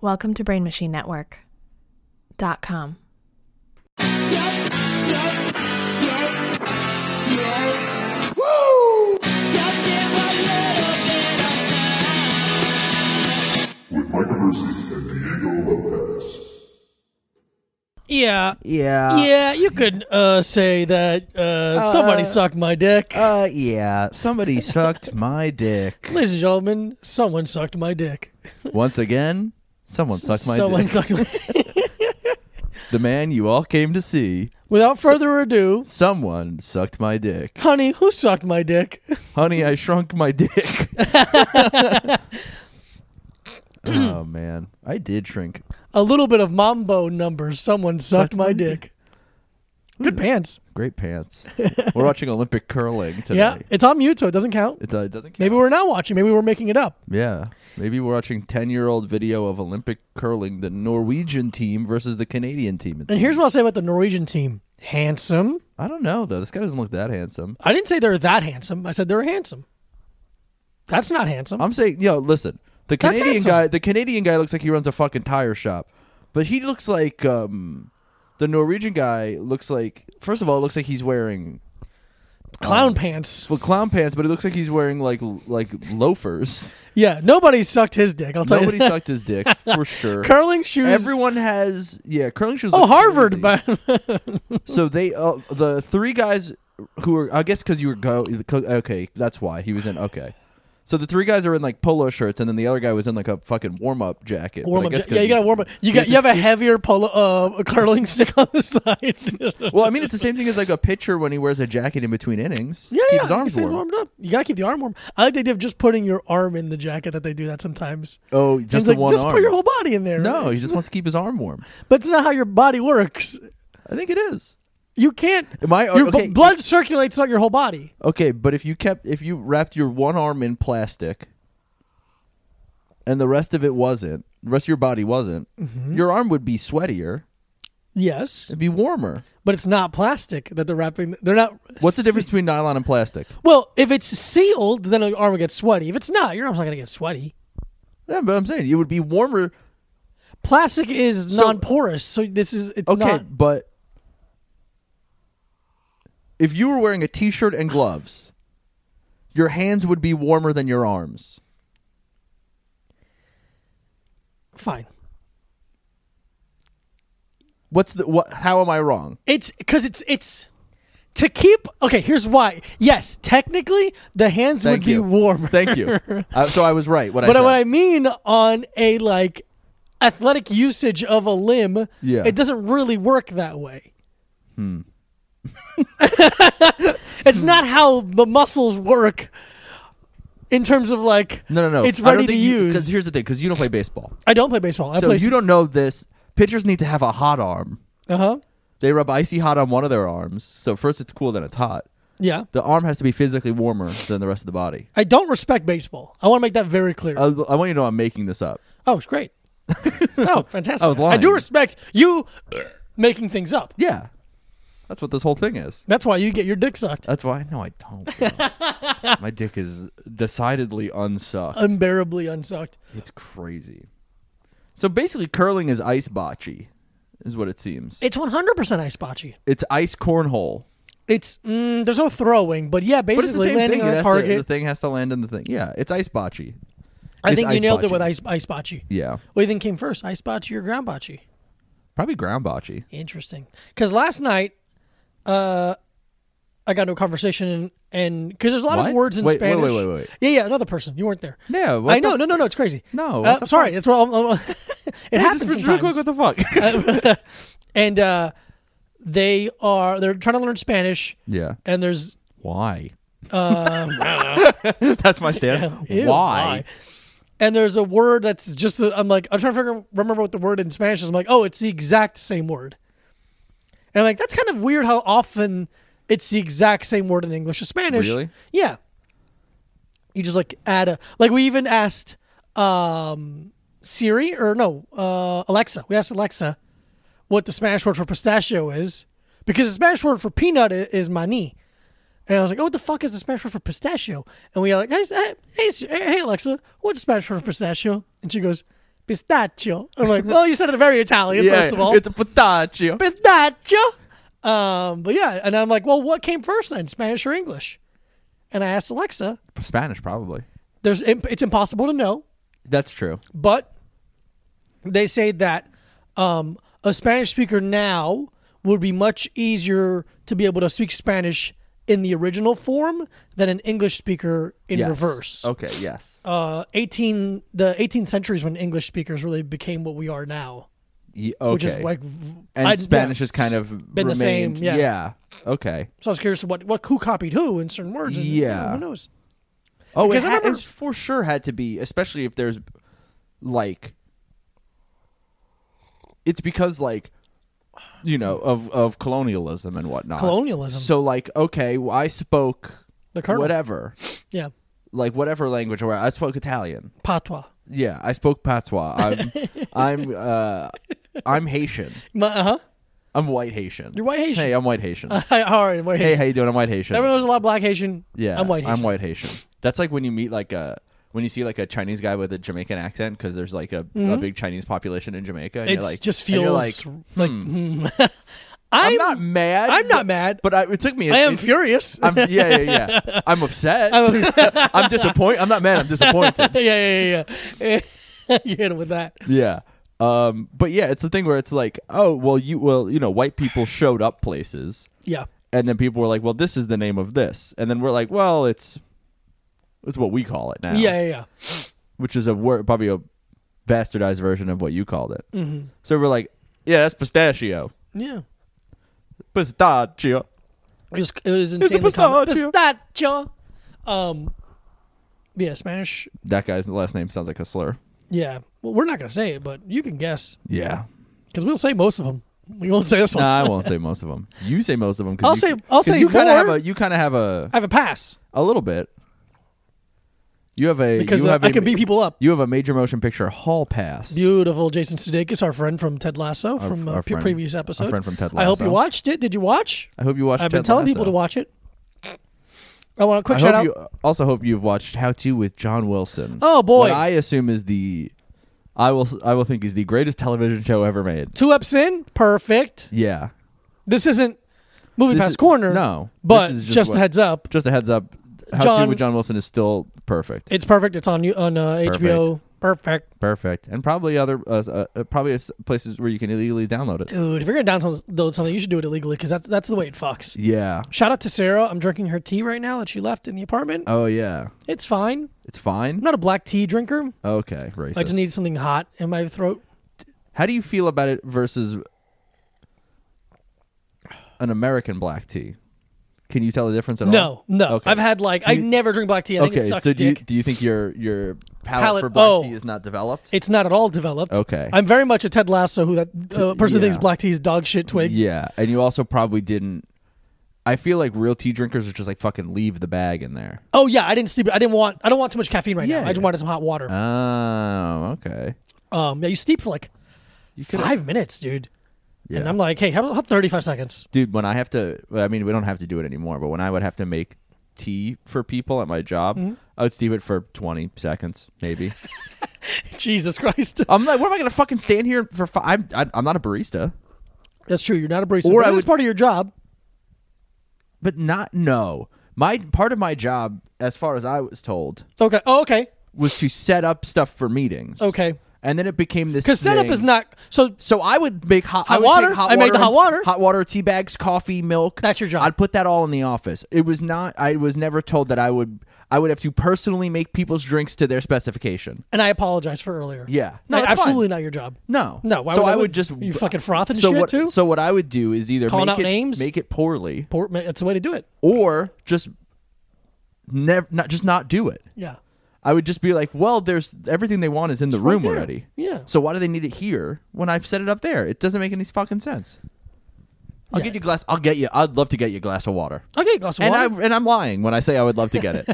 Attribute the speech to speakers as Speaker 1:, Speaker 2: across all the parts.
Speaker 1: Welcome to Brain Machine Network. dot com.
Speaker 2: with Micah Mercy and Diego Lopez.
Speaker 3: Yeah.
Speaker 4: Yeah.
Speaker 3: yeah, you could uh, say that uh, somebody sucked my dick.
Speaker 4: Uh, yeah. Somebody sucked my dick.
Speaker 3: Ladies and gentlemen, someone sucked my dick.
Speaker 4: Once again, someone sucked my
Speaker 3: someone
Speaker 4: dick.
Speaker 3: sucked my
Speaker 4: the man you all came to see.
Speaker 3: Without further ado,
Speaker 4: Someone sucked my dick.
Speaker 3: honey, who sucked my dick?
Speaker 4: Honey, I shrunk my dick. oh man, I did shrink.
Speaker 3: A little bit of mambo numbers. Someone sucked, my dick. Good pants.
Speaker 4: Great pants. We're watching Olympic curling today.
Speaker 3: Yeah, it's on mute, so it doesn't count.
Speaker 4: It, uh, it doesn't count.
Speaker 3: Maybe we're not watching. Maybe we're making it up.
Speaker 4: Yeah. Maybe we're watching 10 year old video of Olympic curling, the Norwegian team versus the Canadian team. It's-
Speaker 3: And here's what I'll say about the Norwegian team handsome.
Speaker 4: I don't know, though. This guy doesn't look that handsome.
Speaker 3: I didn't say they're that handsome. I said they're handsome. That's not handsome.
Speaker 4: I'm saying, yo, listen. The
Speaker 3: That's
Speaker 4: Canadian
Speaker 3: handsome.
Speaker 4: guy, the Canadian guy looks like he runs a fucking tire shop, but he looks like um, the Norwegian guy looks like. First of all, it looks like he's wearing
Speaker 3: Clown pants.
Speaker 4: well clown pants, but it looks like he's wearing like like loafers.
Speaker 3: Yeah, nobody sucked his dick. I'll tell
Speaker 4: Nobody
Speaker 3: you. that.
Speaker 4: sucked his dick for sure.
Speaker 3: Curling shoes.
Speaker 4: Everyone has yeah curling shoes.
Speaker 3: Oh,
Speaker 4: look
Speaker 3: Harvard,
Speaker 4: crazy.
Speaker 3: but
Speaker 4: so they uh, the three guys who are I guess because you were go okay that's why he was in okay. So the three guys are in like polo shirts, and then the other guy was in like a fucking warm up jacket. but I
Speaker 3: warm up.
Speaker 4: guess 'cause
Speaker 3: Yeah, you got to warm up. You got you have a heavier polo uh, curling stick on the side.
Speaker 4: Well, I mean, it's the same thing as like a pitcher when he wears a jacket in between innings.
Speaker 3: Yeah,
Speaker 4: Keep
Speaker 3: yeah,
Speaker 4: his
Speaker 3: you
Speaker 4: arms
Speaker 3: stay
Speaker 4: warm.
Speaker 3: warmed up. You gotta keep the arm warm. I like the idea of just putting your arm in the jacket that they do that sometimes.
Speaker 4: Oh, just
Speaker 3: It's
Speaker 4: the
Speaker 3: like,
Speaker 4: one
Speaker 3: just
Speaker 4: arm.
Speaker 3: put your whole body in there.
Speaker 4: no,
Speaker 3: It's-
Speaker 4: he just wants to keep his arm warm.
Speaker 3: but it's not how your body works.
Speaker 4: I think it is.
Speaker 3: You can't.
Speaker 4: My
Speaker 3: your b-
Speaker 4: okay,
Speaker 3: blood circulates throughout your whole body.
Speaker 4: okay, but if you kept if you wrapped your one arm in plastic, and the rest of it wasn't, the rest of your body wasn't,
Speaker 3: Mm-hmm.
Speaker 4: your arm would be sweatier.
Speaker 3: Yes,
Speaker 4: It'd be warmer.
Speaker 3: but it's not plastic that they're wrapping. They're not.
Speaker 4: What's the difference between nylon and plastic?
Speaker 3: Well, if it's sealed, then your arm will get sweaty. If it's not, your arm's not gonna get sweaty.
Speaker 4: Yeah, but I'm saying it would be warmer.
Speaker 3: Plastic is
Speaker 4: So-
Speaker 3: non-porous, so this is it's
Speaker 4: Okay,
Speaker 3: not.
Speaker 4: but if you were wearing a t-shirt and gloves, your hands would be warmer than your arms.
Speaker 3: Fine.
Speaker 4: What's the what? How am I wrong?
Speaker 3: It's because it's it's to keep. Okay, here's why. Yes, technically the hands
Speaker 4: Thank
Speaker 3: would
Speaker 4: you.
Speaker 3: be warmer,
Speaker 4: Thank you. Uh, so I was right. What I
Speaker 3: but
Speaker 4: said.
Speaker 3: what I mean on a like athletic usage of a limb,
Speaker 4: Yeah.
Speaker 3: it doesn't really work that way. Hmm. it's not how the muscles work in terms of like
Speaker 4: no, no, no.
Speaker 3: It's ready to use.
Speaker 4: Because here's the thing. Because you don't play baseball,
Speaker 3: I don't play baseball. I
Speaker 4: so
Speaker 3: play
Speaker 4: you don't know this. Pitchers need to have a hot arm.
Speaker 3: Uh huh.
Speaker 4: They rub icy hot on one of their arms. So first it's cool, then it's hot.
Speaker 3: Yeah.
Speaker 4: The arm has to be physically warmer than the rest of the body.
Speaker 3: I don't respect baseball. I want to make that very clear.
Speaker 4: I, I want you to know I'm making this up.
Speaker 3: Oh, it's great. oh, fantastic.
Speaker 4: I was lying.
Speaker 3: do respect you uh, making things up.
Speaker 4: Yeah. That's what this whole thing is.
Speaker 3: That's why you get your dick sucked.
Speaker 4: That's why no, I don't. bro. My dick is decidedly unsucked.
Speaker 3: Unbearably unsucked.
Speaker 4: It's crazy. So basically, curling is ice bocce, is what it seems.
Speaker 3: It's 100% ice bocce.
Speaker 4: It's ice cornhole.
Speaker 3: It's, mm, there's no throwing, but yeah,
Speaker 4: But it's the
Speaker 3: basically
Speaker 4: same
Speaker 3: landing
Speaker 4: thing. It
Speaker 3: on
Speaker 4: has
Speaker 3: a
Speaker 4: to- the
Speaker 3: target.
Speaker 4: thing has to land in the thing. Yeah, it's ice bocce.
Speaker 3: I
Speaker 4: it's
Speaker 3: think you
Speaker 4: ice
Speaker 3: nailed
Speaker 4: bocce.
Speaker 3: it with ice, ice bocce.
Speaker 4: Yeah,
Speaker 3: What do you think came first, ice bocce or ground bocce?
Speaker 4: probably ground bocce.
Speaker 3: Interesting. Because last night, uh, I got into a conversation and because there's a lot
Speaker 4: What?
Speaker 3: of words in
Speaker 4: Wait, wait,
Speaker 3: Spanish.
Speaker 4: wait, wait, wait.
Speaker 3: Yeah, yeah, another person. You weren't there.
Speaker 4: No, what
Speaker 3: I know.
Speaker 4: the
Speaker 3: No, no, no. It's crazy.
Speaker 4: No,
Speaker 3: Uh,
Speaker 4: what the
Speaker 3: sorry.
Speaker 4: fuck?
Speaker 3: That's what I'm, I'm- it happens
Speaker 4: Just real
Speaker 3: sometimes.
Speaker 4: quick, what the fuck?
Speaker 3: and uh, they are they're trying to learn Spanish.
Speaker 4: yeah.
Speaker 3: And there's
Speaker 4: Why? That's my stance.
Speaker 3: Um, ew,
Speaker 4: why?
Speaker 3: And there's a word that's just i I'm like I'm trying to figure, remember what the word in Spanish is. I'm like, oh, it's the exact same word. And I'm like, that's kind of weird how often it's the exact same word in English as Spanish.
Speaker 4: Really?
Speaker 3: Yeah. You just like add a like we even asked um Siri or no, uh Alexa. We asked Alexa what the Spanish word for pistachio is because the Spanish word for peanut is, is maní. And I was like, oh, what the fuck is the Spanish word for pistachio? And we are like, hey, hey, hey, Alexa, what's the Spanish word for pistachio? And she goes, pistachio. I'm like, well, you said it very Italian, first of all.
Speaker 4: it's a pistachio.
Speaker 3: pistachio. Um, but yeah, and I'm like, well, what came first then, Spanish or English? And I asked Alexa.
Speaker 4: Spanish, probably.
Speaker 3: There's it's impossible to know,
Speaker 4: That's true.
Speaker 3: but they say that um, a Spanish speaker now would be much easier to be able to speak Spanish in the original form than an English speaker in
Speaker 4: Yes.
Speaker 3: reverse.
Speaker 4: Okay. Yes.
Speaker 3: Uh, 18 the 18th century is when English speakers really became what we are now,
Speaker 4: Ye- okay.
Speaker 3: which is like v-
Speaker 4: and
Speaker 3: I- yeah.
Speaker 4: Spanish has kind of
Speaker 3: Been the
Speaker 4: remained,
Speaker 3: same, yeah.
Speaker 4: Okay.
Speaker 3: So I was curious what what who copied who in certain words. And,
Speaker 4: Yeah.
Speaker 3: who knows?
Speaker 4: Oh, it,
Speaker 3: Because I
Speaker 4: ha- it
Speaker 3: remember-
Speaker 4: for sure had to be, especially if there's like it's because like you know of of colonialism and whatnot.
Speaker 3: Colonialism.
Speaker 4: So like, okay, well, I spoke
Speaker 3: The colonel.
Speaker 4: whatever,
Speaker 3: Yeah,
Speaker 4: like whatever language. Where I spoke Italian.
Speaker 3: patois.
Speaker 4: Yeah, I spoke patois. I'm I'm uh I'm Haitian.
Speaker 3: Uh huh.
Speaker 4: I'm white Haitian.
Speaker 3: You're white Haitian.
Speaker 4: Hey, I'm white Haitian.
Speaker 3: All right, white
Speaker 4: hey,
Speaker 3: Haitian.
Speaker 4: how you doing? I'm white Haitian.
Speaker 3: Everyone knows a lot of black Haitian.
Speaker 4: Yeah,
Speaker 3: I'm white Haitian.
Speaker 4: I'm white Haitian. That's like when you meet like a when you see like a Chinese guy with a Jamaican accent because there's like a, a big Chinese population in Jamaica. And
Speaker 3: It's
Speaker 4: you're like,
Speaker 3: Mm-hmm. just
Speaker 4: and you're
Speaker 3: feels
Speaker 4: like
Speaker 3: like. hmm. I'm,
Speaker 4: I'm, not mad.
Speaker 3: I'm not
Speaker 4: but-
Speaker 3: mad.
Speaker 4: but I, it took me.
Speaker 3: I am
Speaker 4: it-
Speaker 3: furious.
Speaker 4: I'm, yeah, yeah, yeah. I'm upset.
Speaker 3: I'm
Speaker 4: I'm,
Speaker 3: upset.
Speaker 4: disappointed. I'm not mad. I'm disappointed.
Speaker 3: yeah, yeah, yeah, yeah. you hit him with that.
Speaker 4: yeah. Um. But yeah, it's the thing where it's like, oh, well, you, well, you know, white people showed up places,
Speaker 3: Yeah.
Speaker 4: and then people were like, well, this is the name of this, and then we're like, well, it's, it's what we call it now.
Speaker 3: Yeah, yeah, yeah.
Speaker 4: which is a word probably a bastardized version of what you called it.
Speaker 3: Mm-hmm.
Speaker 4: So we're like, yeah, that's pistachio,
Speaker 3: Yeah.
Speaker 4: pistachio.
Speaker 3: It was, it was insanely common. Pistachio. Um, yeah, Spanish.
Speaker 4: That guy's last name sounds like a slur.
Speaker 3: Yeah. Well, we're not going to say it, but you can guess
Speaker 4: Yeah.
Speaker 3: because we'll say most of them. We won't say this one.
Speaker 4: Nah, I won't say most of them. You say most of them.
Speaker 3: I'll say- I'll say
Speaker 4: you kind of
Speaker 3: more.
Speaker 4: have a you kind of have a
Speaker 3: I have a pass
Speaker 4: a little bit. You have a
Speaker 3: because
Speaker 4: you
Speaker 3: uh,
Speaker 4: have
Speaker 3: I
Speaker 4: a
Speaker 3: can
Speaker 4: ma-
Speaker 3: beat people up.
Speaker 4: You have a major motion picture hall pass.
Speaker 3: Beautiful Jason Sudeikis, our friend from Ted Lasso from
Speaker 4: our
Speaker 3: uh, pre-
Speaker 4: friend-
Speaker 3: previous
Speaker 4: our
Speaker 3: episode.
Speaker 4: friend from Ted
Speaker 3: I hope you
Speaker 4: Lasso.
Speaker 3: watched it. Did you watch?
Speaker 4: I hope you watched.
Speaker 3: I've been
Speaker 4: Ted
Speaker 3: telling people
Speaker 4: Lasso.
Speaker 3: to watch it. I want a quick
Speaker 4: I
Speaker 3: shout
Speaker 4: hope
Speaker 3: out.
Speaker 4: you also hope you've watched How to with John Wilson.
Speaker 3: Oh, boy.
Speaker 4: What I assume is the I will I will think is the greatest television show ever made.
Speaker 3: Two ups in, perfect.
Speaker 4: Yeah.
Speaker 3: This isn't movie
Speaker 4: This
Speaker 3: past
Speaker 4: is-
Speaker 3: corner.
Speaker 4: no.
Speaker 3: but
Speaker 4: This is
Speaker 3: just,
Speaker 4: just
Speaker 3: a
Speaker 4: what-
Speaker 3: heads up,
Speaker 4: Just a heads up, How
Speaker 3: John-
Speaker 4: to with John Wilson is still perfect.
Speaker 3: it's perfect. It's on you on uh, HBO. Perfect,
Speaker 4: perfect. And probably other uh, uh, uh, probably s- places where you can illegally download it.
Speaker 3: dude. If you're gonna download something, you should do it illegally because that's that's the way it fucks.
Speaker 4: Yeah.
Speaker 3: Shout out to Sarah. I'm drinking her tea right now that she left in the apartment.
Speaker 4: Oh yeah.
Speaker 3: It's fine.
Speaker 4: It's fine.
Speaker 3: I'm not a black tea drinker.
Speaker 4: Okay, racist.
Speaker 3: I just need something hot in my throat.
Speaker 4: How do you feel about it versus an American black tea? Can you tell the difference at all?
Speaker 3: No, no.
Speaker 4: Okay.
Speaker 3: I've had like I
Speaker 4: you-
Speaker 3: never drink black tea. I think
Speaker 4: Okay,
Speaker 3: it sucks
Speaker 4: so do you,
Speaker 3: dick.
Speaker 4: do you think your your palate,
Speaker 3: Palate-
Speaker 4: for black
Speaker 3: oh.
Speaker 4: tea is not developed?
Speaker 3: It's not at all developed.
Speaker 4: Okay.
Speaker 3: I'm very much a Ted Lasso who that uh, person who thinks
Speaker 4: yeah.
Speaker 3: black tea is dog shit twig.
Speaker 4: Yeah, and you also probably didn't. I feel like real tea drinkers are just like fucking leave the bag in there.
Speaker 3: Oh yeah, I didn't steep. I didn't want. I don't want too much caffeine right
Speaker 4: Yeah,
Speaker 3: now. I just
Speaker 4: yeah. Uh,
Speaker 3: wanted some hot water.
Speaker 4: Oh, okay.
Speaker 3: um, yeah, you steep for like
Speaker 4: You could,
Speaker 3: five minutes, dude. And
Speaker 4: Yeah.
Speaker 3: I'm like, hey, how about, how about 35 seconds?
Speaker 4: dude. When I have to, well, I mean, we don't have to do it anymore. But when I would have to make tea for people at my job,
Speaker 3: Mm-hmm.
Speaker 4: I would steep it for twenty seconds, maybe.
Speaker 3: Jesus Christ,
Speaker 4: I'm like, what am I gonna fucking stand here for? Fi- I'm I, I'm not a barista,
Speaker 3: that's true. You're not a barista,
Speaker 4: Or
Speaker 3: or
Speaker 4: I
Speaker 3: it is
Speaker 4: would-
Speaker 3: part of your job.
Speaker 4: but not no. My part of my job, as far as I was told,
Speaker 3: Okay. Oh, okay.
Speaker 4: was to set up stuff for meetings.
Speaker 3: Okay.
Speaker 4: And then it became this
Speaker 3: Because setup
Speaker 4: thing-
Speaker 3: is not. So
Speaker 4: So I would make hot, I
Speaker 3: Hot
Speaker 4: would
Speaker 3: water.
Speaker 4: take hot
Speaker 3: I made the
Speaker 4: and-
Speaker 3: hot water.
Speaker 4: hot water, tea bags, coffee, milk.
Speaker 3: That's your job.
Speaker 4: I'd put that all in the office. It was not. I was never told that I would. I would have to personally make people's drinks to their specification.
Speaker 3: and I apologize for earlier.
Speaker 4: Yeah.
Speaker 3: No,
Speaker 4: No, it's
Speaker 3: absolutely
Speaker 4: fine.
Speaker 3: not your job.
Speaker 4: No,
Speaker 3: No, why
Speaker 4: so
Speaker 3: would-
Speaker 4: I
Speaker 3: would-
Speaker 4: would just
Speaker 3: you fucking froth and
Speaker 4: so
Speaker 3: shit
Speaker 4: what,
Speaker 3: too?
Speaker 4: So what I would do is either
Speaker 3: Calling
Speaker 4: make
Speaker 3: out
Speaker 4: it,
Speaker 3: names?
Speaker 4: make it poorly,
Speaker 3: Port- That's the way to do it.
Speaker 4: or just never, not just not do it.
Speaker 3: Yeah.
Speaker 4: I would just be like, well, there's everything they want is in the room
Speaker 3: there.
Speaker 4: already.
Speaker 3: Yeah.
Speaker 4: So why do they need it here when I've set it up there? It doesn't make any fucking sense. I'll
Speaker 3: Yeah.
Speaker 4: get you a glass. I'll get you. I'd love to get you a glass of water.
Speaker 3: I'll get a glass of
Speaker 4: And I
Speaker 3: water.
Speaker 4: and I'm lying when I say I would love to get it.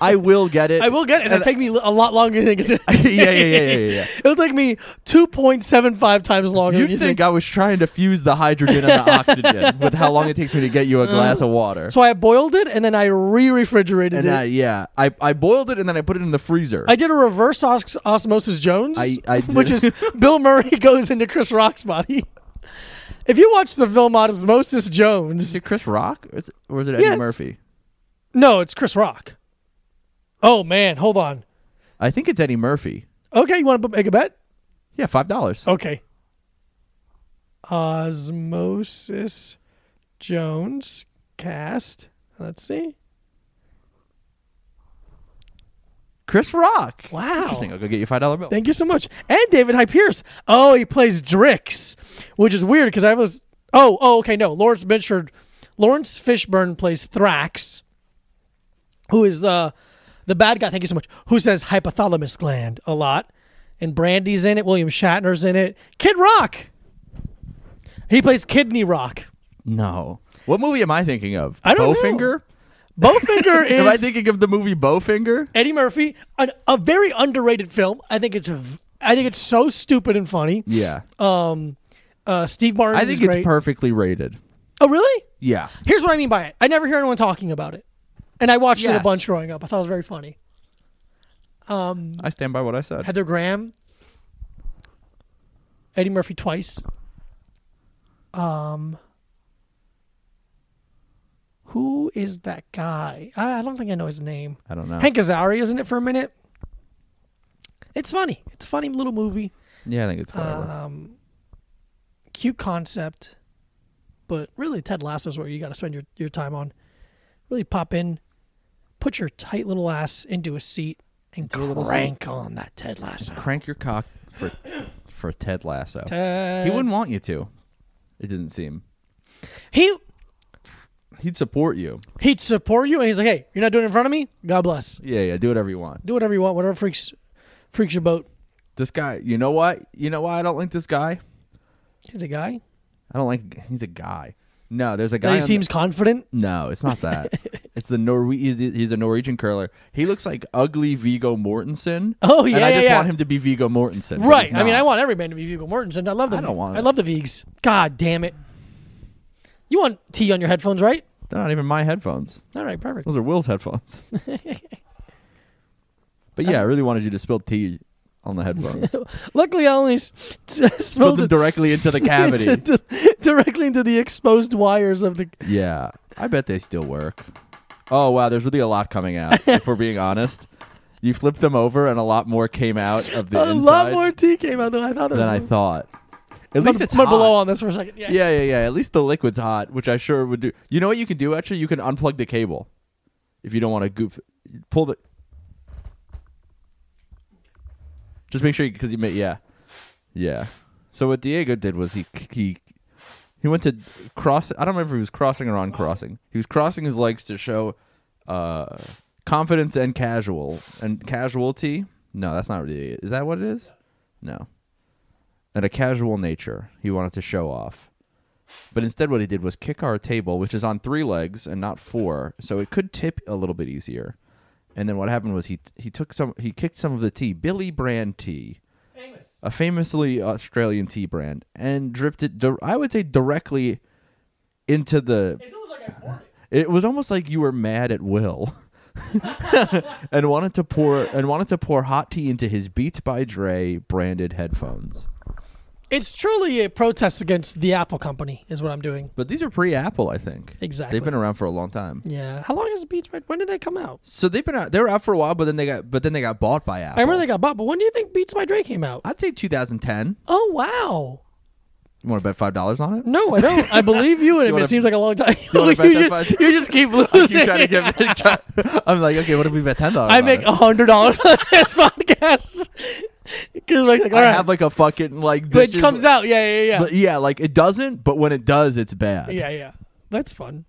Speaker 4: I will get it.
Speaker 3: I will get it. It'll
Speaker 4: And-
Speaker 3: take me a lot longer than you think it's
Speaker 4: yeah, yeah, yeah, yeah, yeah, yeah.
Speaker 3: It'll take me 2.75 times longer
Speaker 4: You'd
Speaker 3: than you
Speaker 4: think, I was trying to fuse the hydrogen and the oxygen with how long it takes me to get you a glass of water.
Speaker 3: So I boiled it and then I re-refrigerated
Speaker 4: and
Speaker 3: it.
Speaker 4: I, yeah, I, I boiled it and then I put it in the freezer.
Speaker 3: I did a reverse os- osmosis Jones,
Speaker 4: I- I did.
Speaker 3: which is Bill Murray goes into Chris Rock's body. If you watch the film Osmosis
Speaker 4: is
Speaker 3: Jones,
Speaker 4: it Chris Rock or is it, or is it Eddie
Speaker 3: Yeah, it's-
Speaker 4: Murphy?
Speaker 3: no, it's Chris Rock. Oh man, hold on.
Speaker 4: I think it's Eddie Murphy.
Speaker 3: Okay, you want to make a bet?
Speaker 4: Yeah, five dollars.
Speaker 3: Okay. Osmosis Jones cast. Let's see.
Speaker 4: Chris Rock.
Speaker 3: Wow.
Speaker 4: Interesting. I'll go get you a five dollar bill.
Speaker 3: Thank you so much. And David High Pierce. Oh, he plays Drix, which is weird because I was. Oh, oh, okay, no. Lawrence Benchard, Lawrence Fishburne plays Thrax, who is uh, the bad guy. Thank you so much. Who says hypothalamus gland a lot? And Brandy's in it. William Shatner's in it. Kid Rock. He plays Kidney Rock.
Speaker 4: no. What movie am I thinking of?
Speaker 3: I don't know.
Speaker 4: Bowfinger?
Speaker 3: Bowfinger is
Speaker 4: Am I thinking of the movie Bowfinger?
Speaker 3: Eddie Murphy. An, a very underrated film. I think it's. a- I think it's so stupid and funny.
Speaker 4: Yeah.
Speaker 3: Uh, Steve Martin.
Speaker 4: I
Speaker 3: is
Speaker 4: think
Speaker 3: great.
Speaker 4: it's perfectly rated.
Speaker 3: Oh, really?
Speaker 4: Yeah.
Speaker 3: Here's what I mean by it. I never hear anyone talking about it, and I watched it a
Speaker 4: Yes.
Speaker 3: bunch growing up. I thought it was very funny.
Speaker 4: I stand by what I said.
Speaker 3: Heather Graham, Eddie Murphy twice. Um, who is that guy? I I don't think I know his name.
Speaker 4: I don't know.
Speaker 3: Hank Azaria is in it for a minute. It's funny. It's a funny little movie.
Speaker 4: yeah, I think it's whatever.
Speaker 3: Uh, cute concept, but really Ted Lasso's where you got to spend your, your time on. Really pop in, put your tight little ass into a seat, and crank on that Ted Lasso.
Speaker 4: Crank your cock for for Ted Lasso.
Speaker 3: Ted.
Speaker 4: he wouldn't want you to. It didn't seem.
Speaker 3: He
Speaker 4: He'd support you.
Speaker 3: he'd support you, and he's like, "Hey, you're not doing it in front of me. God bless.
Speaker 4: Yeah, yeah. Do whatever you want.
Speaker 3: Do whatever you want, whatever freaks freaks your boat."
Speaker 4: This guy. You know what? You know why I don't like this guy?
Speaker 3: He's a guy.
Speaker 4: I don't like. He's a guy. No, there's a guy.
Speaker 3: And
Speaker 4: on
Speaker 3: he
Speaker 4: the-
Speaker 3: seems confident.
Speaker 4: No, it's not that. it's the Norwe- he's, he's a Norwegian curler. He looks like ugly Vigo Mortensen.
Speaker 3: Oh, yeah,
Speaker 4: and I
Speaker 3: yeah,
Speaker 4: just
Speaker 3: yeah.
Speaker 4: want him to be Vigo Mortensen. but
Speaker 3: Right.
Speaker 4: he's
Speaker 3: I mean,
Speaker 4: not.
Speaker 3: I want every man to be Viggo Mortensen. I love the
Speaker 4: I don't want
Speaker 3: I
Speaker 4: it.
Speaker 3: love the Vigs. God damn it. You want tea on your headphones, right?
Speaker 4: They're not even my headphones.
Speaker 3: All right, perfect.
Speaker 4: Those are Will's headphones. but yeah, I really wanted you to spill tea on the headphones.
Speaker 3: Luckily, I only s- s-
Speaker 4: Put
Speaker 3: spilled
Speaker 4: them
Speaker 3: it
Speaker 4: directly into the cavity.
Speaker 3: into- directly into the exposed wires of the.
Speaker 4: Yeah, I bet they still work. Oh wow, there's really a lot coming out. if we're being honest, you flipped them over and a lot more came out of the
Speaker 3: A lot
Speaker 4: inside
Speaker 3: more tea came out than I thought. There
Speaker 4: than
Speaker 3: was
Speaker 4: I
Speaker 3: gonna-
Speaker 4: thought. At
Speaker 3: I'm
Speaker 4: least
Speaker 3: gonna-
Speaker 4: it's
Speaker 3: I'm gonna
Speaker 4: hot.
Speaker 3: below on this for a second. Yeah.
Speaker 4: Yeah, yeah, yeah. At least the liquid's hot, which I sure would do. You know what you can do? Actually, you can unplug the cable if you don't want to goof. Pull the. Just make sure because you, made yeah, yeah. So what Diego did was he he he went to cross. I don't remember if he was crossing or on crossing. He was crossing his legs to show uh, confidence and casual and casualty. No, that's not really. Is that what it is? No. And a casual nature. He wanted to show off. But instead, what he did was kick our table, which is on three legs and not four, so it could tip a little bit easier. And then what happened was he he took some he kicked some of the tea, Billy Brand tea, a famously Australian tea brand, and dripped it. Di- I would say directly into the. It was almost like you were mad at Will, and wanted to pour and wanted to pour hot tea into his Beats by Dre branded headphones.
Speaker 3: It's truly a protest against the Apple Company, is what I'm doing.
Speaker 4: But these are pre-Apple, I think.
Speaker 3: Exactly.
Speaker 4: They've been around for a long time.
Speaker 3: Yeah. How long has Beats by? When did they come out?
Speaker 4: So they've been out. They were out for a while, but then they got but then they got bought by Apple.
Speaker 3: I remember they got bought, but when do you think Beats by Dre came out?
Speaker 4: I'd say 2010.
Speaker 3: Oh wow.
Speaker 4: You want to bet five dollars on it?
Speaker 3: No, I don't. I believe you, and
Speaker 4: You
Speaker 3: it
Speaker 4: wanna-
Speaker 3: seems like a long time. You,
Speaker 4: wanna bet that
Speaker 3: just,
Speaker 4: five-
Speaker 3: you just keep losing.
Speaker 4: Keep trying to get. I'm like, okay, what if we bet ten dollars?
Speaker 3: I make
Speaker 4: It?
Speaker 3: a hundred dollars on this podcast because like, like all
Speaker 4: I
Speaker 3: right.
Speaker 4: have like a fucking like.
Speaker 3: but
Speaker 4: This
Speaker 3: it comes out. Yeah, yeah, yeah.
Speaker 4: But yeah, like it doesn't. But when it does, it's bad.
Speaker 3: yeah, yeah. That's fun.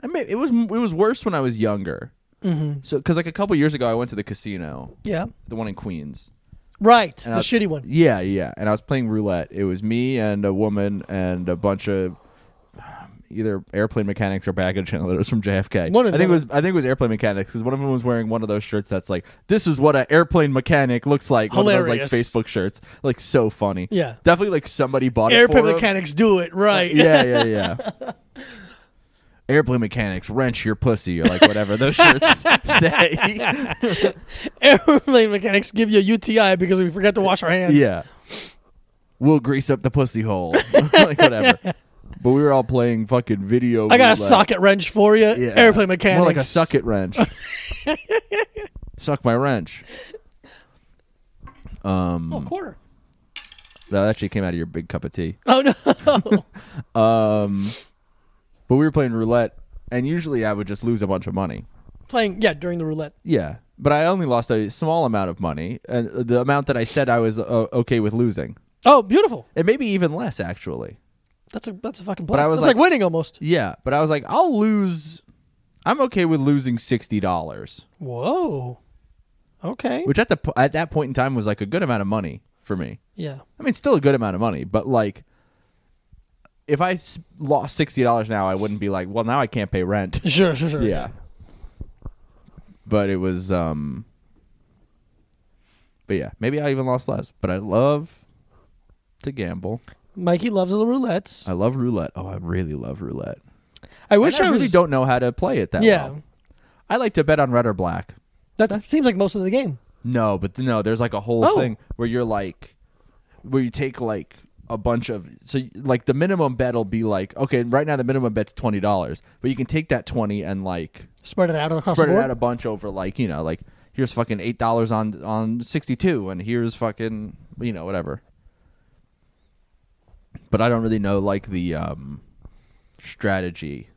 Speaker 4: I mean, it was it was worse when I was younger. Mm-hmm. So, because like a couple years ago, I went to the casino,
Speaker 3: Yeah.
Speaker 4: the one in Queens.
Speaker 3: Right. the
Speaker 4: I-
Speaker 3: shitty one.
Speaker 4: Yeah, yeah. And I was playing roulette. It was me and a woman and a bunch of um, either airplane mechanics or baggage handler. It was from JFK.
Speaker 3: One of
Speaker 4: I think
Speaker 3: them.
Speaker 4: it was I think it was airplane mechanics because one of them was wearing one of those shirts that's like, this is what an airplane mechanic looks like. One of
Speaker 3: Hilarious.
Speaker 4: those like Facebook shirts, like so funny.
Speaker 3: Yeah.
Speaker 4: definitely like somebody bought it.
Speaker 3: Airplane
Speaker 4: for him.
Speaker 3: mechanics do it right.
Speaker 4: Yeah, yeah, yeah. Airplane mechanics wrench your pussy or like whatever those shirts say.
Speaker 3: Airplane mechanics give you a UTI because we forgot to wash our hands.
Speaker 4: Yeah. We'll grease up the pussy hole. like whatever. But we were all playing fucking video.
Speaker 3: I got a
Speaker 4: roulette.
Speaker 3: socket wrench for you.
Speaker 4: Yeah.
Speaker 3: Airplane mechanics.
Speaker 4: More like a suck it wrench. suck my wrench.
Speaker 3: Oh, quarter.
Speaker 4: That actually came out of your big cup of tea.
Speaker 3: Oh no.
Speaker 4: But we were playing roulette, and usually I would just lose a bunch of money.
Speaker 3: Playing yeah during the roulette.
Speaker 4: Yeah, but I only lost a small amount of money, and the amount that I said I was uh, okay with losing,
Speaker 3: Oh, beautiful.
Speaker 4: and maybe even less actually.
Speaker 3: That's a that's a fucking plus.
Speaker 4: I was
Speaker 3: that's like,
Speaker 4: like-
Speaker 3: winning almost.
Speaker 4: Yeah, but I was like, I'll lose. I'm okay with losing sixty dollars,
Speaker 3: Whoa. Okay.
Speaker 4: which at the po- at that point in time was like a good amount of money for me.
Speaker 3: yeah.
Speaker 4: I mean, still a good amount of money, but like, if I s- lost sixty dollars now, I wouldn't be like, well, now I can't pay rent.
Speaker 3: Sure, sure, sure.
Speaker 4: yeah. But it was, um, but yeah, maybe I even lost less. But I love to gamble.
Speaker 3: Mikey loves the roulettes.
Speaker 4: I love roulette. Oh, I really love roulette.
Speaker 3: I
Speaker 4: Which
Speaker 3: wish
Speaker 4: I,
Speaker 3: I,
Speaker 4: really
Speaker 3: was-
Speaker 4: don't know how to play it that
Speaker 3: Yeah.
Speaker 4: well. I like to bet on red or black.
Speaker 3: That seems like most of the game.
Speaker 4: No, but th- no, there's like a whole
Speaker 3: Oh.
Speaker 4: thing where you're like, where you take like a bunch of so y- like the minimum bet will be like okay right now the minimum bet's twenty dollars but you can take that twenty and like
Speaker 3: Spread it out across
Speaker 4: spread
Speaker 3: the
Speaker 4: it
Speaker 3: board.
Speaker 4: out a bunch over like you know like here's fucking eight dollars on on sixty two and here's fucking you know whatever. But I don't really know like the um strategy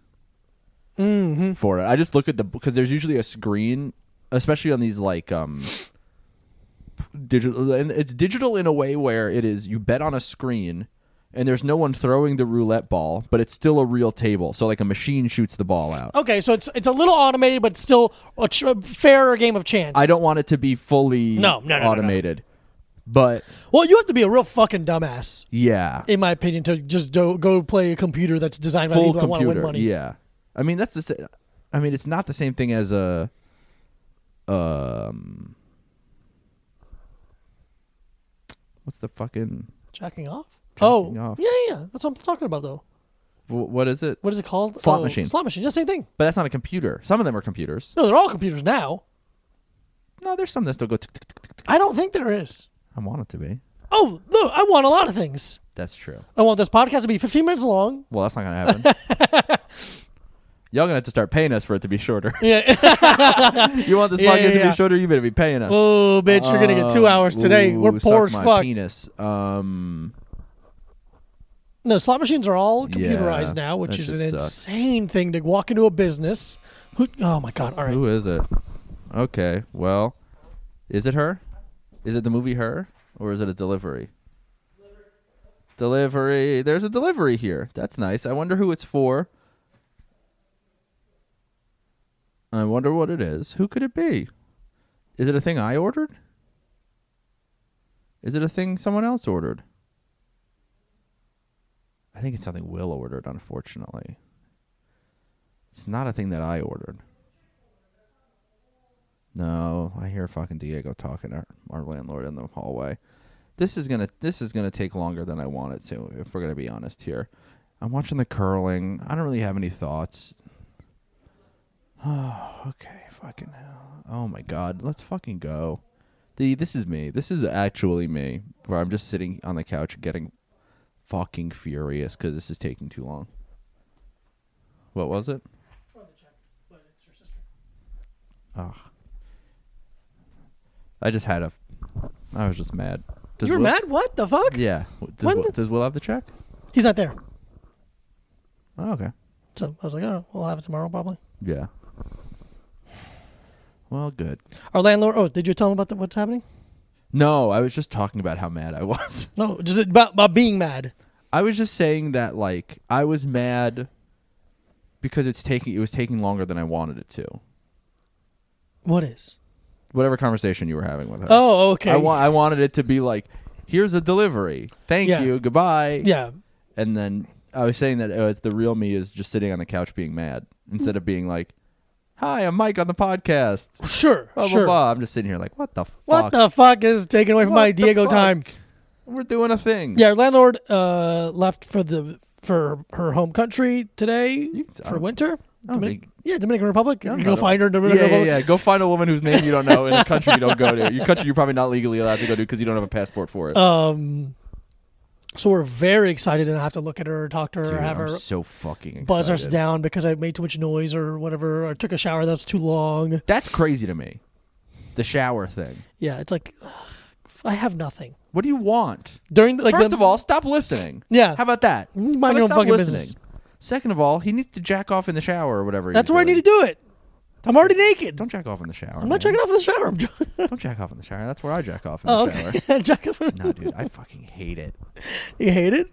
Speaker 3: Mm-hmm.
Speaker 4: for it. I just look at the because there's usually a screen, especially on these like um digital and it's digital in a way where it is you bet on a screen and there's no one throwing the roulette ball but it's still a real table so like a machine shoots the ball out
Speaker 3: okay, so it's it's a little automated, but still a ch- a fairer game of chance.
Speaker 4: I don't want it to be fully
Speaker 3: No, no, no, no, no.
Speaker 4: automated. But
Speaker 3: Well, you have to be a real fucking dumbass,
Speaker 4: yeah,
Speaker 3: in my opinion, to just do, go play a computer that's designed by
Speaker 4: full
Speaker 3: people that want to win
Speaker 4: computer.
Speaker 3: money.
Speaker 4: Yeah, I mean that's the. Sa- I mean it's not the same thing as a. Um. What's the fucking?
Speaker 3: Jacking off. oh,
Speaker 4: Jacking off.
Speaker 3: yeah, yeah. That's what I'm talking about, though.
Speaker 4: wh- What is it?
Speaker 3: What is it called?
Speaker 4: Slot
Speaker 3: Oh,
Speaker 4: machine.
Speaker 3: Slot machine. Yeah, same thing.
Speaker 4: But that's not a computer. Some of them are computers.
Speaker 3: No, they're all computers now.
Speaker 4: No, there's some that still go. tick, tick, tick, tick, tick.
Speaker 3: I don't think there is.
Speaker 4: I want it to be.
Speaker 3: Oh, look, I want a lot of things.
Speaker 4: That's true.
Speaker 3: I want this podcast to be 15 minutes long.
Speaker 4: Well, that's not gonna happen. Y'all gonna have to start paying us for it to be shorter.
Speaker 3: Yeah.
Speaker 4: you want this
Speaker 3: Yeah,
Speaker 4: podcast
Speaker 3: yeah,
Speaker 4: to
Speaker 3: yeah.
Speaker 4: be shorter? You better be paying us.
Speaker 3: oh, bitch, you're going to get two hours today.
Speaker 4: Uh, Ooh,
Speaker 3: We're poor as
Speaker 4: suck my
Speaker 3: fuck.
Speaker 4: Penis. Um,
Speaker 3: No, slot machines are all computerized
Speaker 4: Yeah,
Speaker 3: now, which
Speaker 4: that
Speaker 3: is
Speaker 4: shit
Speaker 3: an
Speaker 4: sucks.
Speaker 3: insane thing to walk into a business. Who, oh, my God. All right.
Speaker 4: who is it? Okay, well, is it her? Is it the movie Her, or is it a delivery? Delivery. There's a delivery here. That's nice. I wonder who it's for. I wonder what it is. Who could it be? Is it a thing I ordered? Is it a thing someone else ordered? I think it's something Will ordered, unfortunately. It's not a thing that I ordered. No, I hear fucking Diego talking our, our landlord in the hallway. This is gonna this is gonna take longer than I want it to, if we're gonna be honest here. I'm watching the curling. I don't really have any thoughts. Oh, okay, fucking hell. Oh my god, let's fucking go. The this is me. This is actually me. Where I'm just sitting on the couch getting fucking furious because this is taking too long. What was it? Ugh. I just had a. I was just mad. Does
Speaker 3: You were
Speaker 4: Will-
Speaker 3: mad? What the fuck?
Speaker 4: Yeah. W- Does,
Speaker 3: When
Speaker 4: Will,
Speaker 3: the-
Speaker 4: does Will have the check?
Speaker 3: He's not there.
Speaker 4: Oh, okay.
Speaker 3: So I was like, oh, we'll have it tomorrow probably.
Speaker 4: Yeah. Well, good.
Speaker 3: Our landlord. Oh, did you tell him about the, what's happening?
Speaker 4: No, I was just talking about how mad I was.
Speaker 3: No, just about, about being mad.
Speaker 4: I was just saying that like I was mad because it's taking it was taking longer than I wanted it to.
Speaker 3: What is?
Speaker 4: Whatever conversation you were having with her.
Speaker 3: Oh, okay.
Speaker 4: I want I wanted it to be like, here's a delivery. Thank
Speaker 3: Yeah.
Speaker 4: you. Goodbye.
Speaker 3: Yeah.
Speaker 4: And then I was saying that uh, the real me is just sitting on the couch being mad instead of being like, "Hi, I'm Mike on the podcast."
Speaker 3: Sure,
Speaker 4: Blah
Speaker 3: sure.
Speaker 4: blah blah. I'm just sitting here like, "What the fuck?
Speaker 3: What the fuck is taking away from my
Speaker 4: What the
Speaker 3: Diego
Speaker 4: fuck?
Speaker 3: time?
Speaker 4: We're doing a thing."
Speaker 3: Yeah, our landlord uh, left for the for her home country today
Speaker 4: can- I
Speaker 3: for
Speaker 4: don't-
Speaker 3: winter.
Speaker 4: I don't
Speaker 3: Dominic-
Speaker 4: think-
Speaker 3: yeah, Dominican Republic. You
Speaker 4: don't
Speaker 3: can
Speaker 4: know.
Speaker 3: go find her in
Speaker 4: Yeah,
Speaker 3: Dominican
Speaker 4: yeah,
Speaker 3: Republic.
Speaker 4: yeah. Go find a woman whose name you don't know in a country you don't go to. Your country you're probably not legally allowed to go to because you don't have a passport for it.
Speaker 3: Um, so we're very excited and I have to look at her, talk to her,
Speaker 4: Dude,
Speaker 3: have her
Speaker 4: I'm so fucking excited.
Speaker 3: buzz us down because I made too much noise or whatever, or took a shower that's too long.
Speaker 4: That's crazy to me. The shower thing.
Speaker 3: Yeah, it's like ugh, I have nothing
Speaker 4: What do you want?
Speaker 3: during the, like
Speaker 4: First
Speaker 3: the-
Speaker 4: of all, stop listening.
Speaker 3: Yeah.
Speaker 4: How about that?
Speaker 3: Mind
Speaker 4: How about
Speaker 3: your own
Speaker 4: stop
Speaker 3: fucking
Speaker 4: listening?
Speaker 3: business.
Speaker 4: Second of all, he needs to jack off in the shower or whatever.
Speaker 3: That's where I need to do it. I'm already naked.
Speaker 4: Don't jack off in the shower.
Speaker 3: I'm not checking off in the shower. I'm just,
Speaker 4: off. Don't jack off in the shower. That's where I jack off in
Speaker 3: oh,
Speaker 4: the shower.
Speaker 3: okay. Jack off.
Speaker 4: no, dude, I fucking hate it.
Speaker 3: You hate it?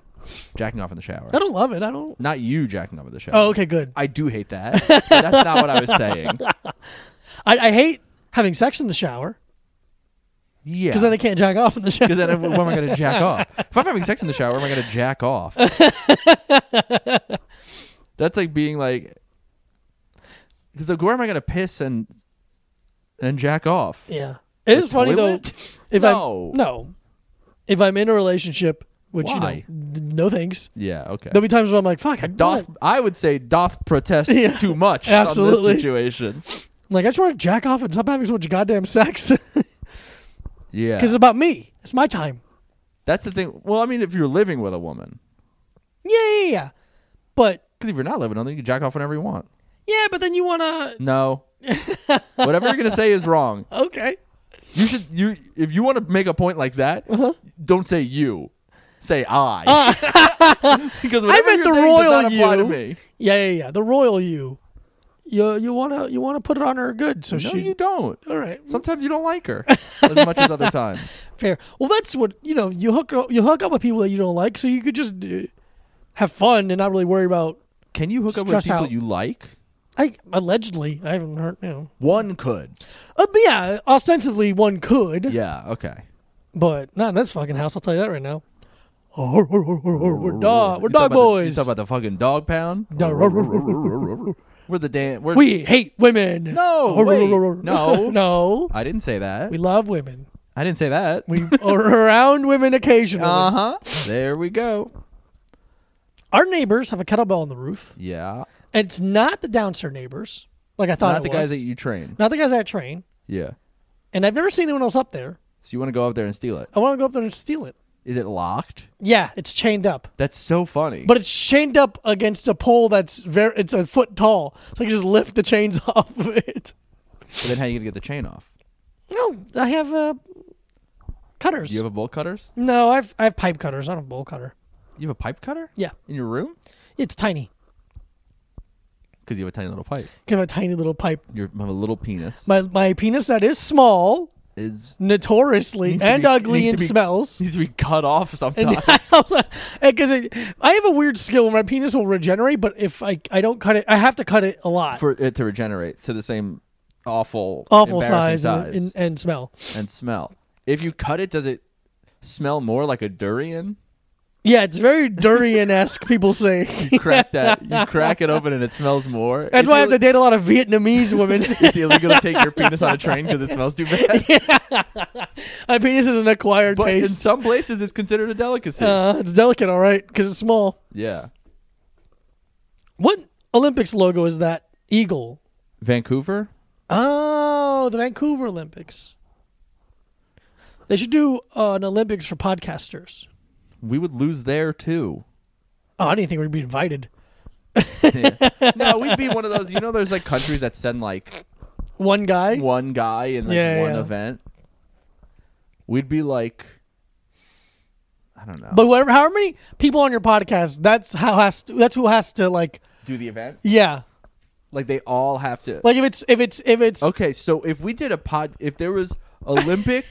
Speaker 4: Jacking off in the shower.
Speaker 3: I don't love it. I don't.
Speaker 4: Not you jacking off in the shower.
Speaker 3: Oh, okay, good.
Speaker 4: I do hate that. but That's not what I was saying.
Speaker 3: I, I hate having sex in the shower
Speaker 4: Yeah.
Speaker 3: because then I can't jack off in the shower.
Speaker 4: Because then when am I going to jack off? If I'm having sex in the shower, am I going to jack off? That's like being like, because like, where am I going to piss and and jack off?
Speaker 3: yeah, it is funny
Speaker 4: toilet?
Speaker 3: though. If
Speaker 4: No.
Speaker 3: I'm no, if I'm in a relationship, which you know,
Speaker 4: Why?
Speaker 3: d- no thanks.
Speaker 4: Yeah. Okay.
Speaker 3: There'll be times when I'm like, fuck, I doth.
Speaker 4: doth I would say doth protest
Speaker 3: Yeah,
Speaker 4: too much on
Speaker 3: absolutely.
Speaker 4: this situation.
Speaker 3: like I just want to jack off and stop having so much goddamn sex because
Speaker 4: Yeah.
Speaker 3: it's about me. It's my time.
Speaker 4: That's the thing. Well, I mean, if you're living with a woman,
Speaker 3: Yeah, yeah, yeah. But
Speaker 4: because if you're not living with her, you can jack off whenever you want.
Speaker 3: yeah, but then you wanna
Speaker 4: No. Whatever you're gonna say is wrong.
Speaker 3: okay.
Speaker 4: You should you if you want to make a point like that,
Speaker 3: Uh-huh.
Speaker 4: don't say you, say I. because whatever
Speaker 3: Ah. meant the
Speaker 4: you're saying does not
Speaker 3: royal
Speaker 4: apply to
Speaker 3: you.
Speaker 4: me.
Speaker 3: Yeah, yeah, yeah. The royal you, you you wanna you wanna put it on her good. So
Speaker 4: No,
Speaker 3: she.
Speaker 4: you don't.
Speaker 3: all right.
Speaker 4: Sometimes you don't like her as much as other times.
Speaker 3: Fair. Well, that's what you know. You hook up, you hook up with people that you don't like, so you could just uh, have fun and not really worry about.
Speaker 4: Can you hook up with
Speaker 3: Stress
Speaker 4: people
Speaker 3: out.
Speaker 4: you like?
Speaker 3: I allegedly, I haven't heard. You know,
Speaker 4: One could.
Speaker 3: uh, but yeah, ostensibly one could,
Speaker 4: Yeah. Okay.
Speaker 3: but not in this fucking house. I'll tell you that right now. We're dog. We're dog
Speaker 4: You talk about the-
Speaker 3: boys.
Speaker 4: you talk about the fucking dog pound. We're the dan. We're
Speaker 3: we hate women.
Speaker 4: No, wait. No.
Speaker 3: no.
Speaker 4: I didn't say that.
Speaker 3: We love women.
Speaker 4: I didn't say that.
Speaker 3: We are around women occasionally.
Speaker 4: Uh huh. There we go.
Speaker 3: Our neighbors have a kettlebell on the roof.
Speaker 4: Yeah.
Speaker 3: It's not the downstairs neighbors, like I thought.
Speaker 4: Not
Speaker 3: it
Speaker 4: the
Speaker 3: was.
Speaker 4: guys that you train.
Speaker 3: Not the guys I train.
Speaker 4: Yeah.
Speaker 3: And I've never seen anyone else up there.
Speaker 4: So you want to go up there and steal it?
Speaker 3: I want to go up there and steal it.
Speaker 4: Is it locked?
Speaker 3: Yeah, it's chained up.
Speaker 4: That's so funny.
Speaker 3: But it's chained up against a pole that's very it's a foot tall. So I can just lift the chains off of it.
Speaker 4: But then how are you gonna get the chain off?
Speaker 3: No, I have uh cutters.
Speaker 4: Do you have a bolt cutters?
Speaker 3: no, I've I have pipe cutters. I don't have a bowl cutter.
Speaker 4: You have a pipe cutter?
Speaker 3: Yeah.
Speaker 4: In your room?
Speaker 3: It's tiny.
Speaker 4: Because you have a tiny little pipe.
Speaker 3: I have a tiny little pipe.
Speaker 4: You have a little penis.
Speaker 3: My my penis that is small,
Speaker 4: is
Speaker 3: notoriously
Speaker 4: Needs to
Speaker 3: and
Speaker 4: be-
Speaker 3: ugly
Speaker 4: needs
Speaker 3: and
Speaker 4: to be-
Speaker 3: smells.
Speaker 4: needs to be cut off sometimes.
Speaker 3: Because I have a weird skill where my penis will regenerate, but if I I don't cut it, I have to cut it a lot.
Speaker 4: for it to regenerate to the same awful,
Speaker 3: awful
Speaker 4: embarrassing
Speaker 3: size, And, and, and smell.
Speaker 4: and smell. If you cut it, does it smell more like a durian?
Speaker 3: Yeah, it's very durian esque. people say
Speaker 4: You crack that. you crack it open and it smells more.
Speaker 3: that's why I have to date a lot of Vietnamese women.
Speaker 4: It's illegal to take your penis on a train because it smells too bad.
Speaker 3: I mean, this is an acquired
Speaker 4: But in
Speaker 3: taste.
Speaker 4: some places, it's considered a delicacy.
Speaker 3: uh, it's delicate, all right, because it's small.
Speaker 4: yeah.
Speaker 3: What Olympics logo is that eagle?
Speaker 4: Vancouver?
Speaker 3: Oh, the Vancouver Olympics. They should do uh, an Olympics for podcasters.
Speaker 4: We would lose there too.
Speaker 3: Oh, I didn't think we'd be invited.
Speaker 4: no, we'd be one of those. You know, there's like countries that send like
Speaker 3: One guy.
Speaker 4: one guy in like
Speaker 3: Yeah,
Speaker 4: one
Speaker 3: yeah.
Speaker 4: event. We'd be like, I don't know,
Speaker 3: But whatever, however many people on your podcast, that's how has to, that's who has to like,
Speaker 4: do the event.
Speaker 3: yeah.
Speaker 4: Like they all have to.
Speaker 3: Like if it's if it's if it's
Speaker 4: okay, so if we did a pod, if there was Olympic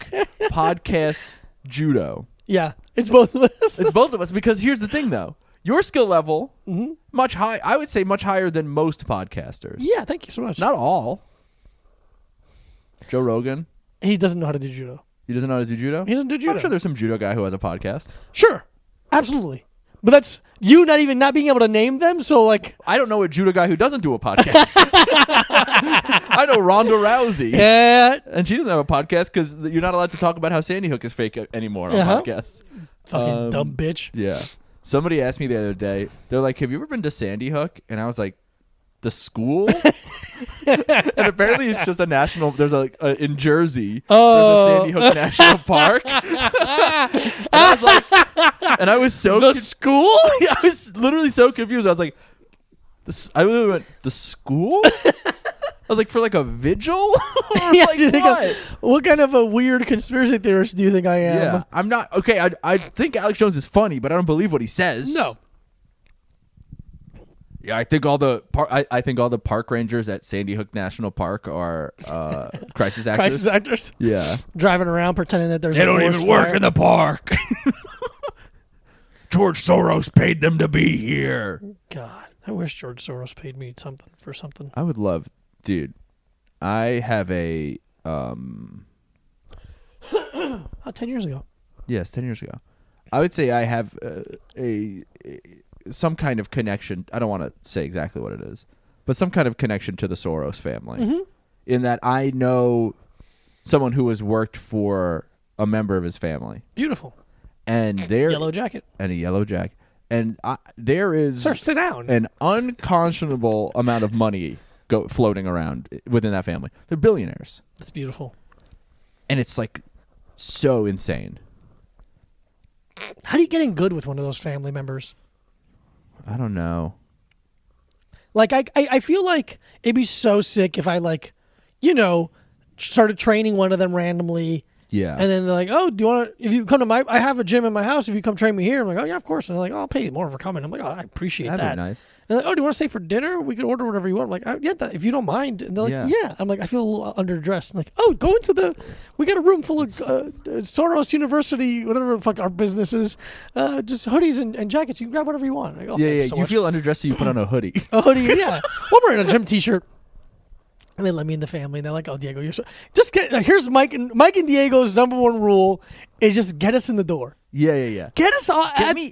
Speaker 4: podcast judo,
Speaker 3: yeah, it's both of us.
Speaker 4: it's both of us. Because here's the thing, though, your skill level much high. I would say much higher than most podcasters.
Speaker 3: Mm-hmm. Yeah, thank you so much.
Speaker 4: Not all. Joe Rogan.
Speaker 3: he doesn't know how to do judo.
Speaker 4: He doesn't know how to do judo.
Speaker 3: He doesn't do judo.
Speaker 4: I'm sure there's some judo guy who has a podcast.
Speaker 3: Sure, absolutely. But that's you not even not being able to name them. So like,
Speaker 4: I don't know a judo guy who doesn't do a podcast. I know Ronda Rousey.
Speaker 3: yeah,
Speaker 4: And she doesn't have a podcast because you're not allowed to talk about how Sandy Hook is fake uh, anymore on
Speaker 3: Uh-huh.
Speaker 4: podcasts.
Speaker 3: fucking
Speaker 4: Um,
Speaker 3: dumb bitch.
Speaker 4: Yeah. Somebody asked me the other day, they're like, Have you ever been to Sandy Hook? And I was like, The school? and apparently it's just a national, there's a, a in Jersey,
Speaker 3: Oh.
Speaker 4: there's a Sandy Hook National Park. and I was like, And I was so
Speaker 3: The
Speaker 4: con-
Speaker 3: school?
Speaker 4: I was literally so confused. I was like, this, I literally went, The school? I was like, For like a vigil? Or
Speaker 3: Yeah,
Speaker 4: like
Speaker 3: do you think
Speaker 4: what?
Speaker 3: I'm- what kind of a weird conspiracy theorist do you think I am?
Speaker 4: Yeah, I'm not okay. I, I think Alex Jones is funny, but I don't believe what he says.
Speaker 3: No.
Speaker 4: Yeah, I think all the par- I, I think all the park rangers at Sandy Hook National Park are uh, crisis actors.
Speaker 3: Crisis actors
Speaker 4: yeah,
Speaker 3: driving around pretending that there's a forest fire.
Speaker 4: the park. George Soros paid them to be here.
Speaker 3: God, I wish George Soros paid me something for something.
Speaker 4: I would love, dude. I have a um
Speaker 3: Oh, Ten years ago.
Speaker 4: yes, ten years ago. I would say I have uh, a, a some kind of connection. I don't want to say exactly what it is, but some kind of connection to the Soros family.
Speaker 3: Mm-hmm.
Speaker 4: In that I know someone who has worked for a member of his family,
Speaker 3: Beautiful
Speaker 4: and there
Speaker 3: yellow jacket.
Speaker 4: and a yellow jack, and I, there is
Speaker 3: Sir, sit down.
Speaker 4: an unconscionable amount of money go floating around eh, within that family. They're billionaires,
Speaker 3: That's beautiful.
Speaker 4: and it's like so insane.
Speaker 3: How do you get in good with one of those family members?
Speaker 4: I don't know.
Speaker 3: Like I, I, I feel like it'd be so sick if I like, you know, started training one of them randomly.
Speaker 4: Yeah,
Speaker 3: And then they're like, "Oh, do you want to? If you come to my, I have a gym in my house. If you come train me here, I'm like, oh yeah, of course." And they're like, "Oh, I'll pay you more for coming." I'm like, "Oh, I appreciate
Speaker 4: That'd be
Speaker 3: that."
Speaker 4: nice.
Speaker 3: And they're like, oh, do you want to stay for dinner? We could order whatever you want. I'm like, oh, yeah, that, if you don't mind. And they're like,
Speaker 4: Yeah.
Speaker 3: yeah. I'm like, I feel a little underdressed. I'm like, oh, go into the. We got a room full of uh, uh, Soros University, whatever the fuck our business is, uh, just hoodies and, and jackets. You can grab whatever you want. Like, oh,
Speaker 4: Yeah,
Speaker 3: thank
Speaker 4: yeah.
Speaker 3: so
Speaker 4: you
Speaker 3: much.
Speaker 4: feel underdressed, so you put on a hoodie.
Speaker 3: a hoodie. Oh, Yeah, well, we're in a gym t-shirt. And they let me in the family, and they're like, "Oh, Diego, you're so just get." like, here's Mike and Mike and Diego's number one rule is just get us in the door.
Speaker 4: yeah, yeah, yeah.
Speaker 3: Get us all, at- get me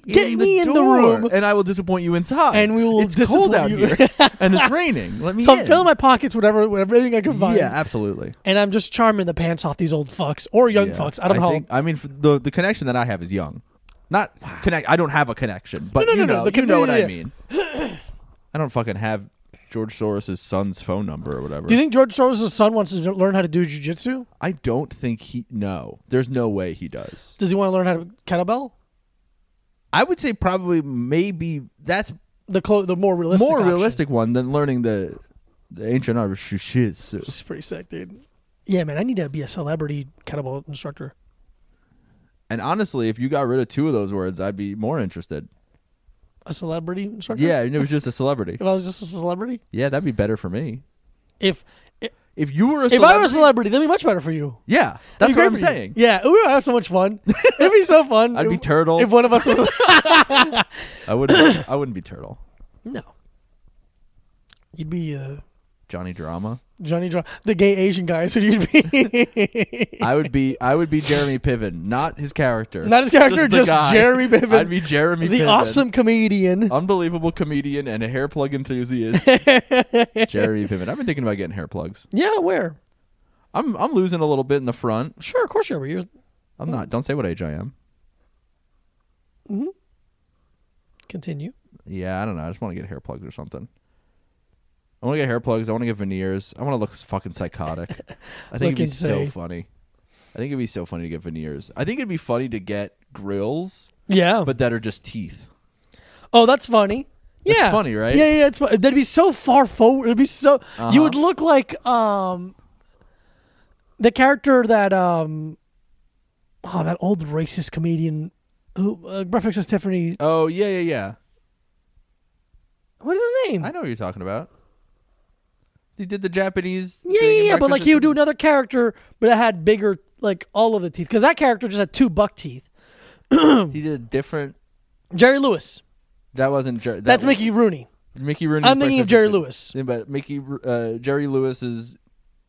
Speaker 3: in the
Speaker 4: door,
Speaker 3: room.
Speaker 4: and I will disappoint you inside.
Speaker 3: And we will
Speaker 4: It's cold
Speaker 3: disappoint
Speaker 4: out
Speaker 3: you.
Speaker 4: here, and it's raining. Let me.
Speaker 3: so
Speaker 4: in.
Speaker 3: I'm filling my pockets, whatever, whatever everything I can find.
Speaker 4: Yeah, absolutely.
Speaker 3: and I'm just charming the pants off these old fucks or young
Speaker 4: Yeah.
Speaker 3: fucks. I don't know.
Speaker 4: think- I mean, f- the the connection that I have is young, not connect. I don't have a connection, but
Speaker 3: no,
Speaker 4: you
Speaker 3: no, no,
Speaker 4: know,
Speaker 3: the
Speaker 4: you know what I mean.
Speaker 3: connection-
Speaker 4: I don't fucking have George Soros' son's phone number or whatever.
Speaker 3: do you think George Soros' son wants to learn how to do jujitsu?
Speaker 4: I don't think he. No, there's no way he does.
Speaker 3: Does he want to learn how to kettlebell?
Speaker 4: I would say probably maybe that's
Speaker 3: The clo- the more realistic,
Speaker 4: more
Speaker 3: option.
Speaker 4: realistic one than learning the the ancient Irish shit. So.
Speaker 3: It's pretty sick, dude. Yeah, man, I need to be a celebrity kettlebell instructor.
Speaker 4: And honestly, if you got rid of two of those words, I'd be more interested.
Speaker 3: A celebrity instructor?
Speaker 4: Yeah, and it was just a celebrity.
Speaker 3: If I was just a celebrity,
Speaker 4: Yeah, that'd be better for me.
Speaker 3: if if,
Speaker 4: If you were a
Speaker 3: if
Speaker 4: celebrity,
Speaker 3: I were a celebrity, that'd be much better for you.
Speaker 4: yeah,
Speaker 3: That'd
Speaker 4: that's
Speaker 3: be great
Speaker 4: what I'm
Speaker 3: for you.
Speaker 4: saying.
Speaker 3: Yeah, we would have so much fun. It'd be so fun.
Speaker 4: I'd be
Speaker 3: if-
Speaker 4: turtle.
Speaker 3: If one of us was
Speaker 4: I wouldn't. I wouldn't be turtle.
Speaker 3: no, you'd be uh,
Speaker 4: Johnny Drama.
Speaker 3: Johnny Dra- the gay Asian guy. So you'd be
Speaker 4: I would be. I would be Jeremy Piven, not his character,
Speaker 3: Not his character,
Speaker 4: the
Speaker 3: just
Speaker 4: guy.
Speaker 3: Jeremy Piven.
Speaker 4: I'd be Jeremy,
Speaker 3: the
Speaker 4: Piven.
Speaker 3: awesome comedian.
Speaker 4: unbelievable comedian and a hair plug enthusiast. Jeremy Piven. I've been thinking about getting hair plugs.
Speaker 3: yeah, where?
Speaker 4: I'm I'm losing a little bit in the front.
Speaker 3: Sure, of course you are. You're
Speaker 4: I'm not. Don't say what age I am.
Speaker 3: continue.
Speaker 4: Yeah, I don't know. I just want to get hair plugs or something. I want to get hair plugs. I want to get veneers. I want to look fucking psychotic. I think it'd
Speaker 3: Look
Speaker 4: be
Speaker 3: insane.
Speaker 4: so funny. I think it'd be so funny to get veneers. I think it'd be funny to get grills,
Speaker 3: Yeah, but
Speaker 4: but that are just teeth.
Speaker 3: oh, that's funny. Yeah,
Speaker 4: That's funny, right? Uh-huh.
Speaker 3: Yeah, yeah, it's funny. That'd be so far forward. It'd be so. You would look like um, the character that um, oh, that old racist comedian who uh, breakfast is Tiffany.
Speaker 4: Oh yeah, yeah, yeah.
Speaker 3: What is his name?
Speaker 4: I know what you're talking about. He did the Japanese.
Speaker 3: Yeah,
Speaker 4: thing
Speaker 3: yeah,
Speaker 4: in
Speaker 3: yeah, but like
Speaker 4: Breakfast
Speaker 3: he would
Speaker 4: at
Speaker 3: do another character, but it had bigger, like all of the teeth, because that character just had two buck teeth.
Speaker 4: Tiff- He did a different.
Speaker 3: Jerry Lewis.
Speaker 4: That wasn't. Jer- that
Speaker 3: That's
Speaker 4: was-
Speaker 3: Mickey Rooney.
Speaker 4: Mickey Rooney.
Speaker 3: I'm thinking of Jerry Lewis.
Speaker 4: But Mickey, uh, Jerry Lewis is.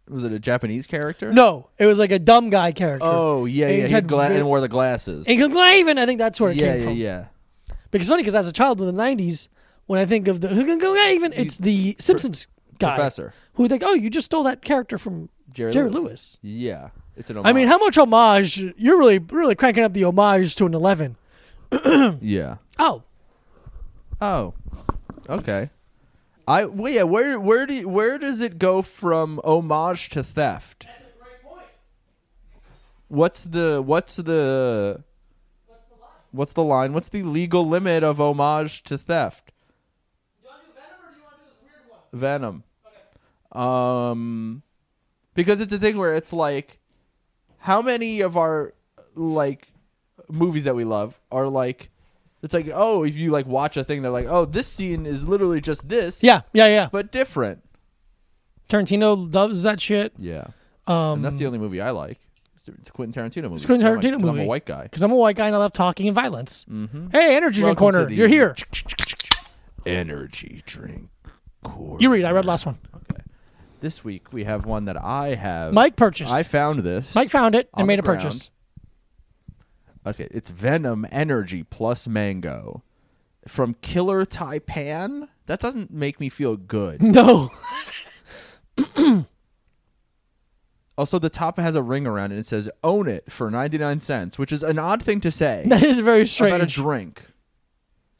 Speaker 4: Was it a Japanese character?
Speaker 3: No, it was like a dumb guy character.
Speaker 4: Oh yeah,
Speaker 3: And
Speaker 4: yeah.
Speaker 3: it
Speaker 4: He had
Speaker 3: had
Speaker 4: gla-
Speaker 3: ve-
Speaker 4: and wore the glasses.
Speaker 3: England Glaven, I think that's where it
Speaker 4: yeah,
Speaker 3: came
Speaker 4: yeah,
Speaker 3: from.
Speaker 4: yeah.
Speaker 3: Because it's funny, because as a child in the '90s, when I think of the even it's the Simpsons guy
Speaker 4: Professor.
Speaker 3: who think, oh, you just stole that character from Jerry, Lewis.
Speaker 4: Yeah, it's an. Homage.
Speaker 3: I mean, how much homage? You're really really cranking up the homage to an eleven.
Speaker 4: Yeah.
Speaker 3: Oh,
Speaker 4: Oh, okay. I well, yeah. Where where do you- where does it go from homage to theft? What's the what's the what's the line? What's the legal limit of homage to theft? Venom. Um, because it's a thing where it's like, how many of our like movies that we love are like, it's like oh if you like watch a thing they're like oh this scene is literally just this
Speaker 3: yeah, yeah, yeah.
Speaker 4: but different
Speaker 3: Tarantino loves that shit
Speaker 4: yeah um and that's the only movie I like it's it's a Quentin Tarantino movie
Speaker 3: Quentin
Speaker 4: 'cause I'm a-
Speaker 3: Tarantino
Speaker 4: 'cause I'm
Speaker 3: movie.
Speaker 4: a white guy
Speaker 3: because I'm a white guy and I love talking and violence. Mm-hmm. Hey, energy drink
Speaker 4: Welcome to
Speaker 3: corner,
Speaker 4: the-
Speaker 3: you're here.
Speaker 4: energy drink core
Speaker 3: You read. I read last one.
Speaker 4: this week we have one that I have
Speaker 3: Mike purchased.
Speaker 4: I found this
Speaker 3: Mike found it and
Speaker 4: on
Speaker 3: made
Speaker 4: the
Speaker 3: a purchase.
Speaker 4: okay it's Venom Energy plus mango from Killer Taipan that doesn't make me feel good
Speaker 3: No,
Speaker 4: Also, the top has a ring around it. and It says "Own it" for ninety nine cents, which is an odd thing to say
Speaker 3: that is very
Speaker 4: about a
Speaker 3: strange.
Speaker 4: drink.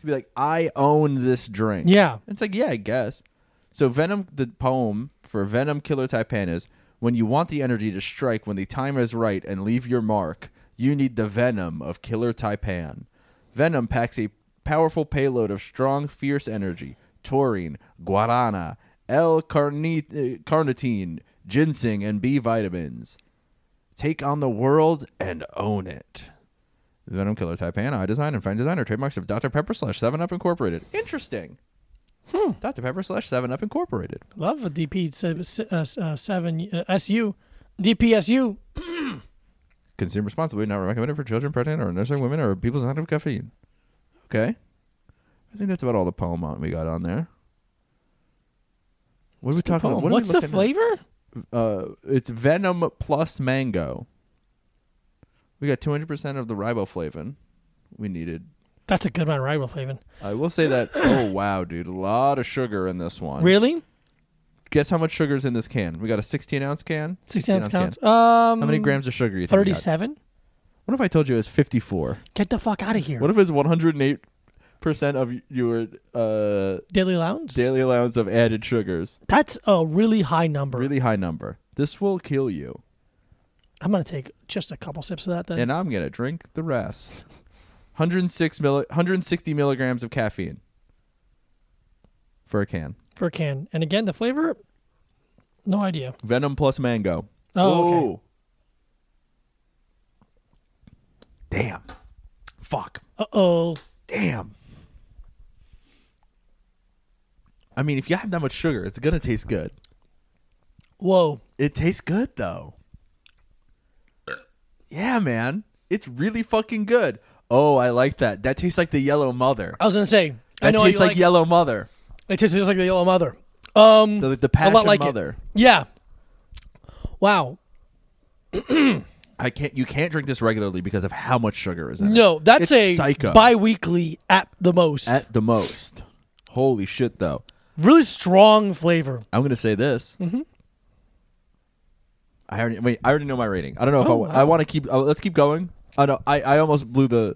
Speaker 4: To be like, "I own this drink."
Speaker 3: Yeah.
Speaker 4: it's like, yeah, I guess. So, Venom, the poem for Venom Killer Taipan is: When you want the energy to strike when the time is right and leave your mark, you need the venom of Killer Taipan. Venom packs a powerful payload of strong, fierce energy: taurine, guarana, L-carnitine, carnitine, ginseng, and B vitamins. Take on the world and own it. Venom Killer Taipan, I Design and Fine Designer, trademarks of Dr. Pepper slash 7 Up Incorporated. Interesting. Dr. Pepper slash 7 Up Incorporated.
Speaker 3: Love a DP se- se- uh, uh, seven uh, SU, DPSU.
Speaker 4: Consume responsibly, not recommended for children, pregnant, or nursing women, or people not of caffeine. Okay. I think that's about all the poem on we got on there. What are we talking
Speaker 3: Poem.
Speaker 4: about? What are we
Speaker 3: What's the
Speaker 4: looking at?
Speaker 3: flavor?
Speaker 4: uh, it's venom plus mango. We got 200% of the riboflavin we needed.
Speaker 3: That's a good amount of riboflavin.
Speaker 4: I will say that, oh, wow, dude, a lot of sugar in this one.
Speaker 3: Really?
Speaker 4: Guess how much sugar's in this can? We got a 16 ounce can.
Speaker 3: 16 ounce counts.
Speaker 4: can.
Speaker 3: Um,
Speaker 4: How many grams of sugar you think? we got?
Speaker 3: Thirty-seven.
Speaker 4: What if I told you it was 54?
Speaker 3: Get the fuck out of here.
Speaker 4: What if it's 108 percent of your uh,
Speaker 3: Daily Lounge?
Speaker 4: daily allowance of added sugars?
Speaker 3: That's a really high number.
Speaker 4: Really high number. This will kill you,
Speaker 3: I'm gonna take just a couple sips of that then.
Speaker 4: and I'm gonna drink the rest. 106 milli- 160 milligrams of caffeine for a can.
Speaker 3: for a can. And again, the flavor, no idea.
Speaker 4: Venom plus mango.
Speaker 3: Oh, okay.
Speaker 4: Ooh. Damn. Fuck.
Speaker 3: Uh oh.
Speaker 4: Damn. I mean, if you have that much sugar, it's gonna taste good.
Speaker 3: Whoa.
Speaker 4: It tastes good though. Yeah, man. It's really fucking good. Oh, I like that. That tastes like the yellow mother.
Speaker 3: I was gonna say. I
Speaker 4: That
Speaker 3: know
Speaker 4: tastes
Speaker 3: you
Speaker 4: like, yellow mother.
Speaker 3: It tastes just like the yellow mother. Um,
Speaker 4: The, the passion
Speaker 3: a lot like it.
Speaker 4: mother.
Speaker 3: Yeah. Wow.
Speaker 4: I can't you can't drink this regularly because of how much sugar is in it.
Speaker 3: No, that's
Speaker 4: It's
Speaker 3: a
Speaker 4: psycho
Speaker 3: bi-weekly at the most.
Speaker 4: at the most. Holy shit though.
Speaker 3: really strong flavor.
Speaker 4: I'm gonna say this.
Speaker 3: Mm-hmm.
Speaker 4: I already wait. I already know my rating. I don't know
Speaker 3: Oh,
Speaker 4: if I want. I want to keep. Uh, let's keep going. I know. I, I almost blew the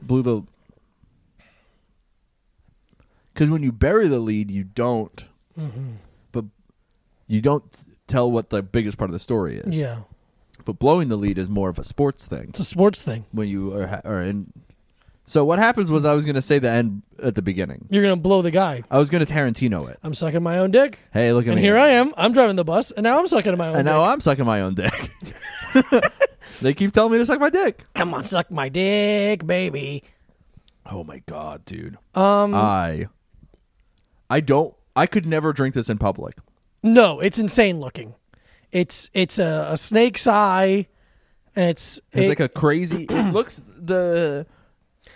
Speaker 4: blew the because when you bury the lead, you don't.
Speaker 3: Mm-hmm.
Speaker 4: But you don't tell what the biggest part of the story is.
Speaker 3: Yeah.
Speaker 4: But blowing the lead is more of a sports thing
Speaker 3: It's a sports thing.
Speaker 4: when you are, ha- are in. So what happens was I was gonna say the end at the beginning.
Speaker 3: You're gonna blow the guy.
Speaker 4: I was gonna Tarantino it.
Speaker 3: I'm sucking my own dick.
Speaker 4: Hey, look at
Speaker 3: And
Speaker 4: me.
Speaker 3: here I am. I'm driving the bus, and now I'm sucking my own.
Speaker 4: and
Speaker 3: dick.
Speaker 4: now I'm sucking my own dick. they keep telling me to suck my dick.
Speaker 3: Come on, suck my dick, baby.
Speaker 4: Oh my god, dude. Um I I don't I could never drink this in public.
Speaker 3: No, it's insane looking. It's it's a, a snake's eye. and It's
Speaker 4: It's
Speaker 3: it-
Speaker 4: like a crazy it looks the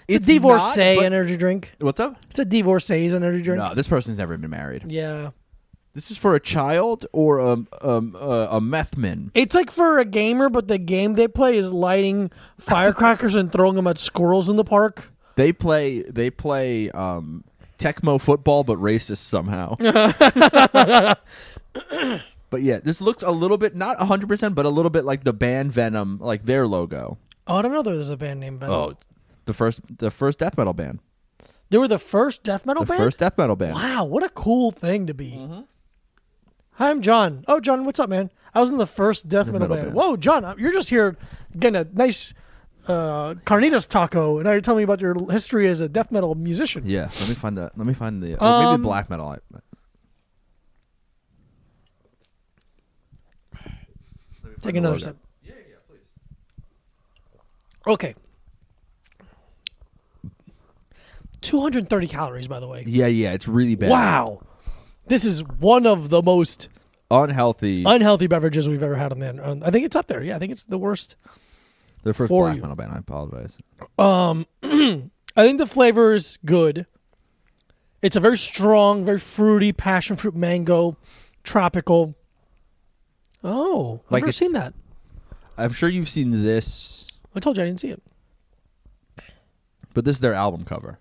Speaker 3: it's,
Speaker 4: it's
Speaker 3: a
Speaker 4: not,
Speaker 3: divorcee
Speaker 4: but-
Speaker 3: energy drink.
Speaker 4: What's up?
Speaker 3: It's a divorcee's energy drink.
Speaker 4: No, this person's never been married.
Speaker 3: Yeah,
Speaker 4: This is for a child or a um, a, a meth man.
Speaker 3: it's like for a gamer, but the game they play is lighting firecrackers and throwing them at squirrels in the park.
Speaker 4: They play they play um, Tecmo football, but racist somehow. but yeah, this looks a little bit not hundred percent, but a little bit like the band Venom, like their logo. Um,
Speaker 3: Oh, I don't know. There was a band named Venom.
Speaker 4: Oh. the first the first death metal band,
Speaker 3: They were the first death metal
Speaker 4: the
Speaker 3: Oh, band.
Speaker 4: first death metal band.
Speaker 3: Wow, what a cool thing to be. Hi, I'm John. Oh, John, what's up, man? I was in the first death metal,
Speaker 4: metal
Speaker 3: band.
Speaker 4: band.
Speaker 3: Whoa, John, uh, you're just here getting a nice uh, carnitas taco, and now you're telling me about your history as a death metal musician.
Speaker 4: Yeah, let me find that. Let me find the or
Speaker 3: Um,
Speaker 4: maybe black metal. I-
Speaker 3: Take another
Speaker 4: logo.
Speaker 3: sip. Yeah, yeah, please. Okay. 230 calories, by the way.
Speaker 4: Yeah, yeah, it's really bad.
Speaker 3: Wow. This is one of the most
Speaker 4: unhealthy.
Speaker 3: unhealthy beverages we've ever had on the. on- I think it's up there. Yeah, I think it's the worst.
Speaker 4: the first
Speaker 3: for
Speaker 4: black
Speaker 3: you.
Speaker 4: metal band. I apologize.
Speaker 3: I think the flavor is good. It's a very strong, very fruity passion fruit mango, tropical. Oh, I've
Speaker 4: Like
Speaker 3: never
Speaker 4: it's-
Speaker 3: seen that.
Speaker 4: I'm sure you've seen this,
Speaker 3: I told you I didn't see it.
Speaker 4: but this is their album cover.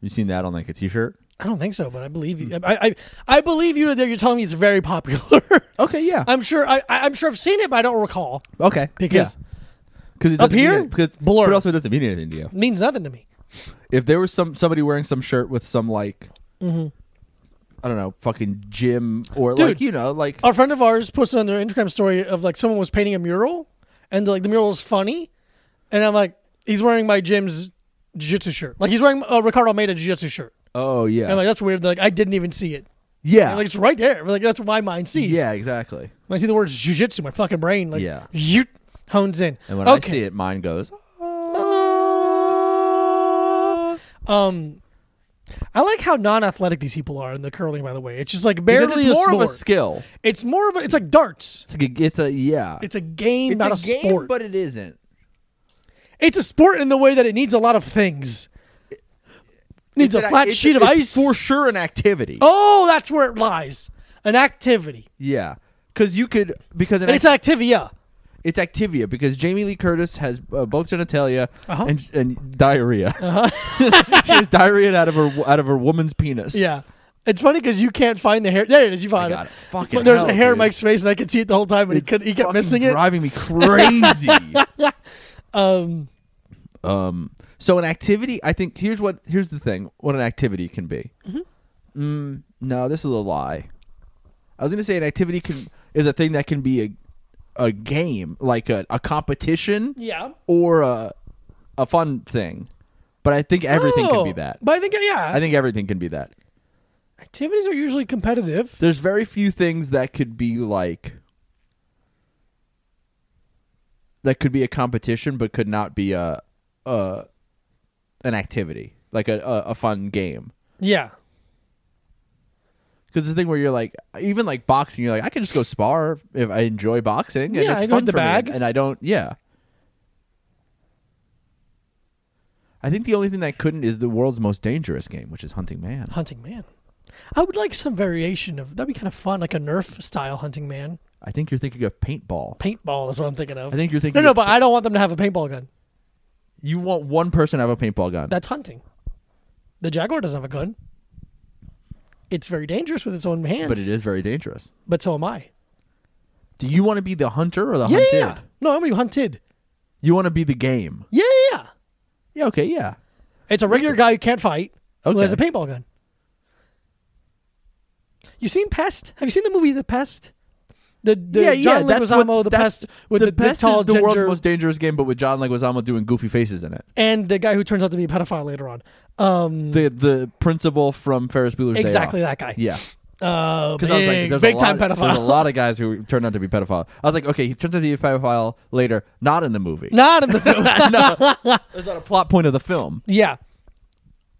Speaker 4: You seen that on like a T-shirt?
Speaker 3: I don't think so, but I believe you.
Speaker 4: Hmm.
Speaker 3: I I, I believe you. That you're telling me it's very popular.
Speaker 4: Okay, yeah.
Speaker 3: I'm sure. I I- I'm sure I've seen it, but I don't recall
Speaker 4: okay,
Speaker 3: because
Speaker 4: because
Speaker 3: Up here?
Speaker 4: because
Speaker 3: Blur.
Speaker 4: But also, it doesn't mean anything to you.
Speaker 3: it means nothing to me.
Speaker 4: If there was some somebody wearing some shirt with some like, I don't know, fucking gym or
Speaker 3: Mm-hmm. Dude. Oh.
Speaker 4: like you know like
Speaker 3: A friend of ours posted on their Instagram story of like someone was painting a mural, and like the mural is funny, and I'm like, he's wearing my gym's jiu-jitsu shirt. Like he's wearing a Ricardo Almeida jiu-jitsu shirt.
Speaker 4: oh yeah
Speaker 3: And like that's weird. Like I didn't even see it.
Speaker 4: yeah
Speaker 3: And, like it's right there. Like that's what my mind sees.
Speaker 4: yeah exactly.
Speaker 3: When I see the words jujitsu, my fucking brain like
Speaker 4: Yeah.
Speaker 3: yoot, hones in.
Speaker 4: And when I see it, mine goes. "Ah."
Speaker 3: um, I like how non-athletic these people are in the curling. By the way, it's just like barely
Speaker 4: Because it's more
Speaker 3: a
Speaker 4: of a
Speaker 3: sport.
Speaker 4: skill.
Speaker 3: it's more of a. It's like darts.
Speaker 4: It's a, it's a yeah.
Speaker 3: It's a game,
Speaker 4: It's
Speaker 3: not a,
Speaker 4: game,
Speaker 3: sport.
Speaker 4: but it isn't.
Speaker 3: it's a sport in the way that it needs a lot of things. needs
Speaker 4: It's
Speaker 3: a
Speaker 4: an-
Speaker 3: flat
Speaker 4: it's-
Speaker 3: sheet of
Speaker 4: it's
Speaker 3: ice.
Speaker 4: for sure an activity.
Speaker 3: oh, that's where it lies. An activity.
Speaker 4: Yeah, because you could because an
Speaker 3: And it's
Speaker 4: act-
Speaker 3: Activia.
Speaker 4: it's Activia because Jamie Lee Curtis has uh, both genitalia
Speaker 3: Uh-huh.
Speaker 4: and and diarrhea. she has diarrhea out of her out of her woman's penis.
Speaker 3: Yeah. It's funny because you can't find the hair. There it is. You found
Speaker 4: got
Speaker 3: it.
Speaker 4: it. Fucking
Speaker 3: But there's
Speaker 4: hell,
Speaker 3: a hair in
Speaker 4: dude.
Speaker 3: Mike's face, and I could see it the whole time, and he could he kept
Speaker 4: Fucking
Speaker 3: missing it.
Speaker 4: driving me crazy.
Speaker 3: Um,
Speaker 4: um, so an activity. I think here's what here's the thing. What an activity can be.
Speaker 3: Mm-hmm.
Speaker 4: Mm, no, this is a lie. I was gonna say an activity can is a thing that can be a a game like a, a competition.
Speaker 3: yeah.
Speaker 4: or a, a fun thing. But I think everything can be
Speaker 3: Oh,
Speaker 4: that.
Speaker 3: But I think yeah,
Speaker 4: I think everything can be that.
Speaker 3: activities are usually competitive.
Speaker 4: There's very few things that could be like that could be a competition but could not be a, a an activity, like a, a, a fun game.
Speaker 3: Yeah.
Speaker 4: Because the thing where you're like, even like boxing, you're like, I can just go spar if I enjoy boxing. And
Speaker 3: Yeah,
Speaker 4: it's
Speaker 3: I go
Speaker 4: fun
Speaker 3: hit the
Speaker 4: for me,
Speaker 3: bag.
Speaker 4: and I don't. Yeah. I think the only thing that couldn't is the world's most dangerous game, which is hunting man.
Speaker 3: Hunting man. I would like some variation of that'd be kind of fun, like a Nerf style hunting man.
Speaker 4: I think you're thinking of paintball.
Speaker 3: Paintball is what I'm thinking of.
Speaker 4: I think you're
Speaker 3: no,
Speaker 4: thinking.
Speaker 3: no,
Speaker 4: of-
Speaker 3: but I don't want them to have a paintball gun.
Speaker 4: you want one person to have a paintball gun.
Speaker 3: That's hunting. The jaguar doesn't have a gun. It's very dangerous with its own hands.
Speaker 4: but it is very dangerous.
Speaker 3: But so am I.
Speaker 4: Do you want to be the hunter or the
Speaker 3: Yeah,
Speaker 4: hunted?
Speaker 3: yeah. No, I'm gonna be hunted.
Speaker 4: You want to be the game.
Speaker 3: Yeah, yeah, yeah.
Speaker 4: Yeah. Okay. Yeah.
Speaker 3: It's a regular guy who can't fight who has a
Speaker 4: Okay.
Speaker 3: paintball gun. You seen Pest? Have you seen the movie The Pest? The, the
Speaker 4: yeah,
Speaker 3: John
Speaker 4: yeah, that's
Speaker 3: Leguizamo,
Speaker 4: what,
Speaker 3: The
Speaker 4: that's-
Speaker 3: Pest, with the, the
Speaker 4: best
Speaker 3: tall
Speaker 4: is the
Speaker 3: ginger,
Speaker 4: world's most dangerous game, but with John Leguizamo doing goofy faces in it.
Speaker 3: and the guy who turns out to be a pedophile later on. Um,
Speaker 4: the the principal from Ferris Bueller's Day Off.
Speaker 3: exactly that guy.
Speaker 4: Yeah,
Speaker 3: uh, big,
Speaker 4: because I was like, there's
Speaker 3: big
Speaker 4: a
Speaker 3: time
Speaker 4: lot, There's a
Speaker 3: pedophile.
Speaker 4: lot of guys who turned out to be pedophile. I was like, okay, he turns out to be a pedophile later, not in the movie.
Speaker 3: Not in the film.
Speaker 4: It's not a plot point of the film.
Speaker 3: yeah,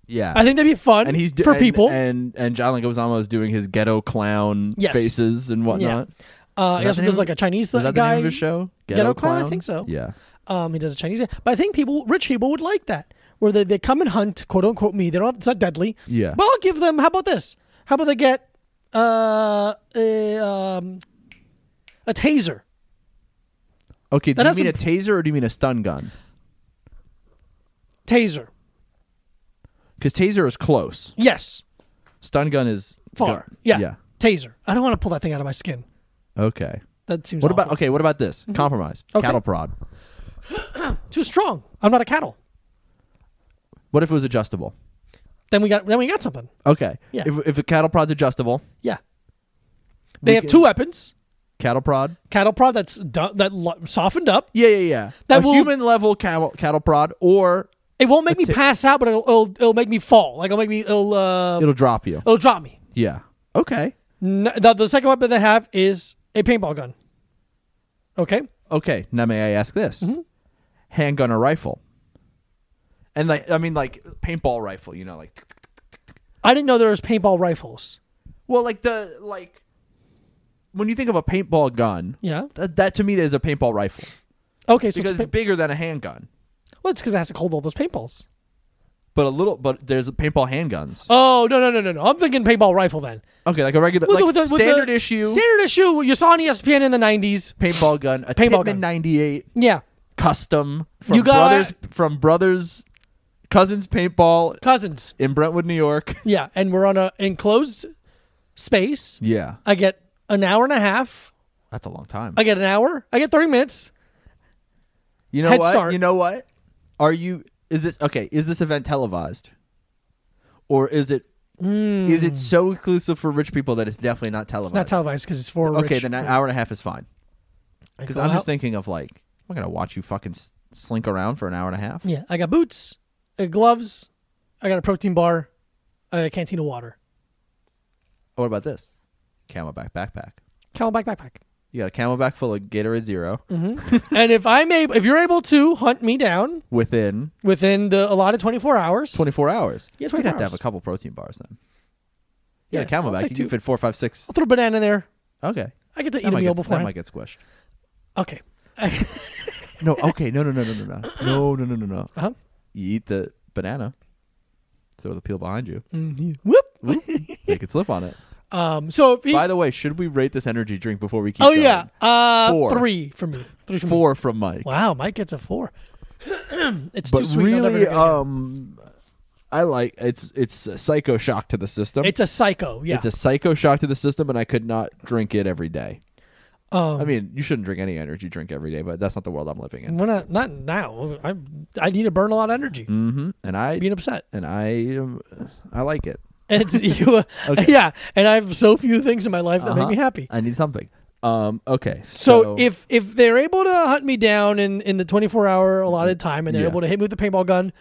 Speaker 4: Yeah,
Speaker 3: I think that'd be fun.
Speaker 4: and he's d-
Speaker 3: for
Speaker 4: and-
Speaker 3: people.
Speaker 4: and and John Leguizamo is doing his ghetto clown
Speaker 3: Yes.
Speaker 4: faces and whatnot.
Speaker 3: uh, he
Speaker 4: that
Speaker 3: also
Speaker 4: the
Speaker 3: does
Speaker 4: name
Speaker 3: like a Chinese
Speaker 4: Is that the
Speaker 3: guy.
Speaker 4: name of his show?
Speaker 3: Ghetto Clown? I think so.
Speaker 4: Yeah,
Speaker 3: Um, he does a Chinese, but I think people, rich people, would like that, where they, they come and hunt, quote unquote, me. They don't. It's not deadly.
Speaker 4: Yeah.
Speaker 3: But I'll give them. How about this? How about they get uh, a um, a taser?
Speaker 4: Okay, do
Speaker 3: That
Speaker 4: you mean a
Speaker 3: doesn't-
Speaker 4: taser or do you mean a stun gun?
Speaker 3: Taser.
Speaker 4: Because taser is close.
Speaker 3: Yes,
Speaker 4: Stun gun is
Speaker 3: far.
Speaker 4: gun-
Speaker 3: yeah.
Speaker 4: Yeah.
Speaker 3: taser. I don't want to pull that thing out of my skin.
Speaker 4: Okay.
Speaker 3: That seems.
Speaker 4: What about
Speaker 3: awful. Mm-hmm.
Speaker 4: okay? What about this compromise?
Speaker 3: Okay.
Speaker 4: Cattle prod.
Speaker 3: too strong? I'm not a cattle.
Speaker 4: What if it was adjustable?
Speaker 3: Then we got then we got something.
Speaker 4: Okay.
Speaker 3: Yeah.
Speaker 4: If if a cattle prod's adjustable,
Speaker 3: Yeah, they
Speaker 4: We
Speaker 3: have
Speaker 4: can-
Speaker 3: two weapons.
Speaker 4: cattle prod.
Speaker 3: Cattle prod that's du- that lo- softened up.
Speaker 4: Yeah, yeah, yeah.
Speaker 3: That
Speaker 4: a
Speaker 3: will-
Speaker 4: human level cattle, cattle prod, or
Speaker 3: It won't make me pass out, but it'll, it'll it'll make me fall. Like it'll make me it'll uh, it'll,
Speaker 4: it'll drop you.
Speaker 3: drop me.
Speaker 4: Yeah. Okay.
Speaker 3: N- the, the second weapon they have is a paintball gun. Okay,
Speaker 4: Okay. Now may I ask this?
Speaker 3: Mm-hmm.
Speaker 4: Handgun or rifle? And like I mean like paintball rifle, you know, like
Speaker 3: I didn't know there was paintball rifles.
Speaker 4: well, like the like when you think of a paintball gun,
Speaker 3: Yeah.
Speaker 4: that, that to me is a paintball rifle
Speaker 3: Okay, so
Speaker 4: because
Speaker 3: it's,
Speaker 4: it's
Speaker 3: pa-
Speaker 4: bigger than a handgun.
Speaker 3: well, it's because it has to hold all those paintballs.
Speaker 4: But a little, but there's paintball handguns.
Speaker 3: Oh no no no no no! I'm thinking paintball rifle then.
Speaker 4: Okay, like a regular,
Speaker 3: With
Speaker 4: like
Speaker 3: the- with the- with the-
Speaker 4: standard issue
Speaker 3: Standard issue. You saw on E ESPN in the '90s.
Speaker 4: paintball gun, a
Speaker 3: Paintball
Speaker 4: paintball
Speaker 3: gun.
Speaker 4: '98
Speaker 3: Yeah,
Speaker 4: custom from
Speaker 3: You got-
Speaker 4: brothers from brothers cousins paintball
Speaker 3: cousins.
Speaker 4: in Brentwood, New York.
Speaker 3: Yeah, and we're on a enclosed space.
Speaker 4: Yeah,
Speaker 3: I get an hour and a half.
Speaker 4: that's a long time.
Speaker 3: I get an hour. I get 30 minutes.
Speaker 4: you know
Speaker 3: head
Speaker 4: what?
Speaker 3: start.
Speaker 4: You know what? Are you? Is this okay? Is this event televised, or is it? Is it so inclusive for rich people that it's definitely not televised?
Speaker 3: Not televised because it's for
Speaker 4: okay,
Speaker 3: rich.
Speaker 4: then an hour and a half is fine. Because
Speaker 3: go
Speaker 4: I'm
Speaker 3: out.
Speaker 4: just thinking of like, I'm not gonna watch you fucking s- slink around for an hour and a half.
Speaker 3: Yeah, I got boots, I got gloves, I got a protein bar, I got a canteen of water,
Speaker 4: What about this? Camelback backpack.
Speaker 3: camelback backpack.
Speaker 4: You got a camelback full of Gatorade 0
Speaker 3: and if I'm able, if you're able to hunt me down
Speaker 4: within
Speaker 3: within the allotted 24 hours,
Speaker 4: 24 hours.
Speaker 3: Yeah,
Speaker 4: You'd
Speaker 3: 24
Speaker 4: have to have
Speaker 3: hours.
Speaker 4: a couple protein bars then.
Speaker 3: Yeah,
Speaker 4: Yeah, a
Speaker 3: I'll
Speaker 4: camelback.
Speaker 3: take
Speaker 4: You can
Speaker 3: two.
Speaker 4: fit four, five, six.
Speaker 3: I'll throw a banana in there.
Speaker 4: Okay.
Speaker 3: I get to
Speaker 4: That
Speaker 3: eat a
Speaker 4: might
Speaker 3: meal
Speaker 4: get,
Speaker 3: before.
Speaker 4: That might get squished.
Speaker 3: Okay.
Speaker 4: No, okay. No, no, no, no, no, no. No, no, no, no, no.
Speaker 3: Uh-huh.
Speaker 4: You eat the banana, throw the peel behind you.
Speaker 3: Mm. Whoop.
Speaker 4: They could slip on it.
Speaker 3: Um. So if he,
Speaker 4: By the way, should we rate this energy drink before we keep
Speaker 3: oh
Speaker 4: going?
Speaker 3: yeah, uh,
Speaker 4: Four.
Speaker 3: three for me. Three for me.
Speaker 4: Four from Mike.
Speaker 3: Wow, Mike gets a four. it's
Speaker 4: but
Speaker 3: too sweet. I'll never drink
Speaker 4: really,
Speaker 3: it again.
Speaker 4: um, I like it's it's a psycho shock to the system.
Speaker 3: it's a psycho. Yeah.
Speaker 4: It's a psycho shock to the system, and I could not drink it every day.
Speaker 3: um,
Speaker 4: I mean, you shouldn't drink any energy drink every day, but that's not the world I'm living in.
Speaker 3: we're not not now. I I need to burn a lot of energy.
Speaker 4: Mm-hmm. And I
Speaker 3: Being upset,
Speaker 4: and I am, I like it.
Speaker 3: and it's you. uh, Yeah, and I have so few things in my life that
Speaker 4: Uh-huh.
Speaker 3: make me happy.
Speaker 4: I need something. Um. Okay.
Speaker 3: So, if if they're able to hunt me down in in the 24 hour allotted time, and they're
Speaker 4: Mm-hmm. Yeah.
Speaker 3: able to hit me with the paintball gun,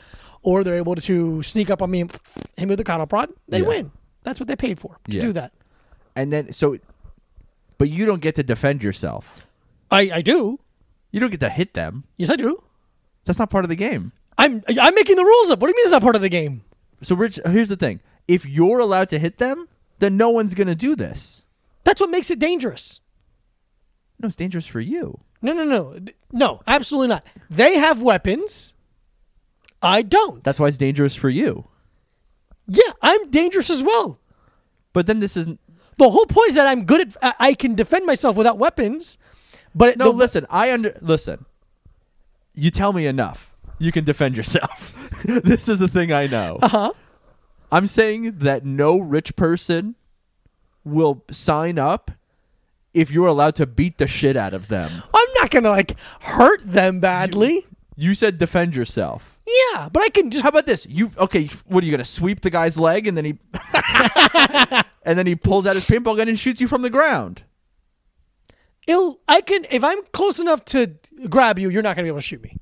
Speaker 3: or they're able to sneak up on me and hit me with the cattle prod, they
Speaker 4: Yeah.
Speaker 3: win. That's what they paid for to
Speaker 4: Yeah.
Speaker 3: do that.
Speaker 4: and then so, but you don't get to defend yourself.
Speaker 3: I I do.
Speaker 4: You don't get to hit them.
Speaker 3: Yes, I do.
Speaker 4: That's not part of the game.
Speaker 3: I'm I'm making the rules up. What do you mean it's not part of the game?
Speaker 4: So Rich, here's the thing: if you're allowed to hit them, then no one's gonna do this.
Speaker 3: That's what makes it dangerous.
Speaker 4: No, it's dangerous for you.
Speaker 3: No, no, no, no, absolutely not. They have weapons. I don't.
Speaker 4: That's why it's dangerous for you.
Speaker 3: yeah. I'm dangerous as well.
Speaker 4: But then this isn't.
Speaker 3: The whole point is that I'm good at. I- I can defend myself without weapons. But
Speaker 4: No,
Speaker 3: the-
Speaker 4: listen. I under listen. You tell me enough. You can defend yourself. this is the thing I know.
Speaker 3: Huh?
Speaker 4: I'm saying that no rich person will sign up if you're allowed to beat the shit out of them.
Speaker 3: I'm not gonna like hurt them badly.
Speaker 4: You said defend yourself.
Speaker 3: yeah, but I can just.
Speaker 4: How about this? You okay? What are you gonna sweep the guy's leg and then he and then he pulls out his paintball gun and shoots you from the ground?
Speaker 3: Ill. I can if I'm close enough to grab you, you're not gonna be able to shoot me.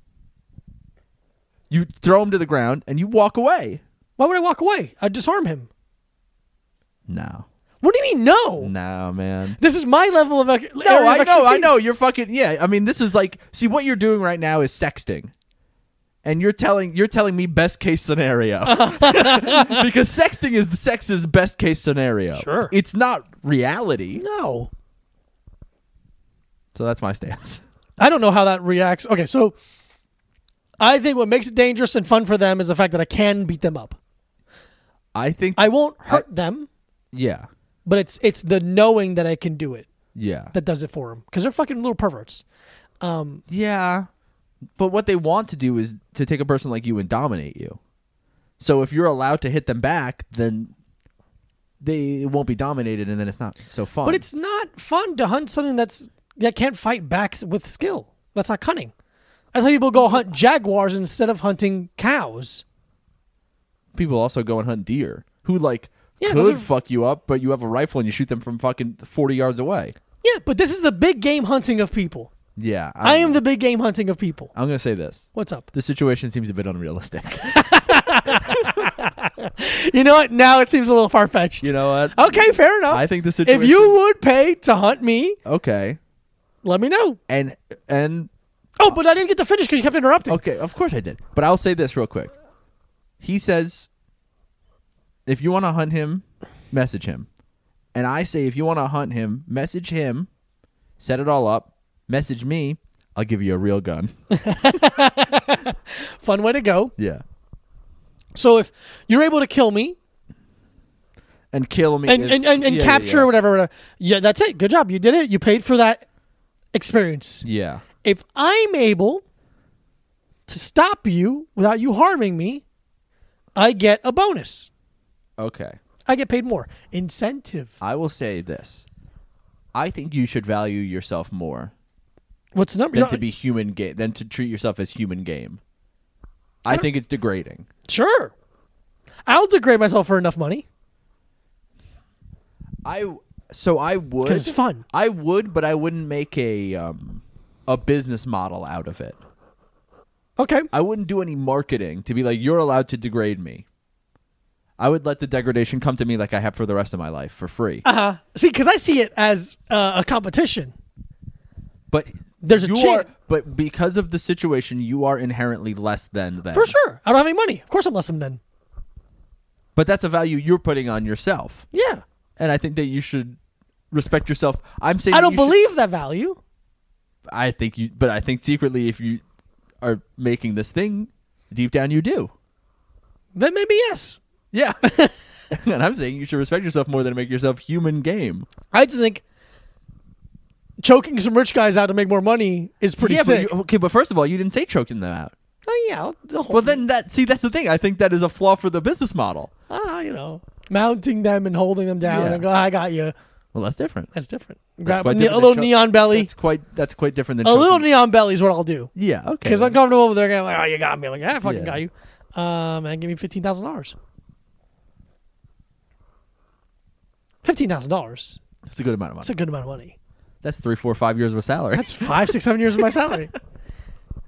Speaker 4: You throw him to the ground and you walk away.
Speaker 3: Why would I walk away? I'd disarm him.
Speaker 4: No,
Speaker 3: What do you mean? No.
Speaker 4: no, man.
Speaker 3: This is my level of. No,
Speaker 4: No, I know, I know. You're fucking yeah. I mean, this is like, see, what you're doing right now is sexting, and you're telling you're telling me best case scenario because sexting is the sex's best case scenario.
Speaker 3: Sure.
Speaker 4: it's not reality.
Speaker 3: No.
Speaker 4: So that's my stance.
Speaker 3: I don't know how that reacts. Okay, so I think what makes it dangerous and fun for them is the fact that I can beat them up.
Speaker 4: I think.
Speaker 3: I won't hurt them,
Speaker 4: yeah,
Speaker 3: but it's it's the knowing that I can do it
Speaker 4: yeah,
Speaker 3: that does it for them because they're fucking little perverts.
Speaker 4: yeah. But what they want to do is to take a person like you and dominate you. So if you're allowed to hit them back, then they won't be dominated, and then it's not so fun.
Speaker 3: But it's not fun to hunt something that's that can't fight back s- with skill. That's not cunning. That's why people go hunt jaguars instead of hunting cows.
Speaker 4: people also go and hunt deer who like
Speaker 3: Yeah, those
Speaker 4: could
Speaker 3: are-
Speaker 4: fuck you up, but you have a rifle and you shoot them from fucking forty yards away.
Speaker 3: Yeah, but this is the big game hunting of people.
Speaker 4: Yeah,
Speaker 3: I am the big game hunting of people.
Speaker 4: I'm gonna say this.
Speaker 3: What's up?
Speaker 4: The situation seems a bit unrealistic.
Speaker 3: You know what? Now it seems a little far fetched.
Speaker 4: you know what?
Speaker 3: Okay, fair enough.
Speaker 4: I think the
Speaker 3: if
Speaker 4: situation.
Speaker 3: you would pay to hunt me,
Speaker 4: okay,
Speaker 3: let me know.
Speaker 4: and and
Speaker 3: Oh, but I didn't get to finish because you kept interrupting.
Speaker 4: Okay, of course I did. But I'll say this real quick. He says, if you want to hunt him, message him. And I say, if you want to hunt him, message him, set it all up, message me, I'll give you a real gun.
Speaker 3: Fun way to go.
Speaker 4: yeah.
Speaker 3: So if you're able to kill me
Speaker 4: And kill me.
Speaker 3: and
Speaker 4: is-
Speaker 3: and, and, and
Speaker 4: yeah, yeah,
Speaker 3: capture
Speaker 4: yeah.
Speaker 3: whatever, whatever, yeah, that's it. Good job. You did it. You paid for that experience.
Speaker 4: Yeah.
Speaker 3: If I'm able to stop you without you harming me, I get a bonus.
Speaker 4: Okay.
Speaker 3: I get paid more. Incentive.
Speaker 4: I will say this. I think you should value yourself more
Speaker 3: What's the number?
Speaker 4: than
Speaker 3: You
Speaker 4: to
Speaker 3: know,
Speaker 4: be human game than to treat yourself as human game. I think it's degrading.
Speaker 3: Sure. I'll degrade myself for enough money.
Speaker 4: I so I would.
Speaker 3: 'Cause it's fun.
Speaker 4: I would, but I wouldn't make a um, a business model out of it.
Speaker 3: Okay.
Speaker 4: I wouldn't do any marketing to be like you're allowed to degrade me. I would let the degradation come to me like I have for the rest of my life for free.
Speaker 3: Uh, see, because I see it as uh, a competition.
Speaker 4: But
Speaker 3: there's a
Speaker 4: you
Speaker 3: chan-
Speaker 4: are, but because of the situation, you are inherently less than them.
Speaker 3: For sure. I don't have any money. Of course I'm less than then.
Speaker 4: But that's a value you're putting on yourself,
Speaker 3: Yeah.
Speaker 4: and I think that you should respect yourself. I'm saying
Speaker 3: I
Speaker 4: that
Speaker 3: don't
Speaker 4: you should-
Speaker 3: believe that value.
Speaker 4: I think you, but I think secretly, if you are making this thing, deep down you do.
Speaker 3: Then maybe yes.
Speaker 4: Yeah. and I'm saying you should respect yourself more than make yourself human game.
Speaker 3: I just think choking some rich guys out to make more money is pretty
Speaker 4: yeah,
Speaker 3: sick.
Speaker 4: but you, uh, okay, but first of all, you didn't say choking them out.
Speaker 3: oh yeah, I'll- the whole,
Speaker 4: Well, then that see that's the thing. I think that is a flaw for the business model.
Speaker 3: ah, you know, mounting them and holding them down
Speaker 4: uh, Yeah.
Speaker 3: and go, I got you.
Speaker 4: Well, that's different.
Speaker 3: That's different.
Speaker 4: That's
Speaker 3: Grab
Speaker 4: quite
Speaker 3: ne-
Speaker 4: different
Speaker 3: a
Speaker 4: than
Speaker 3: little
Speaker 4: cho-
Speaker 3: neon belly.
Speaker 4: That's quite that's quite different than
Speaker 3: A little
Speaker 4: choking-
Speaker 3: neon belly is what I'll do.
Speaker 4: Yeah, okay.
Speaker 3: Because I'm comfortable over there, going like, oh, you got me. I'm like, yeah, I fucking
Speaker 4: Yeah.
Speaker 3: got you. Um, and give me fifteen thousand dollars. Fifteen thousand dollars.
Speaker 4: that's a good amount of money.
Speaker 3: That's a good amount of money.
Speaker 4: that's three, four, five years of a salary.
Speaker 3: That's five, six, seven years of my salary.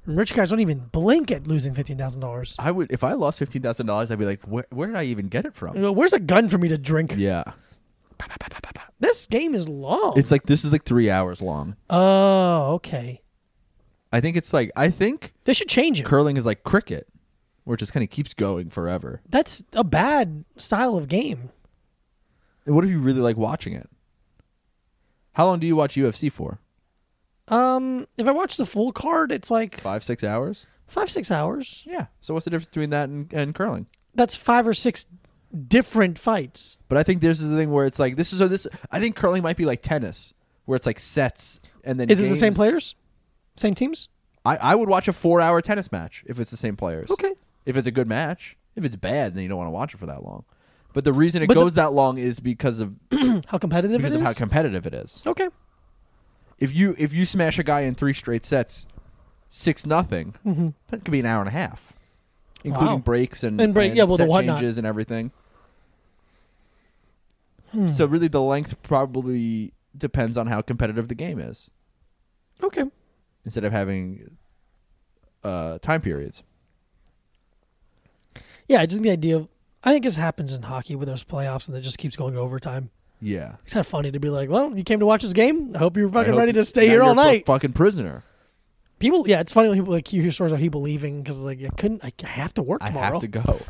Speaker 3: And rich guys don't even blink at losing fifteen thousand dollars.
Speaker 4: I would if I lost fifteen thousand dollars, I'd be like, where, where did I even get it from?
Speaker 3: Where's a gun for me to drink?
Speaker 4: Yeah,
Speaker 3: This game is long.
Speaker 4: it's like this is like three hours long.
Speaker 3: oh, okay.
Speaker 4: I think it's like I think
Speaker 3: They should change it.
Speaker 4: curling is like cricket, where it just kind of keeps going forever.
Speaker 3: That's a bad style of game.
Speaker 4: And What if you really like watching it? How long do you watch UFC for?
Speaker 3: Um, if I watch the full card, it's like
Speaker 4: Five, six hours?
Speaker 3: five, six hours.
Speaker 4: Yeah. So what's the difference between that and, and curling?
Speaker 3: That's five or six different fights.
Speaker 4: But I think this is the thing where it's like this is so this. I think curling might be like tennis, where it's like sets and then.
Speaker 3: Is it the same
Speaker 4: games.
Speaker 3: players? Same teams?
Speaker 4: I, I would watch a four-hour tennis match if it's the same players.
Speaker 3: Okay.
Speaker 4: If it's a good match, if it's bad, then you don't want to watch it for that long. But the reason it
Speaker 3: But the-
Speaker 4: goes that long is because of
Speaker 3: How competitive
Speaker 4: because
Speaker 3: it
Speaker 4: of
Speaker 3: is?
Speaker 4: how competitive it is.
Speaker 3: okay.
Speaker 4: If you if you smash a guy in three straight sets, six nothing, that could be an hour and a half, including
Speaker 3: Mm-hmm. Wow.
Speaker 4: breaks and
Speaker 3: And break- yeah, well, the
Speaker 4: set
Speaker 3: whatnot.
Speaker 4: changes and everything.
Speaker 3: Hmm.
Speaker 4: So really, the length probably depends on how competitive the game is,
Speaker 3: Okay.
Speaker 4: instead of having uh, time periods.
Speaker 3: Yeah, I just think the idea of I think this happens in hockey where there's playoffs and it just keeps going to overtime.
Speaker 4: Yeah,
Speaker 3: It's kind of funny to be like, well, you came to watch this game. I hope you're
Speaker 4: I
Speaker 3: fucking
Speaker 4: hope
Speaker 3: ready
Speaker 4: you-
Speaker 3: to stay
Speaker 4: now
Speaker 3: here all
Speaker 4: you're a
Speaker 3: night.
Speaker 4: fucking prisoner.
Speaker 3: people, yeah, it's funny when people like you hear stories about people leaving because like I couldn't, I have to work
Speaker 4: I
Speaker 3: tomorrow.
Speaker 4: have to go.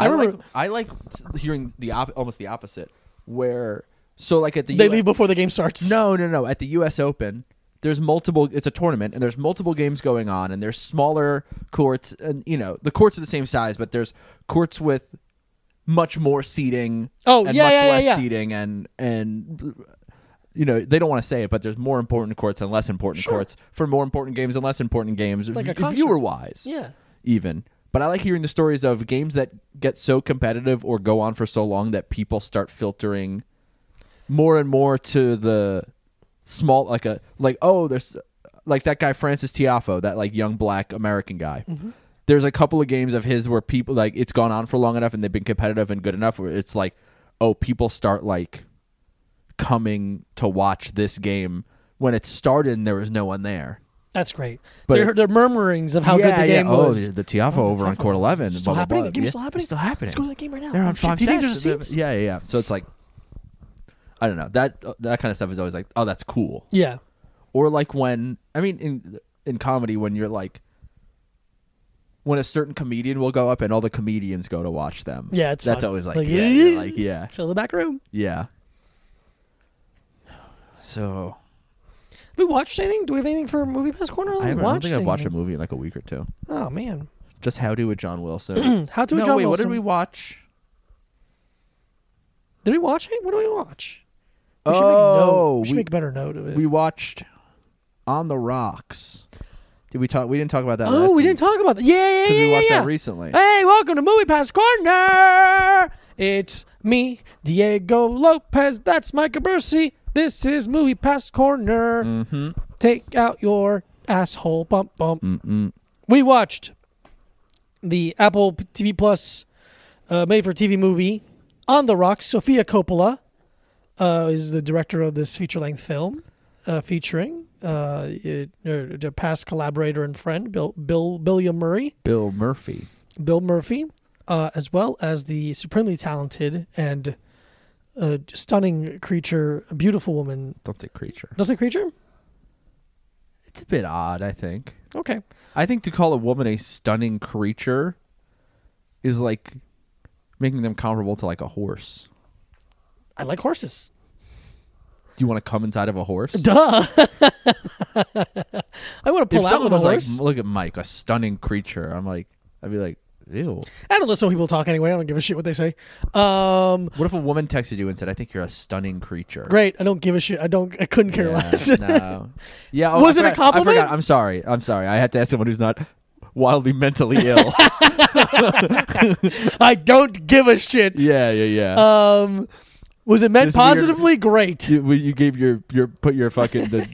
Speaker 3: I
Speaker 4: I,
Speaker 3: remember-
Speaker 4: like, I like hearing the op- almost the opposite, where so like at the
Speaker 3: They
Speaker 4: US
Speaker 3: leave before the game starts.
Speaker 4: No, no, no. At the U.S. Open, there's multiple. It's a tournament, and there's multiple games going on, and there's smaller courts, and you know the courts are the same size, but there's courts with much more seating.
Speaker 3: Oh,
Speaker 4: and
Speaker 3: yeah,
Speaker 4: much
Speaker 3: yeah, yeah,
Speaker 4: less
Speaker 3: yeah.
Speaker 4: seating, and and you know they don't want to say it, but there's more important courts and less important courts for more important games and less important games.
Speaker 3: like a concert.
Speaker 4: viewer wise,
Speaker 3: Yeah.
Speaker 4: even. But I like hearing the stories of games that get so competitive or go on for so long that people start filtering more and more to the small like a like oh there's like that guy Francis Tiafo, that like young black American guy. There's a couple of games of his where people like it's gone on for long enough and they've been competitive and good enough where it's like oh people start like coming to watch this game when it started and there was no one there.
Speaker 3: That's great.
Speaker 4: But
Speaker 3: They're
Speaker 4: it's-
Speaker 3: they're murmurings of how good the game
Speaker 4: oh,
Speaker 3: was.
Speaker 4: the, the Tiafo over on Court 11.
Speaker 3: Still
Speaker 4: blah, blah,
Speaker 3: happening?
Speaker 4: blah.
Speaker 3: The game's
Speaker 4: Yeah,
Speaker 3: still happening?
Speaker 4: It's still happening.
Speaker 3: Let's go to that game right now.
Speaker 4: They're on
Speaker 3: Shit,
Speaker 4: five
Speaker 3: do you think
Speaker 4: sets.
Speaker 3: there's a seats?
Speaker 4: Yeah, yeah, yeah. So it's like, I don't know. That that kind of stuff is always like, oh, that's cool.
Speaker 3: yeah.
Speaker 4: Or like when, I mean, in in comedy, when you're like, when a certain comedian will go up and all the comedians go to watch them.
Speaker 3: Yeah, it's
Speaker 4: that's
Speaker 3: fun.
Speaker 4: always like,
Speaker 3: Like,
Speaker 4: yeah, you're like yeah,
Speaker 3: Fill the back room.
Speaker 4: yeah. So
Speaker 3: Have we watched anything? Do we have anything for Movie Pass Corner?
Speaker 4: I, haven't- I don't
Speaker 3: watched
Speaker 4: think I've watched a
Speaker 3: anything.
Speaker 4: movie in like a week or two.
Speaker 3: Oh man.
Speaker 4: Just How to with John Wilson.
Speaker 3: How to with
Speaker 4: no,
Speaker 3: John
Speaker 4: wait, What
Speaker 3: Wilson.
Speaker 4: did we watch?
Speaker 3: Did we watch it? What do we watch? We should make note.
Speaker 4: oh,
Speaker 3: We should make a better note of it.
Speaker 4: we watched On the Rocks. Did we talk? We didn't talk about that.
Speaker 3: oh,
Speaker 4: last
Speaker 3: we
Speaker 4: week
Speaker 3: didn't talk about that. Yeah, yeah, yeah.
Speaker 4: 'cause we
Speaker 3: yeah,
Speaker 4: watched
Speaker 3: yeah.
Speaker 4: that recently.
Speaker 3: Hey, welcome to Movie Pass Corner. It's me, Diego Lopez. That's Micah Bercy. This is Movie Pass Corner.
Speaker 4: hmm
Speaker 3: Take out your asshole. Bump, bump.
Speaker 4: Mm-mm.
Speaker 3: We watched the Apple TV Plus uh, made for TV movie On the Rocks. Sofia Coppola uh, is the director of this feature length film, uh, featuring uh, it, er, the past collaborator and friend, Bill, Bill Billiam Murray.
Speaker 4: Bill Murphy.
Speaker 3: Bill Murphy, uh, as well as the supremely talented and uh, stunning creature, beautiful woman.
Speaker 4: Don't say creature.
Speaker 3: Does it creature?
Speaker 4: It's a bit odd. I think.
Speaker 3: Okay.
Speaker 4: I think to call a woman a stunning creature is like making them comparable to like a horse.
Speaker 3: I like horses.
Speaker 4: Do you want to come inside of a horse?
Speaker 3: Duh. I want to
Speaker 4: if
Speaker 3: pull out
Speaker 4: someone
Speaker 3: with a
Speaker 4: was
Speaker 3: horse.
Speaker 4: like, "Look at Mike, a stunning creature," I'm like, I'd be like, "Ew."
Speaker 3: I don't listen to people talk anyway. I don't give a shit what they say. Um,
Speaker 4: What if a woman texted you and said, "I think you're a stunning creature"?
Speaker 3: great. I don't give a shit. I don't. I couldn't care
Speaker 4: Yeah,
Speaker 3: less.
Speaker 4: no. Yeah. oh,
Speaker 3: Was
Speaker 4: I
Speaker 3: it a
Speaker 4: forgot- I
Speaker 3: compliment?
Speaker 4: forgot. I'm sorry. I'm sorry. I had to ask someone who's not wildly mentally ill.
Speaker 3: I don't give a shit.
Speaker 4: yeah, yeah, yeah.
Speaker 3: Um, was it meant
Speaker 4: This weird-
Speaker 3: positively? Great.
Speaker 4: you, well, you gave your your put your fucking the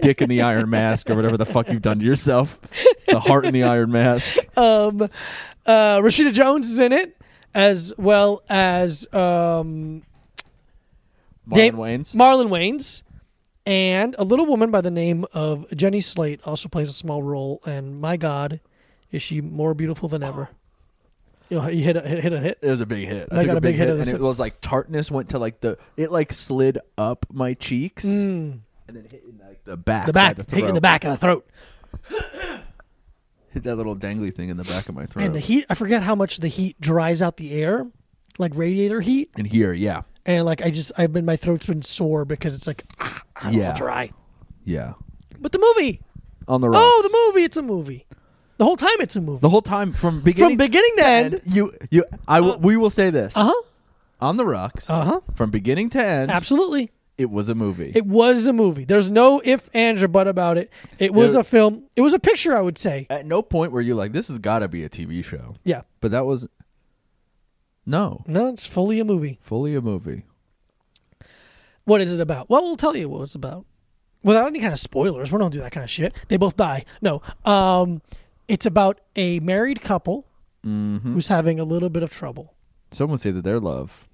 Speaker 4: dick in the iron mask or whatever the fuck you've done to yourself. The heart in the iron mask.
Speaker 3: um, uh, Rashida Jones is in it, as well as um,
Speaker 4: Marlon
Speaker 3: Da-
Speaker 4: Wayans.
Speaker 3: Marlon Wayans, and a little woman by the name of Jenny Slate also plays a small role. And my God, is she more beautiful than ever? You, know, you hit a hit, hit a hit.
Speaker 4: it was a big hit. I,
Speaker 3: I
Speaker 4: took
Speaker 3: got
Speaker 4: a big, hit,
Speaker 3: of
Speaker 4: and
Speaker 3: this.
Speaker 4: it was like tartness went to like the it like slid up my cheeks and then hit in like the back,
Speaker 3: Mm. The back,
Speaker 4: by the
Speaker 3: hit in the
Speaker 4: throat.
Speaker 3: back of the throat.
Speaker 4: hit that little dangly thing in the back of my throat.
Speaker 3: And the heat. I forget how much the heat dries out the air, like radiator heat.
Speaker 4: in here, yeah,
Speaker 3: And like I just, I've been my throat's been sore because it's like I don't
Speaker 4: Yeah.
Speaker 3: know, dry.
Speaker 4: yeah,
Speaker 3: But the movie,
Speaker 4: on the
Speaker 3: oh,
Speaker 4: rocks.
Speaker 3: the movie, it's a movie. The whole time, it's a movie.
Speaker 4: the whole time from beginning Uh-huh.
Speaker 3: From beginning to end.
Speaker 4: You you I will we will say this
Speaker 3: Uh huh.
Speaker 4: on the rocks
Speaker 3: Uh huh.
Speaker 4: from beginning to end.
Speaker 3: Absolutely.
Speaker 4: Uh-huh. It was a movie.
Speaker 3: It was a movie. There's no if, ands, or but about it. It was
Speaker 4: Yeah.
Speaker 3: a film. It was a picture, I would say.
Speaker 4: At no point were you like, this has got to be a TV show.
Speaker 3: Yeah.
Speaker 4: But that was no
Speaker 3: No, it's fully a movie.
Speaker 4: fully a movie.
Speaker 3: What is it about? Well, we'll tell you what it's about. Without any kind of spoilers, we don't do that kind of shit. They both die. No. Um, it's about a married couple
Speaker 4: Mm-hmm.
Speaker 3: who's having a little bit of trouble.
Speaker 4: Some would say that their love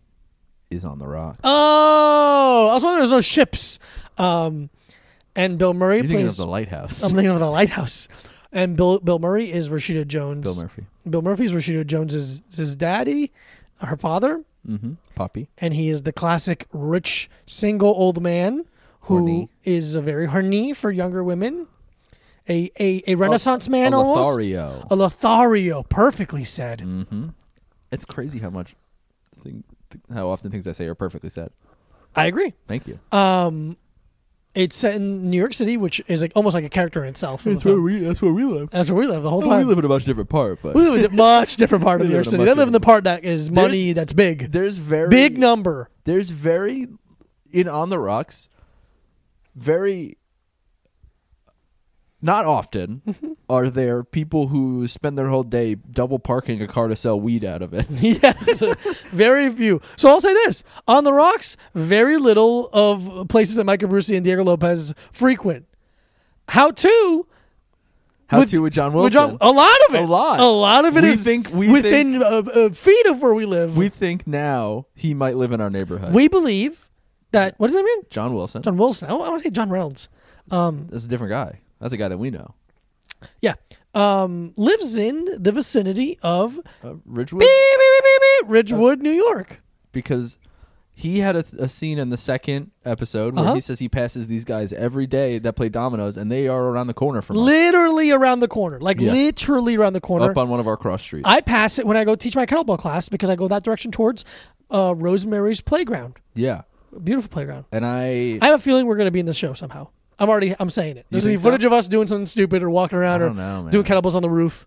Speaker 4: is on the rocks.
Speaker 3: Oh, I was wondering there's no ships. Um, and Bill Murray
Speaker 4: You're thinking
Speaker 3: plays.
Speaker 4: of the lighthouse.
Speaker 3: I'm thinking of the lighthouse. And Bill Bill Murray is Rashida Jones.
Speaker 4: Bill Murphy,
Speaker 3: Bill Murphy's Rashida Jones is his daddy, her father,
Speaker 4: mm-hmm. Poppy.
Speaker 3: and he is the classic rich single old man who is
Speaker 4: Horny.
Speaker 3: a very horny for younger women, a a, a Renaissance man
Speaker 4: a
Speaker 3: almost,
Speaker 4: Lothario. Mm.
Speaker 3: a Lothario, perfectly said.
Speaker 4: It's crazy how much, thing, th- how often things I say are perfectly said.
Speaker 3: I agree.
Speaker 4: Thank you.
Speaker 3: It's set in New York City, which is like almost like a character in itself. in the film.
Speaker 4: we that's where we live.
Speaker 3: That's where we live the whole
Speaker 4: Well, we
Speaker 3: time.
Speaker 4: live in a much different part, but
Speaker 3: We live in a much different part of
Speaker 4: We
Speaker 3: New York
Speaker 4: live in a
Speaker 3: City.
Speaker 4: much
Speaker 3: They live in the
Speaker 4: different-
Speaker 3: part that is money that's big,
Speaker 4: there's very
Speaker 3: big number.
Speaker 4: there's very in on the rocks very not often are there people who spend their whole day double parking a car to sell weed out of it.
Speaker 3: yes, very few. So I'll say this: on the rocks, very little of places that Michael Brucey and Diego Lopez frequent. How to
Speaker 4: How
Speaker 3: With-
Speaker 4: to with John
Speaker 3: with
Speaker 4: Wilson?
Speaker 3: John- Oh. a lot of it,
Speaker 4: A lot.
Speaker 3: a lot of it
Speaker 4: We
Speaker 3: is
Speaker 4: think- we
Speaker 3: within uh, uh, feet of where we live.
Speaker 4: we think now he might live in our neighborhood.
Speaker 3: we believe that. What does that mean?
Speaker 4: John Wilson.
Speaker 3: John Wilson. I, want to say John Reynolds.
Speaker 4: That's a different guy. That's a guy that we know.
Speaker 3: Yeah, um, lives in the vicinity of
Speaker 4: Uh, Ridgewood.
Speaker 3: Ridgewood, New York.
Speaker 4: because he had a, a scene in the second episode where
Speaker 3: Uh-huh.
Speaker 4: he says he passes these guys every day that play dominoes, and they are around the corner from us,
Speaker 3: Literally around the corner, like
Speaker 4: Yeah.
Speaker 3: literally around the corner.
Speaker 4: up on one of our cross streets.
Speaker 3: I pass it when I go teach my kettlebell class because I go that direction towards uh, Rosemary's Playground.
Speaker 4: yeah,
Speaker 3: Beautiful playground.
Speaker 4: and I,
Speaker 3: I have a feeling we're going to be in this show somehow. I'm already. I'm saying it. There's going to
Speaker 4: think
Speaker 3: be
Speaker 4: so?
Speaker 3: footage of us doing something stupid or walking around or
Speaker 4: don't know, man.
Speaker 3: doing kettlebells on the roof.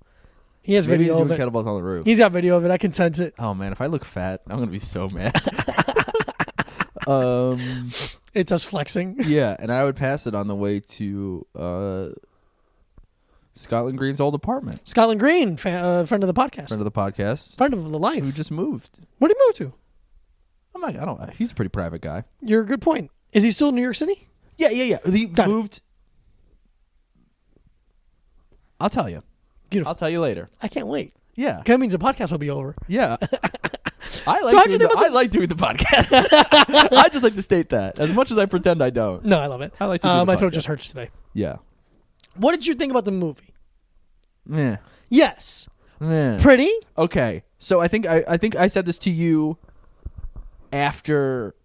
Speaker 3: He has
Speaker 4: maybe
Speaker 3: video
Speaker 4: doing
Speaker 3: of it.
Speaker 4: kettlebells on the roof.
Speaker 3: He's got video of it. I can sense it.
Speaker 4: oh man, if I look fat, I'm gonna be so mad. um,
Speaker 3: It's us flexing.
Speaker 4: yeah, and I would pass it on the way to uh, Scotland Green's old apartment,
Speaker 3: Scotland Green, fa- uh, friend of the podcast,
Speaker 4: friend of the podcast,
Speaker 3: friend of the life.
Speaker 4: who just moved.
Speaker 3: Where did he move to?
Speaker 4: I'm like, I don't. He's a pretty private guy.
Speaker 3: You're a good point. Is he still in New York City?
Speaker 4: Yeah, yeah, yeah. He
Speaker 3: Got it.
Speaker 4: moved. I'll tell you.
Speaker 3: Beautiful.
Speaker 4: I'll Ah. tell you later.
Speaker 3: I can't wait.
Speaker 4: Yeah,
Speaker 3: That means the podcast will be over.
Speaker 4: yeah. I like
Speaker 3: So how'd you think
Speaker 4: doing the,
Speaker 3: about
Speaker 4: I like doing the podcast. I just like to state that as much as I pretend I don't.
Speaker 3: No, I love it.
Speaker 4: I like to do
Speaker 3: Uh,
Speaker 4: the
Speaker 3: my throat
Speaker 4: podcast.
Speaker 3: just hurts today.
Speaker 4: Yeah.
Speaker 3: What did you think about the movie?
Speaker 4: Yeah.
Speaker 3: Yes,
Speaker 4: Yeah.
Speaker 3: pretty.
Speaker 4: okay. So I think I, I think I said this to you after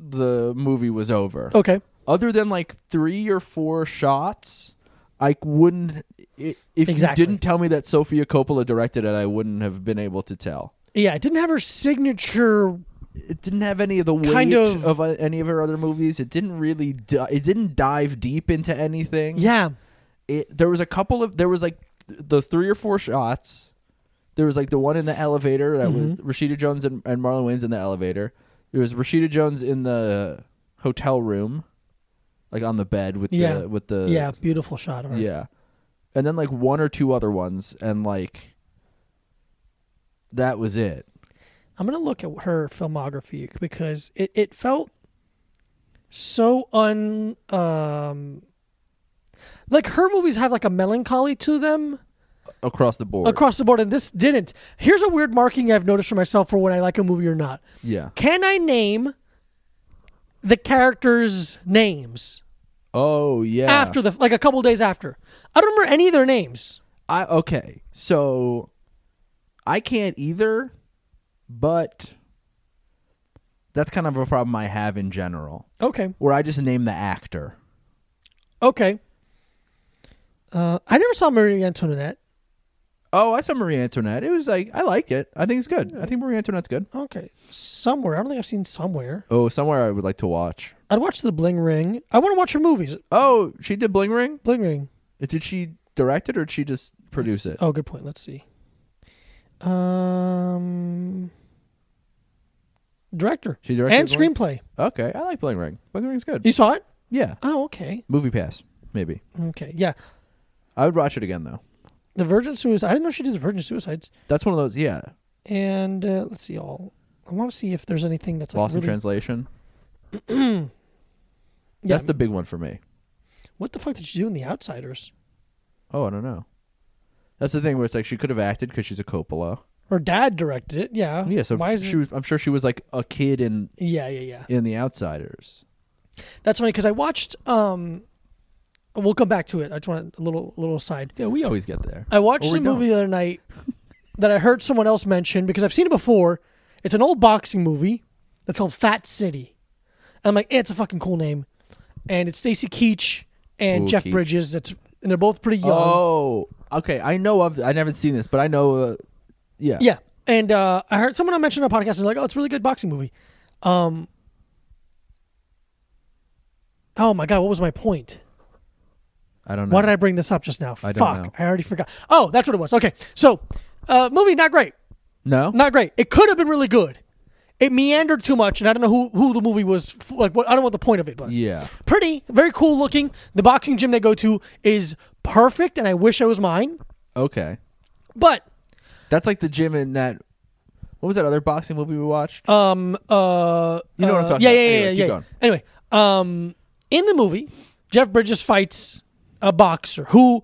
Speaker 4: the movie was over.
Speaker 3: Okay.
Speaker 4: other than like three or four shots, I wouldn't. i- If
Speaker 3: Exactly.
Speaker 4: you didn't tell me that Sofia Coppola directed it, I wouldn't have been able to tell.
Speaker 3: Yeah, it didn't have her signature.
Speaker 4: It didn't have any of the weight
Speaker 3: Kind of-
Speaker 4: of, uh, any of her other movies. It didn't really. Di- it didn't dive deep into anything.
Speaker 3: Yeah,
Speaker 4: It, there was a couple of there was like th- the three or four shots. There was like the one in the elevator that
Speaker 3: Mm-hmm.
Speaker 4: was Rashida Jones and, and Marlon Wayne's in the elevator. There was Rashida Jones in the hotel room, like on the bed with
Speaker 3: Yeah.
Speaker 4: the with the
Speaker 3: yeah, beautiful shot. Of her.
Speaker 4: Yeah. And then like one or two other ones and like that was it.
Speaker 3: I'm gonna look at her filmography because it, it felt so un um like her movies have like a melancholy to them
Speaker 4: Across the board.
Speaker 3: across the board, and this didn't. Here's a weird marking I've noticed for myself for when I like a movie or not.
Speaker 4: yeah.
Speaker 3: Can I name the characters' names
Speaker 4: Oh yeah.
Speaker 3: after the like a couple days after? I don't remember any of their names.
Speaker 4: I okay. So I can't either, but that's kind of a problem I have in general.
Speaker 3: Okay.
Speaker 4: Where I just name the actor.
Speaker 3: Okay. Uh, I never saw Marie Antoinette.
Speaker 4: Oh, I saw Marie Antoinette. It was like I like it. I think it's good. I think Marie Antoinette's good.
Speaker 3: Okay. Somewhere. I don't think I've seen somewhere.
Speaker 4: Oh, somewhere I would like to watch.
Speaker 3: I'd watch The Bling Ring. I want to watch her movies.
Speaker 4: Oh, she did Bling Ring?
Speaker 3: Bling Ring.
Speaker 4: Did she direct it or did she just produce it?
Speaker 3: Oh, good point. Let's see. Um, director.
Speaker 4: She directed
Speaker 3: And
Speaker 4: Bling-
Speaker 3: screenplay.
Speaker 4: Okay, I like Bling Ring. Bling Ring's good.
Speaker 3: You saw it?
Speaker 4: Yeah.
Speaker 3: Oh, okay.
Speaker 4: Movie Pass, maybe.
Speaker 3: Okay. Yeah.
Speaker 4: I would watch it again though.
Speaker 3: The Virgin Suicide. I didn't know she did The Virgin Suicides.
Speaker 4: That's one of those. Yeah,
Speaker 3: And uh, let's see. All. I want to see if there's anything that's like,
Speaker 4: Lost in
Speaker 3: really-
Speaker 4: Translation.
Speaker 3: Yeah.
Speaker 4: That's the big one for me.
Speaker 3: What the fuck did she do in The Outsiders?
Speaker 4: Oh, I don't know. That's the thing where it's like she could have acted because she's a Coppola.
Speaker 3: Her dad directed it. Yeah.
Speaker 4: Yeah, so
Speaker 3: why is
Speaker 4: she
Speaker 3: it?
Speaker 4: was. I'm sure she was like a kid in
Speaker 3: Yeah, yeah, yeah.
Speaker 4: in The Outsiders.
Speaker 3: That's funny because I watched. Um, we'll come back to it. I just want a little little aside.
Speaker 4: Yeah, we always get there.
Speaker 3: I watched
Speaker 4: Or we
Speaker 3: a
Speaker 4: don't.
Speaker 3: movie the other night that I heard someone else mention because I've seen it before. It's an old boxing movie that's called Fat City. And I'm like, eh, it's a fucking cool name, and it's Stacy Keach and
Speaker 4: Ooh,
Speaker 3: Jeff
Speaker 4: Keach.
Speaker 3: Bridges. That's and they're both pretty young.
Speaker 4: Oh, okay. I know of. I haven't seen this, but I know. Uh, yeah.
Speaker 3: Yeah. And uh, I heard someone mention on a podcast and they're like, oh, it's a really good boxing movie. Um, oh my God, what was my point?
Speaker 4: I don't know.
Speaker 3: Why did I bring this up just now?
Speaker 4: I don't
Speaker 3: Fuck,
Speaker 4: know.
Speaker 3: I already forgot. Oh, that's what it was. Okay. So, uh, movie, not great.
Speaker 4: No.
Speaker 3: Not great. It could have been really good. It meandered too much, and I don't know who, who the movie was. Like, what I don't know what the point of it was.
Speaker 4: Yeah.
Speaker 3: Pretty, very cool looking. The boxing gym they go to is perfect, and I wish it was mine.
Speaker 4: Okay.
Speaker 3: But
Speaker 4: That's like the gym in that. What was that other boxing movie we watched?
Speaker 3: um uh
Speaker 4: You know what I'm
Speaker 3: uh, yeah,
Speaker 4: talking about.
Speaker 3: Yeah, yeah,
Speaker 4: Anyway,
Speaker 3: yeah,
Speaker 4: keep
Speaker 3: yeah.
Speaker 4: going.
Speaker 3: Anyway, um in the movie, Jeff Bridges fights a boxer who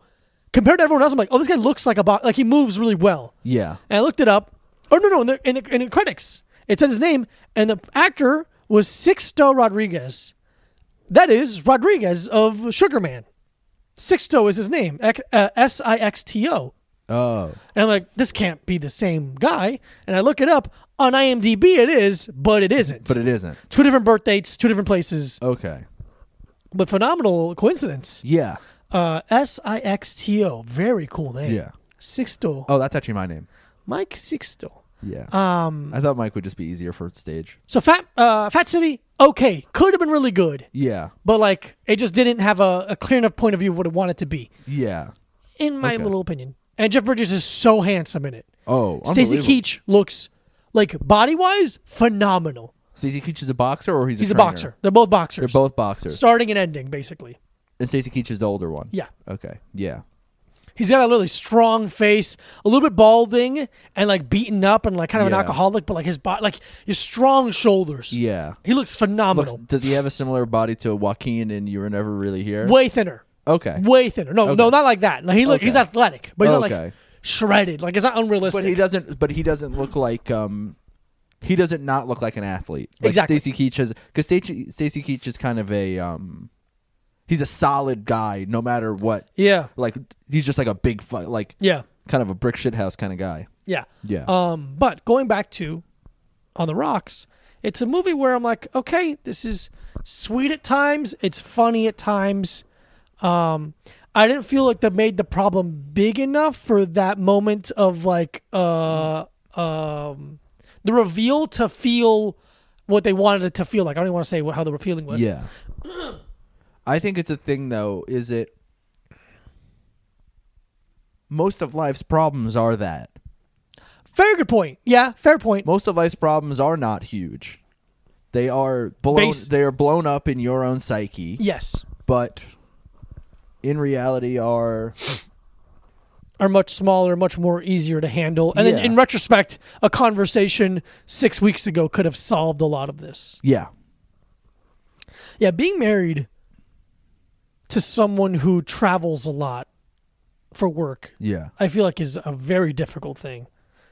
Speaker 3: compared to everyone else I'm like, "Oh, this guy looks like a bo- like he moves really well."
Speaker 4: yeah.
Speaker 3: And I looked it up. Oh no, no, in the in the, in the credits it said his name, and the actor was Sixto Rodriguez. That is Rodriguez of Sugar Man. Sixto is his name. uh, S I X T O.
Speaker 4: Oh.
Speaker 3: And I'm like, this can't be the same guy. And I look it up on IMDb. It is, but it isn't.
Speaker 4: But it isn't.
Speaker 3: two different birth dates, two different places,
Speaker 4: Okay.
Speaker 3: but phenomenal coincidence.
Speaker 4: Yeah.
Speaker 3: Uh, S I X T O. Very cool name.
Speaker 4: Yeah.
Speaker 3: Sixto.
Speaker 4: Oh, that's actually my name.
Speaker 3: Mike Sixto.
Speaker 4: Yeah.
Speaker 3: Um.
Speaker 4: I thought Mike would just be easier for stage.
Speaker 3: So Fat uh, Fat City, okay, could have been really good,
Speaker 4: Yeah.
Speaker 3: but like it just didn't have a, a clear enough point of view of what it wanted to be,
Speaker 4: Yeah.
Speaker 3: in my
Speaker 4: Okay.
Speaker 3: little opinion. And Jeff Bridges is so handsome in it.
Speaker 4: Oh.
Speaker 3: Stacey
Speaker 4: unbelievable.
Speaker 3: Keach looks like body wise phenomenal.
Speaker 4: Stacey Keach is a boxer, or he's a
Speaker 3: He's a
Speaker 4: trainer?
Speaker 3: boxer. They're both boxers.
Speaker 4: Both boxers.
Speaker 3: starting and ending basically.
Speaker 4: and Stacey Keach is the older one.
Speaker 3: Yeah.
Speaker 4: Okay. Yeah.
Speaker 3: He's got a really strong face, a little bit balding and like beaten up and like kind of
Speaker 4: Yeah.
Speaker 3: an alcoholic, but like his body, like his strong shoulders.
Speaker 4: Yeah.
Speaker 3: He looks phenomenal.
Speaker 4: Does he have a similar body to Joaquin and You Were Never Really Here?
Speaker 3: way thinner.
Speaker 4: Okay.
Speaker 3: Way thinner. No, no,
Speaker 4: Okay.
Speaker 3: not like that. No, he look, he's
Speaker 4: Okay.
Speaker 3: athletic, but he's not like
Speaker 4: Okay.
Speaker 3: shredded. Like it's not unrealistic.
Speaker 4: But he doesn't. But he doesn't look like. um He doesn't not look like an athlete. Like
Speaker 3: Exactly.
Speaker 4: Stacey Keach has because Stacey Stacey Keach is kind of a. um He's a solid guy, no matter what.
Speaker 3: yeah,
Speaker 4: Like he's just like a big, fu- like
Speaker 3: yeah,
Speaker 4: kind of a brick shit house kind of guy.
Speaker 3: yeah,
Speaker 4: Yeah.
Speaker 3: Um, but going back to On the Rocks, it's a movie where I'm like, okay, this is sweet at times. It's funny at times. Um, I didn't feel like they made the problem big enough for that moment of like uh um the reveal to feel what they wanted it to feel like. I don't even want to say what, how the feeling was.
Speaker 4: Yeah. I think it's a thing though, is it most of life's problems are that.
Speaker 3: Fair good point. Yeah, fair point.
Speaker 4: Most of life's problems are not huge. They are blown
Speaker 3: Base-
Speaker 4: they are blown up in your own psyche,
Speaker 3: yes,
Speaker 4: but in reality are
Speaker 3: are much smaller, much more easier to handle. And
Speaker 4: Yeah.
Speaker 3: then in retrospect, a conversation six weeks ago could have solved a lot of this.
Speaker 4: yeah.
Speaker 3: Yeah, being married to someone who travels a lot for work,
Speaker 4: Yeah.
Speaker 3: I feel like is a very difficult thing.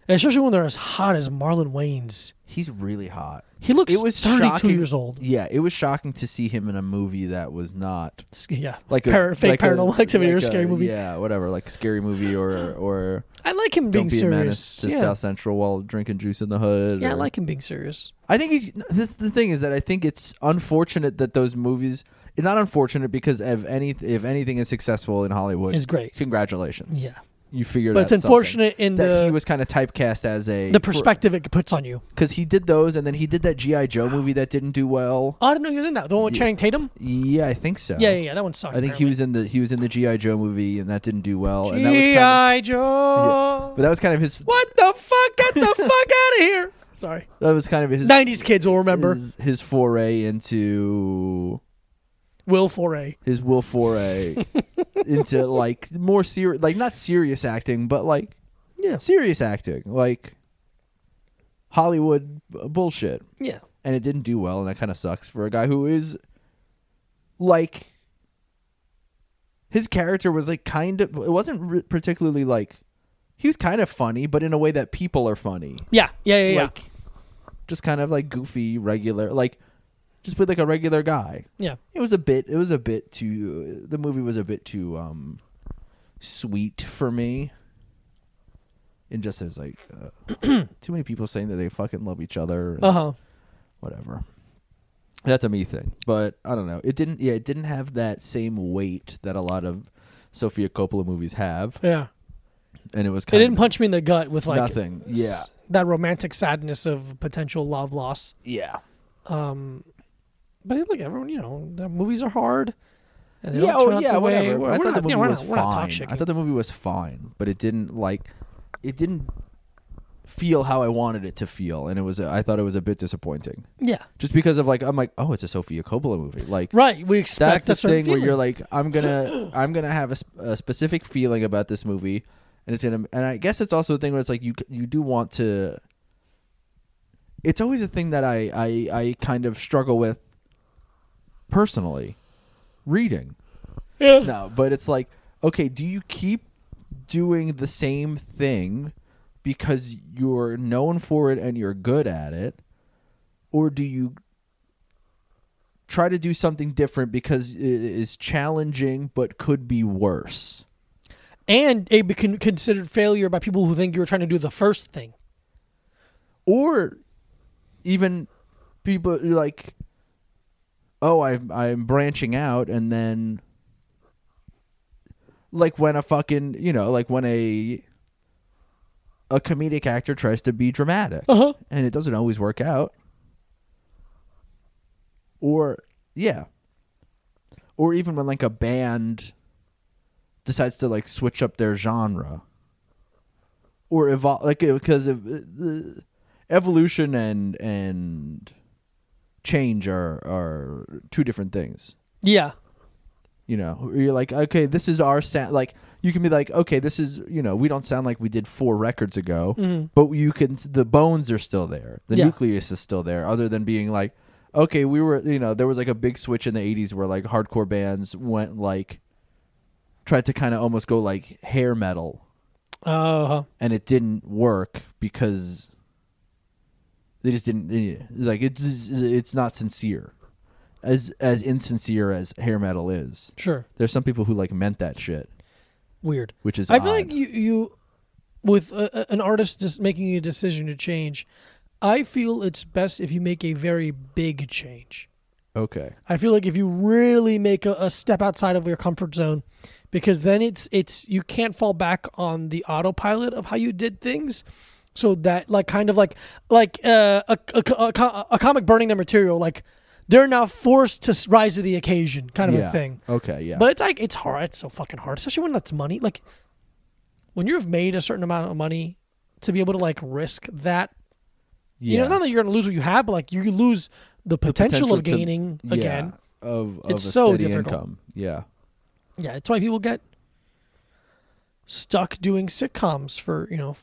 Speaker 3: And especially when they're as hot as Marlon Wayne's.
Speaker 4: He's really hot.
Speaker 3: He looks
Speaker 4: It was
Speaker 3: 32
Speaker 4: shocking.
Speaker 3: years old.
Speaker 4: Yeah, it was shocking to see him in a movie that was not
Speaker 3: It's- Yeah.
Speaker 4: like a
Speaker 3: Par- fake
Speaker 4: like a-
Speaker 3: paranormal activity or
Speaker 4: like
Speaker 3: scary
Speaker 4: a-
Speaker 3: movie.
Speaker 4: Yeah, whatever, like scary movie or or
Speaker 3: I like him being
Speaker 4: don't be a menace
Speaker 3: serious. yeah.
Speaker 4: to South Central while drinking juice in the hood.
Speaker 3: yeah, I
Speaker 4: or-
Speaker 3: like him being serious.
Speaker 4: I think he's. This, the thing is that I think it's unfortunate that those movies. It's not unfortunate because if any if anything is successful in Hollywood,
Speaker 3: It's great.
Speaker 4: Congratulations.
Speaker 3: Yeah.
Speaker 4: you figured.
Speaker 3: But
Speaker 4: out
Speaker 3: it's unfortunate
Speaker 4: something.
Speaker 3: in
Speaker 4: that
Speaker 3: the-
Speaker 4: he was kind of typecast as a
Speaker 3: The perspective it puts on you.
Speaker 4: because he did those and then he did that GI Joe movie that didn't do well.
Speaker 3: Oh, I didn't know he was in that. The one with Channing Tatum?
Speaker 4: Yeah, I think so.
Speaker 3: Yeah, yeah, yeah. That one sucked.
Speaker 4: I think he was in the he was in the GI Joe movie and that didn't do well. And that was kind
Speaker 3: G.I.
Speaker 4: of,
Speaker 3: Joe.
Speaker 4: but that was kind of his.
Speaker 3: what the fuck? Get the fuck out of here. Sorry.
Speaker 4: That was kind of his
Speaker 3: 90s kids will remember.
Speaker 4: his, his foray into
Speaker 3: Will Foray.
Speaker 4: his will foray into like more serious like not serious acting but like
Speaker 3: Yeah.
Speaker 4: serious acting like hollywood b- bullshit
Speaker 3: Yeah.
Speaker 4: and it didn't do well and that kind of sucks for a guy who is like his character was like kind of it wasn't re- particularly like he was kind of funny but in a way that people are funny
Speaker 3: Yeah. Yeah, yeah, yeah.
Speaker 4: like just kind of like goofy regular like just with like a regular guy
Speaker 3: yeah.
Speaker 4: it was a bit it was a bit too the movie was a bit too um sweet for me and just as like uh, too many people saying that they fucking love each other and
Speaker 3: Uh-huh.
Speaker 4: whatever that's a me thing but i don't know it didn't yeah it didn't have that same weight that a lot of sofia coppola movies have
Speaker 3: Yeah.
Speaker 4: and it was
Speaker 3: It
Speaker 4: kind
Speaker 3: didn't
Speaker 4: of
Speaker 3: punch me in the gut with like
Speaker 4: nothing yeah
Speaker 3: s- that romantic sadness of potential love loss.
Speaker 4: yeah
Speaker 3: Um but look, everyone, you know, the movies are hard. And they
Speaker 4: yeah,
Speaker 3: don't turn
Speaker 4: oh,
Speaker 3: out
Speaker 4: yeah,
Speaker 3: the way-
Speaker 4: whatever.
Speaker 3: We're,
Speaker 4: I
Speaker 3: we're
Speaker 4: thought
Speaker 3: not,
Speaker 4: the movie
Speaker 3: yeah, we're
Speaker 4: was
Speaker 3: not, we're not talk
Speaker 4: fine.
Speaker 3: shit.
Speaker 4: I thought the movie was fine, but it didn't like, it didn't feel how I wanted it to feel, and it was I thought it was a bit disappointing,
Speaker 3: Yeah.
Speaker 4: just because of like I'm like oh it's a Sofia Coppola movie like
Speaker 3: Right. We expect
Speaker 4: that's the
Speaker 3: a certain
Speaker 4: thing where you're
Speaker 3: feeling.
Speaker 4: like I'm gonna I'm gonna have a, sp- a specific feeling about this movie, and it's gonna and I guess it's also a thing where it's like you c- you do want to. It's always a thing that I I I kind of struggle with personally, reading.
Speaker 3: Yeah.
Speaker 4: No, but it's like, okay, do you keep doing the same thing because you're known for it and you're good at it? Or do you try to do something different because it is challenging but could be worse?
Speaker 3: and a be con- considered failure by people who think you were trying to do the first thing.
Speaker 4: Or even people who like, oh, I'm, I'm branching out and then. Like when a fucking, you know, like when a a comedic actor tries to be dramatic
Speaker 3: Uh-huh.
Speaker 4: and it doesn't always work out or yeah or even when like a band decides to like switch up their genre or evolve like uh, because of the evolution and and change are are two different things
Speaker 3: Yeah.
Speaker 4: you know where you're like okay this is our sound like you can be like okay this is you know we don't sound like we did four records ago but you can the bones are still there the
Speaker 3: Yeah.
Speaker 4: nucleus is still there other than being like okay we were you know there was like a big switch in the 80s where like hardcore bands went like tried to kind of almost go like hair metal
Speaker 3: Uh,
Speaker 4: and it didn't work because they just didn't they- like it's it's not sincere as as insincere as hair metal is
Speaker 3: sure.
Speaker 4: there's some people who like meant that shit,
Speaker 3: Weird.
Speaker 4: which is
Speaker 3: I feel like
Speaker 4: odd.
Speaker 3: you, you with a, a- an artist just making a decision to change, I feel it's best if you make a very big change.
Speaker 4: okay.
Speaker 3: I feel like if you really make a, a step outside of your comfort zone, because then it's it's you can't fall back on the autopilot of how you did things. So that like kind of like like uh, a, a, a, co- a comic burning their material, like they're now forced to s- rise to the occasion, kind of
Speaker 4: yeah.
Speaker 3: a thing.
Speaker 4: Okay, yeah.
Speaker 3: But it's like it's hard. It's so fucking hard, especially when that's money. Like when you've made a certain amount of money to be able to like risk that.
Speaker 4: yeah.
Speaker 3: You know, not that you're gonna lose what you have, but like you lose the potential, of
Speaker 4: to-
Speaker 3: gaining
Speaker 4: yeah,
Speaker 3: again.
Speaker 4: of, of
Speaker 3: It's
Speaker 4: a
Speaker 3: so
Speaker 4: steady
Speaker 3: difficult.
Speaker 4: income. Yeah.
Speaker 3: Yeah, it's why people get stuck doing sitcoms for you know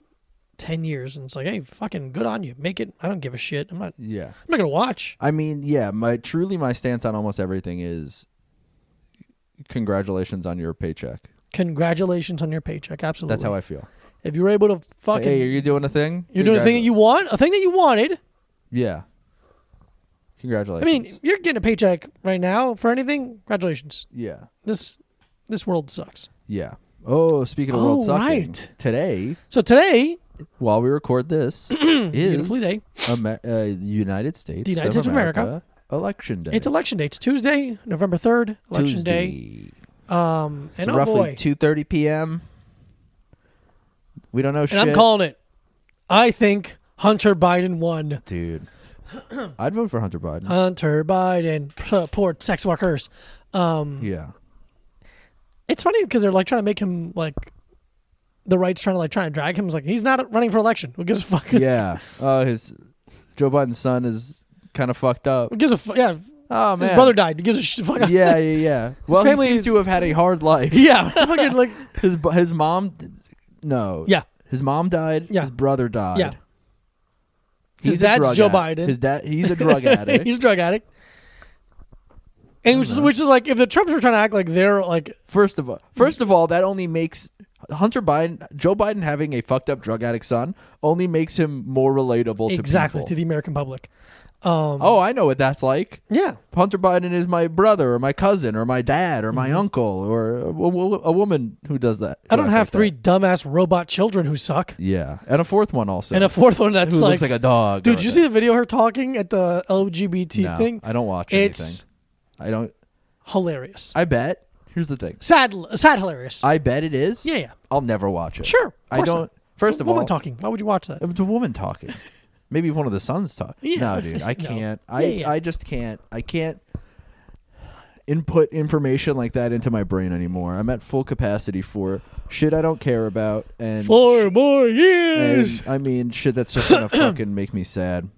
Speaker 3: ten years, and it's like, hey, fucking good on you, make it. I don't give a shit. I'm not.
Speaker 4: Yeah.
Speaker 3: I'm not gonna watch.
Speaker 4: I mean, yeah, my truly my stance on almost everything is congratulations on your paycheck.
Speaker 3: Congratulations on your paycheck. Absolutely.
Speaker 4: That's how I feel.
Speaker 3: If you were able to fucking,
Speaker 4: Hey, are you doing a thing?
Speaker 3: you're doing a thing that you want, a thing that you wanted.
Speaker 4: Yeah.
Speaker 3: I
Speaker 4: Congratulations.
Speaker 3: mean, you're getting a paycheck right now for anything. Congratulations.
Speaker 4: yeah.
Speaker 3: This this world sucks.
Speaker 4: Yeah. Oh, speaking of world
Speaker 3: Oh,
Speaker 4: sucking,
Speaker 3: right.
Speaker 4: today
Speaker 3: So today,
Speaker 4: while we record this is
Speaker 3: Beautiful day.
Speaker 4: Amer- uh, United States,
Speaker 3: The United
Speaker 4: of
Speaker 3: States of America.
Speaker 4: America election day.
Speaker 3: it's election day. It's Tuesday, November third, election day. Um, and
Speaker 4: So
Speaker 3: oh
Speaker 4: roughly
Speaker 3: boy,
Speaker 4: two thirty p.m. We don't know shit,
Speaker 3: and I'm calling it. I think Hunter Biden won.
Speaker 4: dude. I'd vote for Hunter Biden.
Speaker 3: Hunter Biden, p- poor sex workers. Um,
Speaker 4: yeah,
Speaker 3: it's funny because they're like trying to make him like the right's trying to like trying to drag him. It's like he's not running for election. Who gives a fuck?
Speaker 4: yeah. Oh, his Joe Biden's son is kind of fucked up.
Speaker 3: Who gives a fuck? Yeah,
Speaker 4: Oh man,
Speaker 3: his brother died. Who gives a sh- fuck?
Speaker 4: Yeah, yeah, yeah. Well,
Speaker 3: family
Speaker 4: he seems
Speaker 3: is-
Speaker 4: to have had a hard life.
Speaker 3: yeah. Fucking like
Speaker 4: His bu- his mom, no.
Speaker 3: yeah.
Speaker 4: His mom died.
Speaker 3: Yeah.
Speaker 4: His brother died.
Speaker 3: Yeah.
Speaker 4: He's
Speaker 3: His
Speaker 4: a
Speaker 3: dad's
Speaker 4: drug
Speaker 3: Joe
Speaker 4: addict.
Speaker 3: Biden.
Speaker 4: His dad. He's a drug addict.
Speaker 3: He's a drug addict.
Speaker 4: Oh,
Speaker 3: And which is, which is like if the Trumps were trying to act like they're like
Speaker 4: First of all, first of all, that only makes Hunter Biden, Joe Biden having a fucked up drug addict son only makes him more relatable to
Speaker 3: exactly
Speaker 4: people.
Speaker 3: to the American public. Um,
Speaker 4: oh, I know what that's like.
Speaker 3: yeah,
Speaker 4: Hunter Biden is my brother or my cousin or my dad or my uncle or a, wo- a woman who does that.
Speaker 3: Mm-hmm. I don't
Speaker 4: who acts
Speaker 3: have
Speaker 4: like
Speaker 3: three
Speaker 4: that.
Speaker 3: dumbass robot children who suck,
Speaker 4: Yeah, and a fourth one also.
Speaker 3: and a fourth one that's
Speaker 4: who
Speaker 3: like,
Speaker 4: looks like a dog.
Speaker 3: dude.
Speaker 4: or
Speaker 3: Did you
Speaker 4: a-
Speaker 3: see the video of her talking at the LGBT
Speaker 4: No,
Speaker 3: thing?
Speaker 4: I don't watch
Speaker 3: It's
Speaker 4: anything. I don't.
Speaker 3: hilarious.
Speaker 4: I bet. Here's the thing.
Speaker 3: sad, sad, hilarious.
Speaker 4: I bet it is.
Speaker 3: Yeah, yeah.
Speaker 4: I'll never watch it.
Speaker 3: sure, of
Speaker 4: I
Speaker 3: course
Speaker 4: don't.
Speaker 3: not.
Speaker 4: First
Speaker 3: It's a
Speaker 4: of
Speaker 3: woman
Speaker 4: all,
Speaker 3: talking. Why would you watch that?
Speaker 4: It was a woman talking. Maybe one of the sons talk.
Speaker 3: Yeah.
Speaker 4: No, dude, I
Speaker 3: No.
Speaker 4: can't. I
Speaker 3: Yeah, yeah.
Speaker 4: I just can't. I can't. input information like that into my brain anymore. I'm at full capacity for shit I don't care about and,
Speaker 3: Four more
Speaker 4: and,
Speaker 3: years.
Speaker 4: I mean shit that's just gonna fucking make me sad.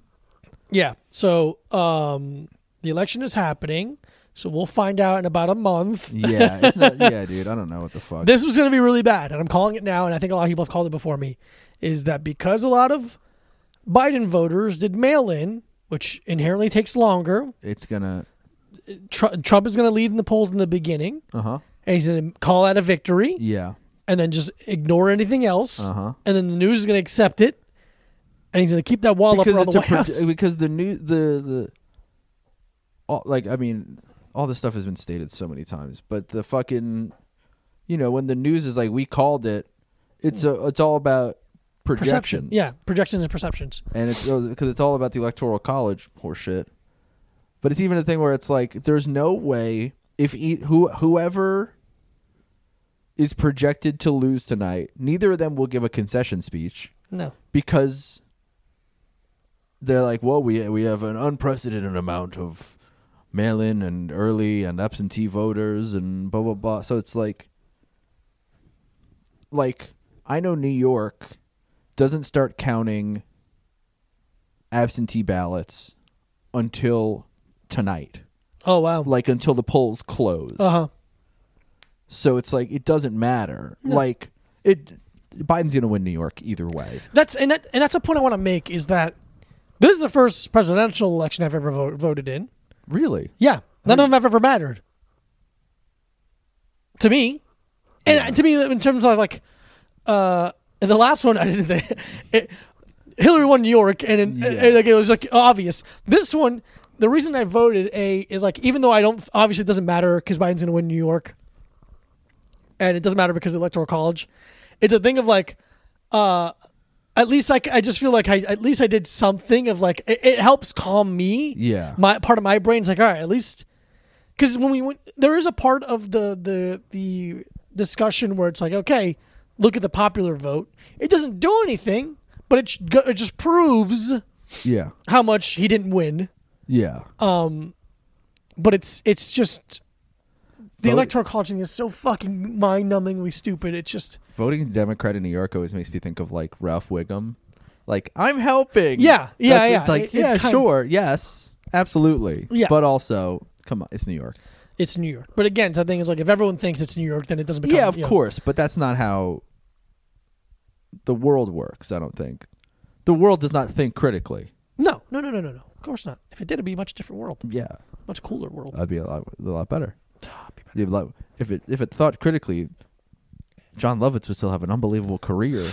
Speaker 3: Yeah. So um, the election is happening. So we'll find out in about a month.
Speaker 4: Yeah, it's not, yeah, dude. I don't know what the fuck.
Speaker 3: This was going to be really bad, and I'm calling it now. And I think a lot of people have called it before me. Is that because a lot of Biden voters did mail in, which inherently takes longer.
Speaker 4: it's gonna.
Speaker 3: Tr- Trump is going to lead in the polls in the beginning,
Speaker 4: Uh huh.
Speaker 3: and he's going to call out a victory,
Speaker 4: Yeah.
Speaker 3: and then just ignore anything else.
Speaker 4: Uh-huh.
Speaker 3: And then the news is going to accept it, and he's going to keep that wall up around the
Speaker 4: it's a
Speaker 3: White
Speaker 4: pro-
Speaker 3: House.
Speaker 4: because the new the the all, like I mean all this stuff has been stated so many times, but the fucking you know when the news is like we called it, it's a it's all about projections,
Speaker 3: Perception. Yeah, projections and perceptions.
Speaker 4: and it's because it's all about the electoral college horseshit. But it's even a thing where it's like there's no way if e- who whoever is projected to lose tonight, neither of them will give a concession speech
Speaker 3: No.
Speaker 4: because they're like, well, we we have an unprecedented amount of mail-in and early and absentee voters and blah blah blah. So it's like, like I know New York doesn't start counting absentee ballots until tonight,
Speaker 3: Oh wow.
Speaker 4: like until the polls close.
Speaker 3: Uh huh.
Speaker 4: So it's like it doesn't matter. Like it, Biden's gonna win New York either way.
Speaker 3: That's and that and that's a point I want to make is that this is the first presidential election I've ever vo- voted in.
Speaker 4: Really.
Speaker 3: Yeah, none of them have ever mattered to me, and to me in terms of like uh and the last one I didn't think it, Hillary won New York and, it-
Speaker 4: Yeah.
Speaker 3: and, like it was like obvious. This one, the reason I voted a is like even though I don't obviously it doesn't matter because Biden's gonna win New York, and it doesn't matter because of the electoral college. It's a thing of like uh, at least like I just feel like I at least I did something of like it, it helps calm me.
Speaker 4: Yeah.
Speaker 3: my part of my brain's like all right, at least because when we went, there is a part of the the the discussion where it's like okay, look at the popular vote. It doesn't do anything, but it sh- go- it just proves
Speaker 4: Yeah.
Speaker 3: how much he didn't win.
Speaker 4: Yeah.
Speaker 3: But it's it's just the
Speaker 4: Vote-
Speaker 3: electoral college thing is so fucking mind numbingly stupid. It's just
Speaker 4: Voting Democrat in New York always makes me think of like Ralph Wiggum. Like, I'm helping.
Speaker 3: Yeah, yeah,
Speaker 4: That's-
Speaker 3: yeah.
Speaker 4: It's like,
Speaker 3: It-
Speaker 4: yeah,
Speaker 3: it's kind-
Speaker 4: sure. Yes. Absolutely.
Speaker 3: Yeah.
Speaker 4: But also, come on, it's New York.
Speaker 3: it's New York. But again, the thing is like if everyone thinks it's New York, then it doesn't become
Speaker 4: yeah, of
Speaker 3: you know,
Speaker 4: course. But that's not how the world works, I don't think. The world does not think critically.
Speaker 3: No, no, no, no, no, no. Of course not. If it did, it'd be a much different world,
Speaker 4: Yeah.
Speaker 3: much cooler world.
Speaker 4: That'd be a lot, a lot better. It'd be like- If it, if it thought critically, John Lovitz would still have an unbelievable career.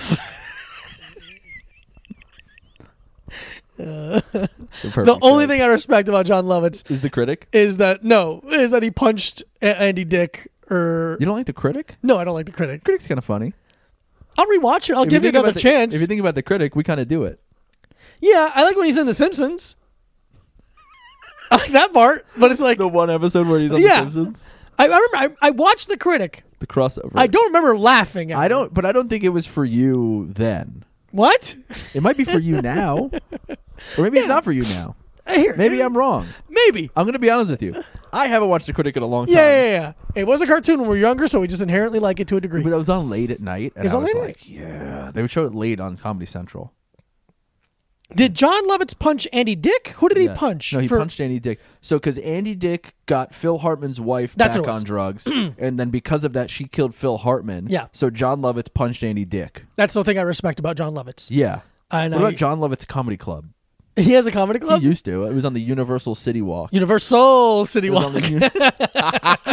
Speaker 3: the only thing I respect about John Lovitz
Speaker 4: is the critic.
Speaker 3: is that no, is that he punched A- Andy Dick or
Speaker 4: You don't like the critic?
Speaker 3: no, I don't like the critic.
Speaker 4: Critic's kind of funny.
Speaker 3: I'll rewatch it. I'll
Speaker 4: If
Speaker 3: give
Speaker 4: you
Speaker 3: it
Speaker 4: think about
Speaker 3: another
Speaker 4: the-
Speaker 3: chance.
Speaker 4: If you think about the critic, we kind of do it.
Speaker 3: yeah, I like when he's in The Simpsons. I like that part, but it's like
Speaker 4: The one episode where he's on
Speaker 3: Yeah.
Speaker 4: The Simpsons,
Speaker 3: I, I remember I, I watched the critic.
Speaker 4: the crossover.
Speaker 3: I don't remember laughing. At
Speaker 4: I
Speaker 3: it.
Speaker 4: don't, but I don't think it was for you then.
Speaker 3: What?
Speaker 4: It might be for you now, or maybe it's not for you now.
Speaker 3: I hear.
Speaker 4: Maybe I'm wrong.
Speaker 3: Maybe.
Speaker 4: I'm gonna be honest with you. I haven't watched the critic in a long time.
Speaker 3: Yeah, yeah, yeah. It was a cartoon when we were younger, so we just inherently like it to a degree.
Speaker 4: But uh, that was on late at night, and
Speaker 3: was
Speaker 4: I
Speaker 3: on
Speaker 4: was
Speaker 3: late at
Speaker 4: like, "Yeah." They would show it late on Comedy Central.
Speaker 3: Did John Lovitz punch Andy Dick? Who did he
Speaker 4: Yes.
Speaker 3: punch?
Speaker 4: No, he
Speaker 3: for-
Speaker 4: punched Andy Dick. So because Andy Dick got Phil Hartman's wife
Speaker 3: That's what
Speaker 4: back
Speaker 3: it was.
Speaker 4: on drugs, and then because of that, she killed Phil Hartman.
Speaker 3: Yeah.
Speaker 4: So John Lovitz punched Andy Dick.
Speaker 3: That's the thing I respect about John Lovitz.
Speaker 4: Yeah.
Speaker 3: And
Speaker 4: what
Speaker 3: I-
Speaker 4: about John Lovitz Comedy Club?
Speaker 3: He has a comedy
Speaker 4: He
Speaker 3: club.
Speaker 4: used to. It was on the Universal City Walk.
Speaker 3: Universal City
Speaker 4: It was on
Speaker 3: Walk.
Speaker 4: the, uni-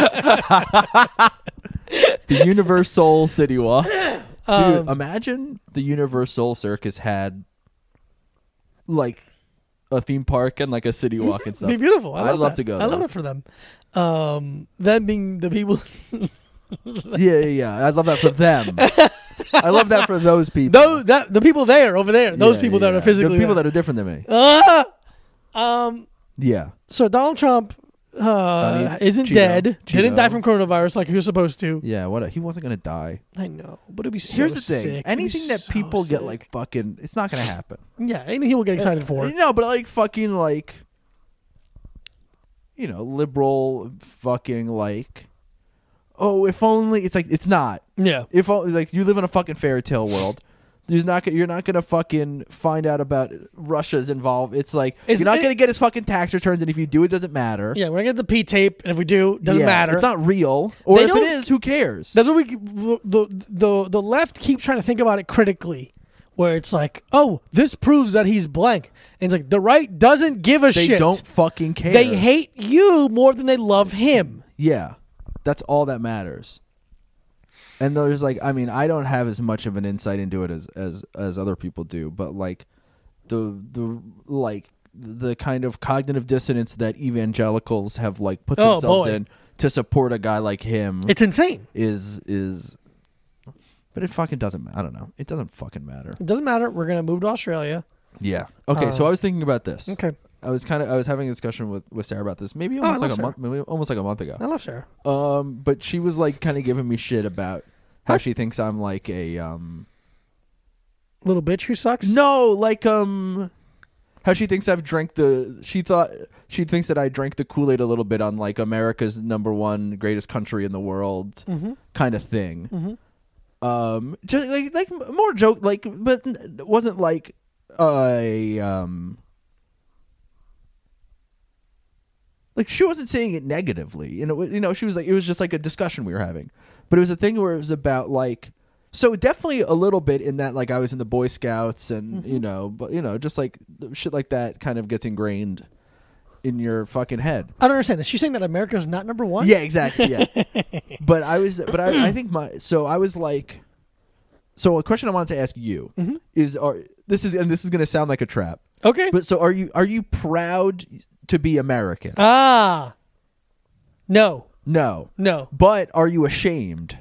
Speaker 4: the Universal City Walk. Dude,
Speaker 3: Um,
Speaker 4: imagine the Universal Circus had like a theme park and like a city walk and stuff.
Speaker 3: Mm-hmm. Be beautiful. I
Speaker 4: I'd
Speaker 3: love
Speaker 4: love
Speaker 3: that.
Speaker 4: to go.
Speaker 3: I love
Speaker 4: there.
Speaker 3: it for them. Um, them being the people,
Speaker 4: Yeah, yeah, yeah. I love that for them. I love that for those people.
Speaker 3: those that the people there over there, those
Speaker 4: Yeah,
Speaker 3: people that
Speaker 4: yeah.
Speaker 3: are physically
Speaker 4: the people
Speaker 3: there. Uh,
Speaker 4: that are different than me.
Speaker 3: um.
Speaker 4: yeah,
Speaker 3: So Donald Trump uh,
Speaker 4: Donnie-
Speaker 3: isn't
Speaker 4: Gino.
Speaker 3: dead. Didn't
Speaker 4: Gino.
Speaker 3: die from coronavirus like he was supposed to.
Speaker 4: yeah. What? A, he wasn't gonna die.
Speaker 3: I know, but it'd be so
Speaker 4: Here's the thing.
Speaker 3: sick. It'd be
Speaker 4: Anything that
Speaker 3: so
Speaker 4: people
Speaker 3: sick.
Speaker 4: get like fucking, it's not gonna happen.
Speaker 3: yeah, anything he will get excited for.
Speaker 4: No, but like fucking like you know, liberal fucking like oh, if only it's like it's not.
Speaker 3: Yeah.
Speaker 4: If o- like you live in a fucking fairy tale world. There's not go- you're not gonna fucking find out about Russia's involved. It's like
Speaker 3: Is
Speaker 4: you're not
Speaker 3: it-
Speaker 4: gonna get his fucking tax returns, and if you do, it doesn't matter.
Speaker 3: Yeah, we're gonna get the P tape, and if we do, doesn't
Speaker 4: Yeah,
Speaker 3: matter.
Speaker 4: It's not real, or
Speaker 3: They
Speaker 4: if it
Speaker 3: don't-
Speaker 4: is, who cares?
Speaker 3: That's what we the the the left keeps trying to think about it critically, where it's like, oh, this proves that he's blank, and it's like the right doesn't give a
Speaker 4: They
Speaker 3: shit.
Speaker 4: don't fucking care.
Speaker 3: They hate you more than they love him.
Speaker 4: Yeah, that's all that matters. And there's like, I mean, I don't have as much of an insight into it as as as other people do, but like the the like the kind of cognitive dissonance that evangelicals have like put
Speaker 3: Oh,
Speaker 4: themselves
Speaker 3: boy.
Speaker 4: in to support a guy like him
Speaker 3: It's insane.
Speaker 4: is is. But it fucking doesn't. ma- I don't know. It doesn't fucking matter.
Speaker 3: It doesn't matter. We're gonna move to Australia.
Speaker 4: Yeah. Okay. so I was thinking about this.
Speaker 3: Uh, Okay. Oh,
Speaker 4: I was kind of I was having a discussion with, with Sarah about this maybe
Speaker 3: I love
Speaker 4: almost like a
Speaker 3: Sarah.
Speaker 4: month maybe almost like a month ago.
Speaker 3: I love Sarah.
Speaker 4: Um, but she was like kind of giving me shit about how she thinks I'm like a um
Speaker 3: Little bitch who sucks.
Speaker 4: no like um how she thinks I've drank the she thought she thinks that I drank the Kool Aid a little bit on like America's number one greatest country in the world kind of thing. Um, just like like more joke like but n- wasn't like a um. like she wasn't saying it negatively and it, wa- you know she was like it was just like a discussion we were having but it was a thing where it was about like so definitely a little bit in that like i was in the boy scouts and you know but you know just like th- shit like that kind of gets ingrained in your fucking head
Speaker 3: I don't understand. Is she saying that America's not number one?
Speaker 4: yeah exactly yeah but i was but I, I think my so i was like so a question i wanted to ask you is are this is and this is going to sound like a trap
Speaker 3: Okay.
Speaker 4: but so are you are you proud to be american
Speaker 3: ah. No.
Speaker 4: no
Speaker 3: No.
Speaker 4: But are you ashamed?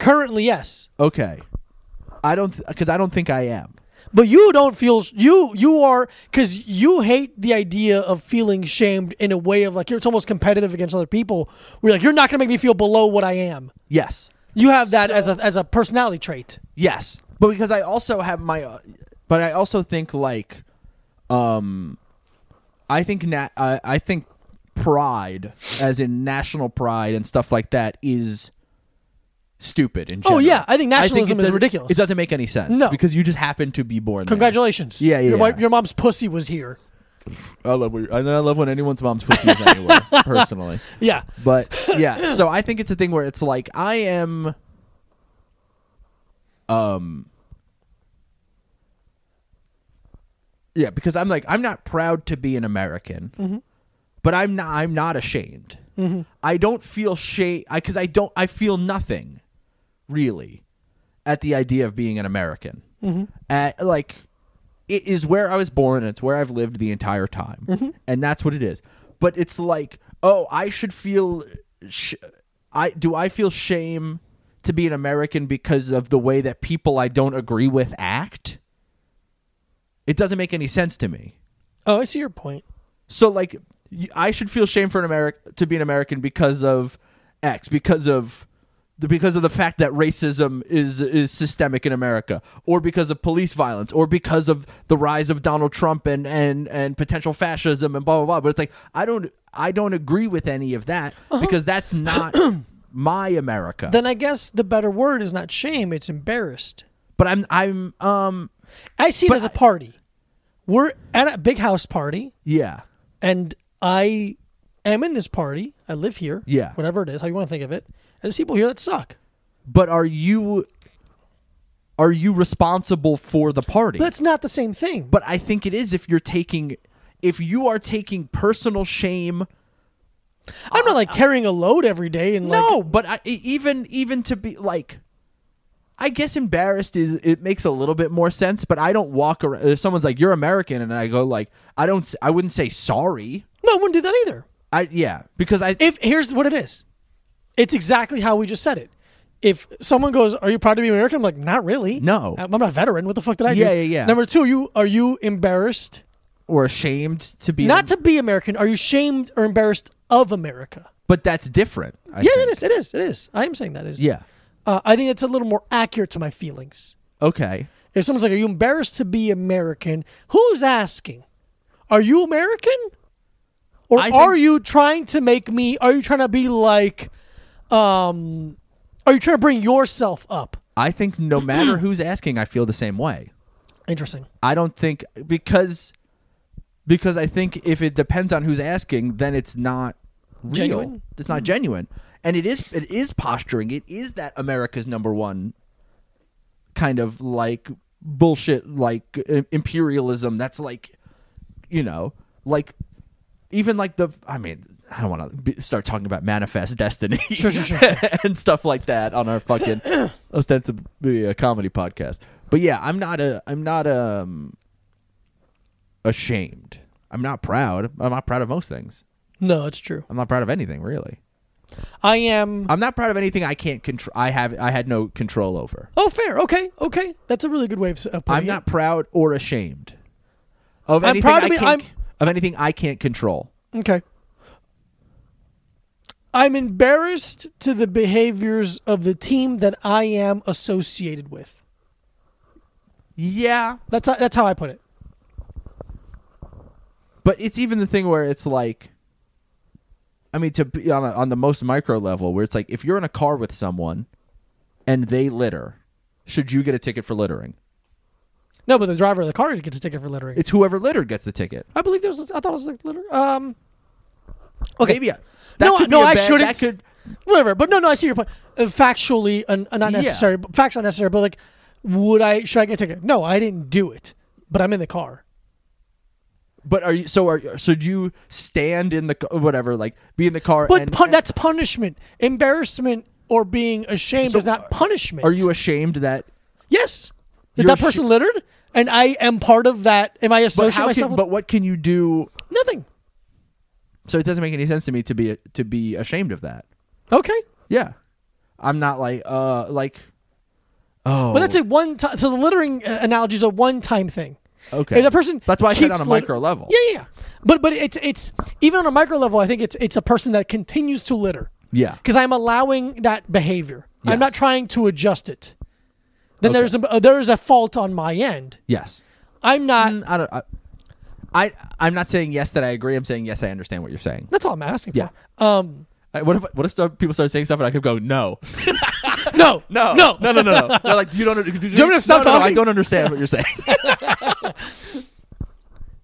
Speaker 3: Currently, yes.
Speaker 4: Okay. I don't because I don't think I am.
Speaker 3: But you don't feel you you are because you hate the idea of feeling shamed in a way of like you're it's almost competitive against other people. We're like you're not gonna make me feel below what I am.
Speaker 4: Yes.
Speaker 3: You have that as a as a personality trait.
Speaker 4: Yes. But because I also have my uh, but I also think like um I think na- I, I think pride as in national pride and stuff like that is stupid in general.
Speaker 3: Oh, yeah. I think
Speaker 4: it
Speaker 3: nationalism is
Speaker 4: doesn't-
Speaker 3: ridiculous.
Speaker 4: It doesn't make any sense
Speaker 3: No.
Speaker 4: because you just happen to be born there.
Speaker 3: Congratulations.
Speaker 4: Yeah, yeah,
Speaker 3: Your, wife-
Speaker 4: yeah.
Speaker 3: your mom's pussy was here.
Speaker 4: I love when, and I love when anyone's mom's pussy is anywhere personally.
Speaker 3: Yeah.
Speaker 4: But yeah, so I think it's a thing where it's like I am um Yeah, because I'm like I'm not proud to be an American. But I'm not I'm not ashamed. I don't feel shame I cuz I don't I feel nothing really at the idea of being an American. At like it is where I was born and it's where I've lived the entire time. And that's what it is. But it's like, oh, I should feel sh- I do I feel shame to be an American because of the way that people I don't agree with act? It doesn't make any sense to me.
Speaker 3: Oh, I see your point.
Speaker 4: So like y- I should feel shame for an American to be an American because of X, because of the because of the fact that racism is is systemic in America, or because of police violence, or because of the rise of Donald Trump and and and potential fascism and blah blah blah. But it's like I don't I don't agree with any of that because that's not my America.
Speaker 3: Then I guess the better word is not shame; it's embarrassed.
Speaker 4: but I'm I'm um
Speaker 3: I see it as a party. We're at a big house party.
Speaker 4: yeah
Speaker 3: and I am in this party. I live here.
Speaker 4: Yeah.
Speaker 3: Whatever it is, how you want to think of it. And there's people here that suck.
Speaker 4: but are you are you responsible for the party?
Speaker 3: But that's not the same thing.
Speaker 4: but I think it is if you're taking if you are taking personal shame.
Speaker 3: I'm not like carrying a load every day and like
Speaker 4: no, but I, e- even even to be like I guess embarrassed is it makes a little bit more sense, but I don't walk around if someone's like you're American and I go like I don't s- I wouldn't say sorry.
Speaker 3: no, I wouldn't do that either.
Speaker 4: I yeah, because I
Speaker 3: If here's what it is, it's exactly how we just said it. If someone goes, "Are you proud to be American?" I'm like, "Not really.
Speaker 4: No.
Speaker 3: I'm I'm not a veteran. What the fuck did I do?"
Speaker 4: Yeah, yeah, yeah.
Speaker 3: Number two, you are you embarrassed
Speaker 4: or ashamed to be
Speaker 3: not to be American? Are you shamed or embarrassed of America?
Speaker 4: but that's different. I
Speaker 3: Yeah,
Speaker 4: think.
Speaker 3: it is. It is. It is. I am saying that is.
Speaker 4: Yeah.
Speaker 3: Uh, I think it's a little more accurate to my feelings.
Speaker 4: Okay.
Speaker 3: If someone's like, "Are you embarrassed to be American?" Who's asking? Are you American? Or
Speaker 4: I think-
Speaker 3: are you trying to make me? Are you trying to be like, um, are you trying to bring yourself up?
Speaker 4: I think no matter who's asking, I feel the same way.
Speaker 3: Interesting.
Speaker 4: I don't think because because I think if it depends on who's asking, then it's not real.
Speaker 3: Genuine?
Speaker 4: It's not genuine, and it is it is posturing. It is that America's number one kind of like bullshit, like i- imperialism. That's like you know, like even like the I mean. I don't want to start talking about manifest destiny and stuff like that on our fucking ostensibly a comedy podcast. But yeah, I'm not a I'm not um ashamed. I'm not proud. I'm not proud of most things.
Speaker 3: No, it's true.
Speaker 4: I'm not proud of anything really.
Speaker 3: I am.
Speaker 4: I'm not proud of anything I can't control. I have. I had no control over.
Speaker 3: Oh, fair. Okay, okay. That's a really good way of s- of putting
Speaker 4: I'm not proud or ashamed of
Speaker 3: I'm
Speaker 4: anything
Speaker 3: proud
Speaker 4: I
Speaker 3: of me-
Speaker 4: can't,
Speaker 3: I'm-
Speaker 4: of anything I can't control.
Speaker 3: it. Okay. I'm embarrassed to the behaviors of the team that I am associated with.
Speaker 4: Yeah,
Speaker 3: That's how, that's how I put it.
Speaker 4: but it's even the thing where it's like. I mean, to be on a, on the most micro level, where it's like if you're in a car with someone, and they litter, should you get a ticket for littering?
Speaker 3: No, but the driver of the car gets a ticket for littering.
Speaker 4: It's whoever littered gets the ticket.
Speaker 3: I believe there was. I thought it was like litter. Um,
Speaker 4: Okay, maybe I, that
Speaker 3: no,
Speaker 4: could
Speaker 3: no,
Speaker 4: be a
Speaker 3: I
Speaker 4: bad-
Speaker 3: shouldn't.
Speaker 4: That could
Speaker 3: Whatever, but no, no, I see your point. Uh, factually, uh, uh, not
Speaker 4: Yeah.
Speaker 3: necessary. But facts not necessary. But like, would I? Should I get a ticket? No, I didn't do it. But I'm in the car.
Speaker 4: But are you so are so do you stand in the ca- whatever like be in the car?
Speaker 3: But
Speaker 4: and,
Speaker 3: pun-
Speaker 4: and-
Speaker 3: that's punishment. Embarrassment or being ashamed
Speaker 4: So
Speaker 3: is not punishment.
Speaker 4: are you ashamed that?
Speaker 3: yes. That,
Speaker 4: You're
Speaker 3: that person littered, and I am part of that. Am I
Speaker 4: But
Speaker 3: associating
Speaker 4: how
Speaker 3: myself?
Speaker 4: can, but what can you do?
Speaker 3: with nothing.
Speaker 4: So it doesn't make any sense to me to be to be ashamed of that.
Speaker 3: Okay.
Speaker 4: Yeah, I'm not like uh like oh
Speaker 3: But that's a one time. So the littering uh, analogy is a one time thing.
Speaker 4: okay.
Speaker 3: If the person
Speaker 4: that's why I said
Speaker 3: keeps
Speaker 4: on a
Speaker 3: lit-
Speaker 4: micro level.
Speaker 3: Yeah, yeah, yeah. But but it's it's even on a micro level. I think it's it's a person that continues to litter
Speaker 4: yeah.
Speaker 3: because I'm allowing that behavior. I'm
Speaker 4: Yes.
Speaker 3: not trying to adjust it. Then
Speaker 4: Okay.
Speaker 3: there's a uh, there is a fault on my end.
Speaker 4: Yes.
Speaker 3: I'm not.
Speaker 4: Mm, I don't. I, I I'm not saying yes that I agree. I'm saying yes I understand what you're saying.
Speaker 3: That's all I'm asking
Speaker 4: Yeah.
Speaker 3: for. Um.
Speaker 4: I- what if what if start, people start saying stuff and I could go no
Speaker 3: No.
Speaker 4: no
Speaker 3: No.
Speaker 4: no no no no. They're like you don't. Do you
Speaker 3: want me to stop
Speaker 4: no, no, I
Speaker 3: talking?
Speaker 4: don't understand what you're saying.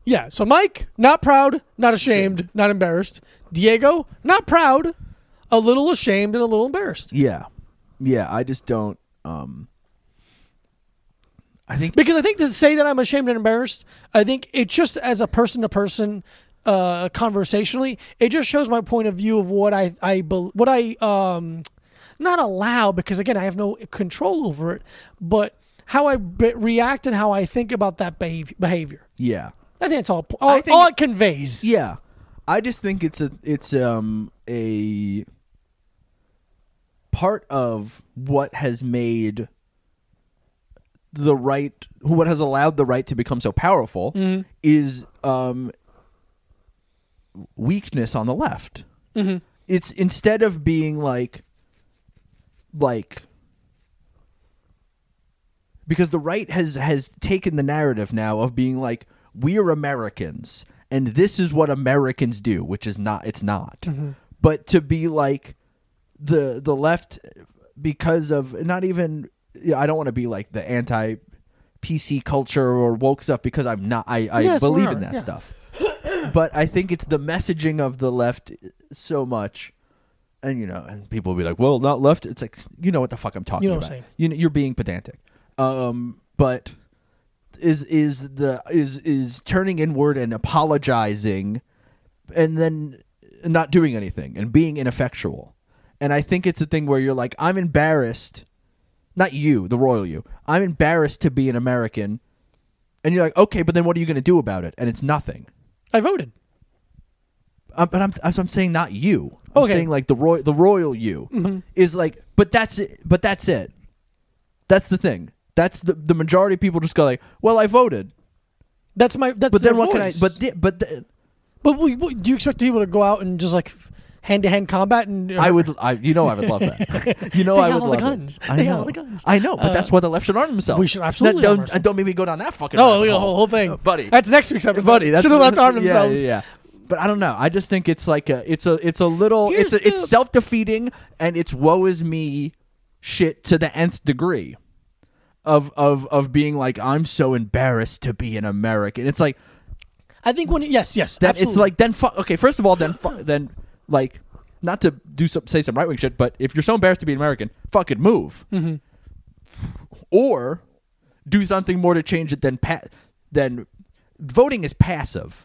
Speaker 3: Yeah. So Mike, not proud, not ashamed, not embarrassed. Diego, not proud, a little ashamed and a little embarrassed.
Speaker 4: Yeah. Yeah, I just don't um I think
Speaker 3: Because I think to say that I'm ashamed and embarrassed, I think it just as a person to person uh conversationally, it just shows my point of view of what I I bel- what I um not allow because again, I have no control over it, but how I be- react and how I think about that behav- behavior.
Speaker 4: yeah.
Speaker 3: I think it's all all,
Speaker 4: think-
Speaker 3: all it conveys.
Speaker 4: Yeah. I just think it's a it's um a part of what has made the right what has allowed the right to become so powerful is um weakness on the left. It's instead of being like like because the right has has taken the narrative now of being like we're Americans and this is what Americans do, which is not it's not.
Speaker 3: Mm-hmm.
Speaker 4: But to be like the the left because of not even yeah, I don't want to be like the anti PC culture or woke stuff because I'm not I, I
Speaker 3: Yes,
Speaker 4: believe
Speaker 3: whatever,
Speaker 4: in that
Speaker 3: yeah.
Speaker 4: stuff. but I think it's the messaging of the left so much and you know, and people will be like, "Well, not left." It's like you know what the fuck I'm talking
Speaker 3: You know what
Speaker 4: about.
Speaker 3: I'm saying.
Speaker 4: You know, you're being pedantic. Um, but is is the is is turning inward and apologizing, and then not doing anything and being ineffectual. And I think it's a thing where you're like, I'm embarrassed. Not you, the royal you. I'm embarrassed to be an American. And you're like, okay, but then what are you going to do about it? And it's nothing.
Speaker 3: I voted.
Speaker 4: Uh, but I'm that's what I'm saying not you. I'm
Speaker 3: Okay. Mm-hmm.
Speaker 4: saying like the royal the royal you is like but that's it but that's it. That's the thing. That's the the majority of people just go like, "Well, I voted."
Speaker 3: That's my that's
Speaker 4: But
Speaker 3: their
Speaker 4: then what can I
Speaker 3: voice.
Speaker 4: but thi- but the,
Speaker 3: But we, we- do you expect people to go out and just like hand to hand combat? And
Speaker 4: I would I you know I would love that. You know
Speaker 3: They
Speaker 4: I
Speaker 3: got
Speaker 4: would
Speaker 3: all the
Speaker 4: love it.
Speaker 3: guns.
Speaker 4: I
Speaker 3: They got
Speaker 4: know.
Speaker 3: all the guns.
Speaker 4: I know, but
Speaker 3: Uh,
Speaker 4: that's why the left should arm themselves.
Speaker 3: we should
Speaker 4: Now,
Speaker 3: absolutely arm
Speaker 4: don't,
Speaker 3: ourselves.
Speaker 4: don't make me go down that fucking
Speaker 3: Oh,
Speaker 4: rabbit
Speaker 3: the
Speaker 4: hole.
Speaker 3: whole thing,
Speaker 4: Uh, buddy.
Speaker 3: That's next week's episode.
Speaker 4: buddy, that's
Speaker 3: should have left arm
Speaker 4: yeah,
Speaker 3: themselves.
Speaker 4: Yeah, yeah. But I don't know. I just think it's like a it's a it's a little
Speaker 3: Here's
Speaker 4: it's a,
Speaker 3: the-
Speaker 4: it's self defeating and it's woe is me shit to the nth degree of of of being like I'm so embarrassed to be an American. It's like
Speaker 3: I think when yes, yes,
Speaker 4: that
Speaker 3: absolutely.
Speaker 4: it's like then fuck. Okay, first of all, then fu- then like not to do some say some right wing shit, but if you're so embarrassed to be an American, fucking move, or do something more to change it than pa- than voting is passive.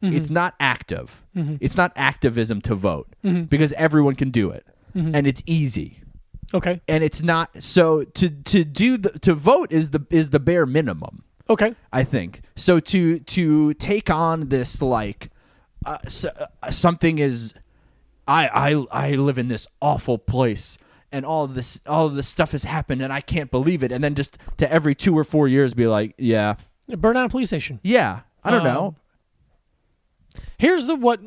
Speaker 4: It's not active. It's not activism to vote because everyone can do it and it's easy
Speaker 3: okay,
Speaker 4: and it's not so to to do the, to vote is the is the bare minimum.
Speaker 3: okay,
Speaker 4: I think so. To to take on this like uh, s uh, something is, I I I live in this awful place, and all of this all of this stuff has happened, and I can't believe it. And then just to every two or four years, be like, yeah,
Speaker 3: burn down a police station.
Speaker 4: yeah, I don't
Speaker 3: Um,
Speaker 4: know.
Speaker 3: Here's the what,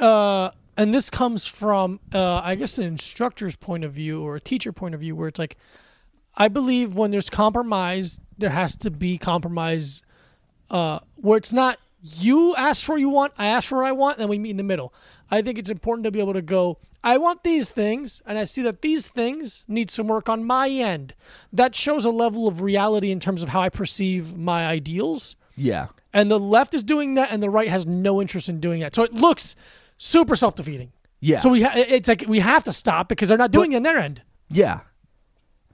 Speaker 3: uh, and this comes from uh, I guess an instructor's point of view or a teacher point of view, where it's like, I believe when there's compromise, there has to be compromise, uh, where it's not you ask for what you want, I ask for what I want, and we meet in the middle. I think it's important to be able to go. I want these things, and I see that these things need some work on my end. That shows a level of reality in terms of how I perceive my ideals.
Speaker 4: Yeah,
Speaker 3: And the left is doing that, and the right has no interest in doing that. So it looks super self defeating.
Speaker 4: Yeah.
Speaker 3: So we ha- it's like we have to stop because they're not doing it on their end.
Speaker 4: yeah,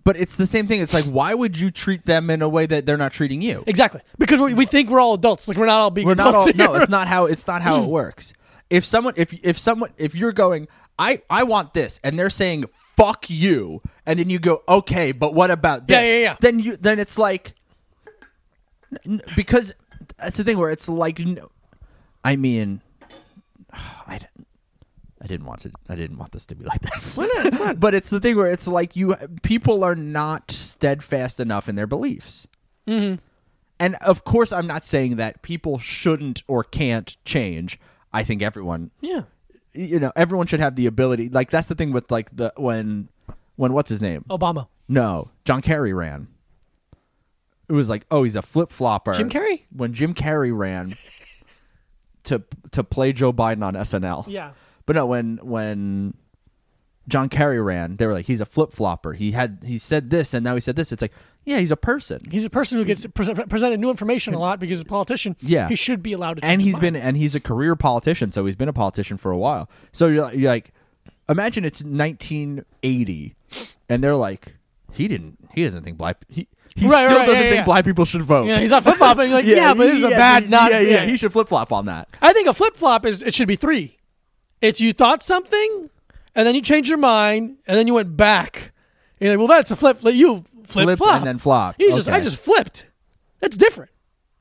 Speaker 4: but it's the same thing. It's like, why would you treat them in a way that they're not treating you?
Speaker 3: Exactly. Because we, we think we're all adults. Like we're not all being
Speaker 4: We're not all.
Speaker 3: adults
Speaker 4: No,
Speaker 3: here.
Speaker 4: it's not how. It's not how it works. If someone, if if someone, if you're going, I I want this, and they're saying fuck you, and then you go, okay, but what about this?
Speaker 3: Yeah, yeah, yeah.
Speaker 4: Then you, then it's like, n- n- because that's the thing where it's like, no, I mean, I. d- I didn't want to. I didn't want this to be like this. but it's the thing where it's like you people are not steadfast enough in their beliefs. And of course, I'm not saying that people shouldn't or can't change. I think everyone,
Speaker 3: Yeah.
Speaker 4: you know, everyone should have the ability. Like that's the thing with like the when, when what's his name?
Speaker 3: Obama.
Speaker 4: No, John Kerry ran. It was like, oh, he's a flip flopper.
Speaker 3: Jim Carrey?
Speaker 4: When Jim Carrey ran to to play Joe Biden on SNL.
Speaker 3: Yeah.
Speaker 4: But no, when when John Kerry ran, they were like, he's a flip flopper. He had he said this and now he said this. It's like, yeah, he's a person.
Speaker 3: He's a person who gets pre- presented new information a lot because he's a politician.
Speaker 4: Yeah.
Speaker 3: He should be allowed to. change
Speaker 4: and
Speaker 3: his
Speaker 4: he's
Speaker 3: mind.
Speaker 4: been and he's a career politician, so he's been a politician for a while. So you're like, you're like imagine it's 1980, and they're like, he didn't, he doesn't think black, he, he
Speaker 3: Right,
Speaker 4: still
Speaker 3: right,
Speaker 4: doesn't
Speaker 3: yeah,
Speaker 4: think
Speaker 3: yeah.
Speaker 4: black people should vote.
Speaker 3: Yeah, he's not flip flopping. Like, yeah, but this is a
Speaker 4: yeah,
Speaker 3: bad.
Speaker 4: he-
Speaker 3: Not.
Speaker 4: yeah, yeah, he should flip flop on that.
Speaker 3: I think a flip flop is it should be three. It's you thought something, and then you changed your mind, and then you went back. You're like, well, that's a flip. You flip
Speaker 4: Flipped
Speaker 3: flop,
Speaker 4: and then flop.
Speaker 3: You just, I
Speaker 4: Okay.
Speaker 3: just flipped. That's different.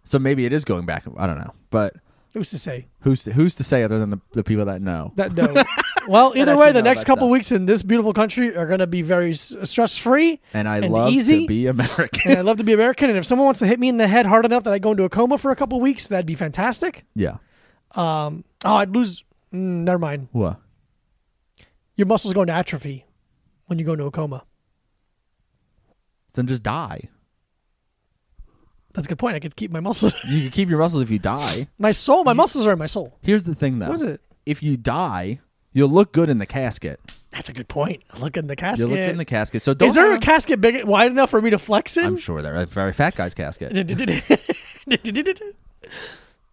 Speaker 4: So maybe it is going back. I don't know, but
Speaker 3: Who's to say
Speaker 4: who's to, who's to say other than the, the people that know?
Speaker 3: that? No. well, either way,
Speaker 4: actually
Speaker 3: the
Speaker 4: know
Speaker 3: next
Speaker 4: about
Speaker 3: couple
Speaker 4: that.
Speaker 3: weeks in this beautiful country are going to be very stress free
Speaker 4: and I love
Speaker 3: easy.
Speaker 4: to be American.
Speaker 3: and I love to be American. And if someone wants to hit me in the head hard enough that I go into a coma for a couple weeks, that'd be fantastic.
Speaker 4: yeah.
Speaker 3: Um, oh, I'd lose. Mm, never mind.
Speaker 4: What?
Speaker 3: Your muscles go into atrophy when you go into a coma.
Speaker 4: Then just die.
Speaker 3: That's a good point. I could keep my muscles.
Speaker 4: You can keep your muscles if you die.
Speaker 3: My soul, my muscles are in my soul.
Speaker 4: Here's the thing, though.
Speaker 3: What is it?
Speaker 4: If you die, you'll look good in the casket.
Speaker 3: That's a good point. Look in the casket.
Speaker 4: You'll look good in the casket. So don't.
Speaker 3: Is there a casket big wide enough for me to flex in?
Speaker 4: I'm sure there a very fat guy's casket.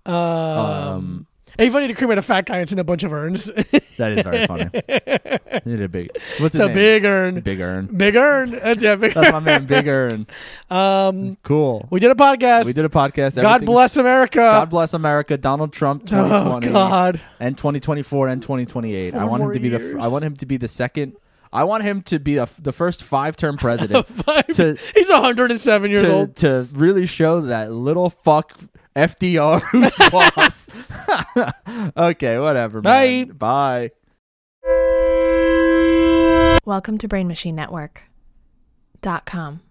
Speaker 4: Um,
Speaker 3: It'd be funny to cremate a fat guy and in a bunch of urns. it's
Speaker 4: that is very funny. Need a big. What's his
Speaker 3: a
Speaker 4: name?
Speaker 3: big urn.
Speaker 4: Big urn.
Speaker 3: Big urn. That's yeah, big
Speaker 4: That's my man, Big Urn.
Speaker 3: Um,
Speaker 4: Cool.
Speaker 3: we did a podcast.
Speaker 4: We did a podcast.
Speaker 3: God
Speaker 4: Everything's-
Speaker 3: bless America. Oh,
Speaker 4: God bless America. Donald Trump. 2020.
Speaker 3: God.
Speaker 4: And 2024 and 2028. I
Speaker 3: Four
Speaker 4: want him
Speaker 3: more
Speaker 4: to be the.
Speaker 3: years.
Speaker 4: I want him to be the second. I want him to be a, the first five-term president to
Speaker 3: He's 107 years
Speaker 4: to,
Speaker 3: old.
Speaker 4: to really show that little fuck FDR who's boss. okay, whatever. man.
Speaker 3: Bye.
Speaker 4: Bye.
Speaker 1: Welcome to Brain Machine Network. dot com.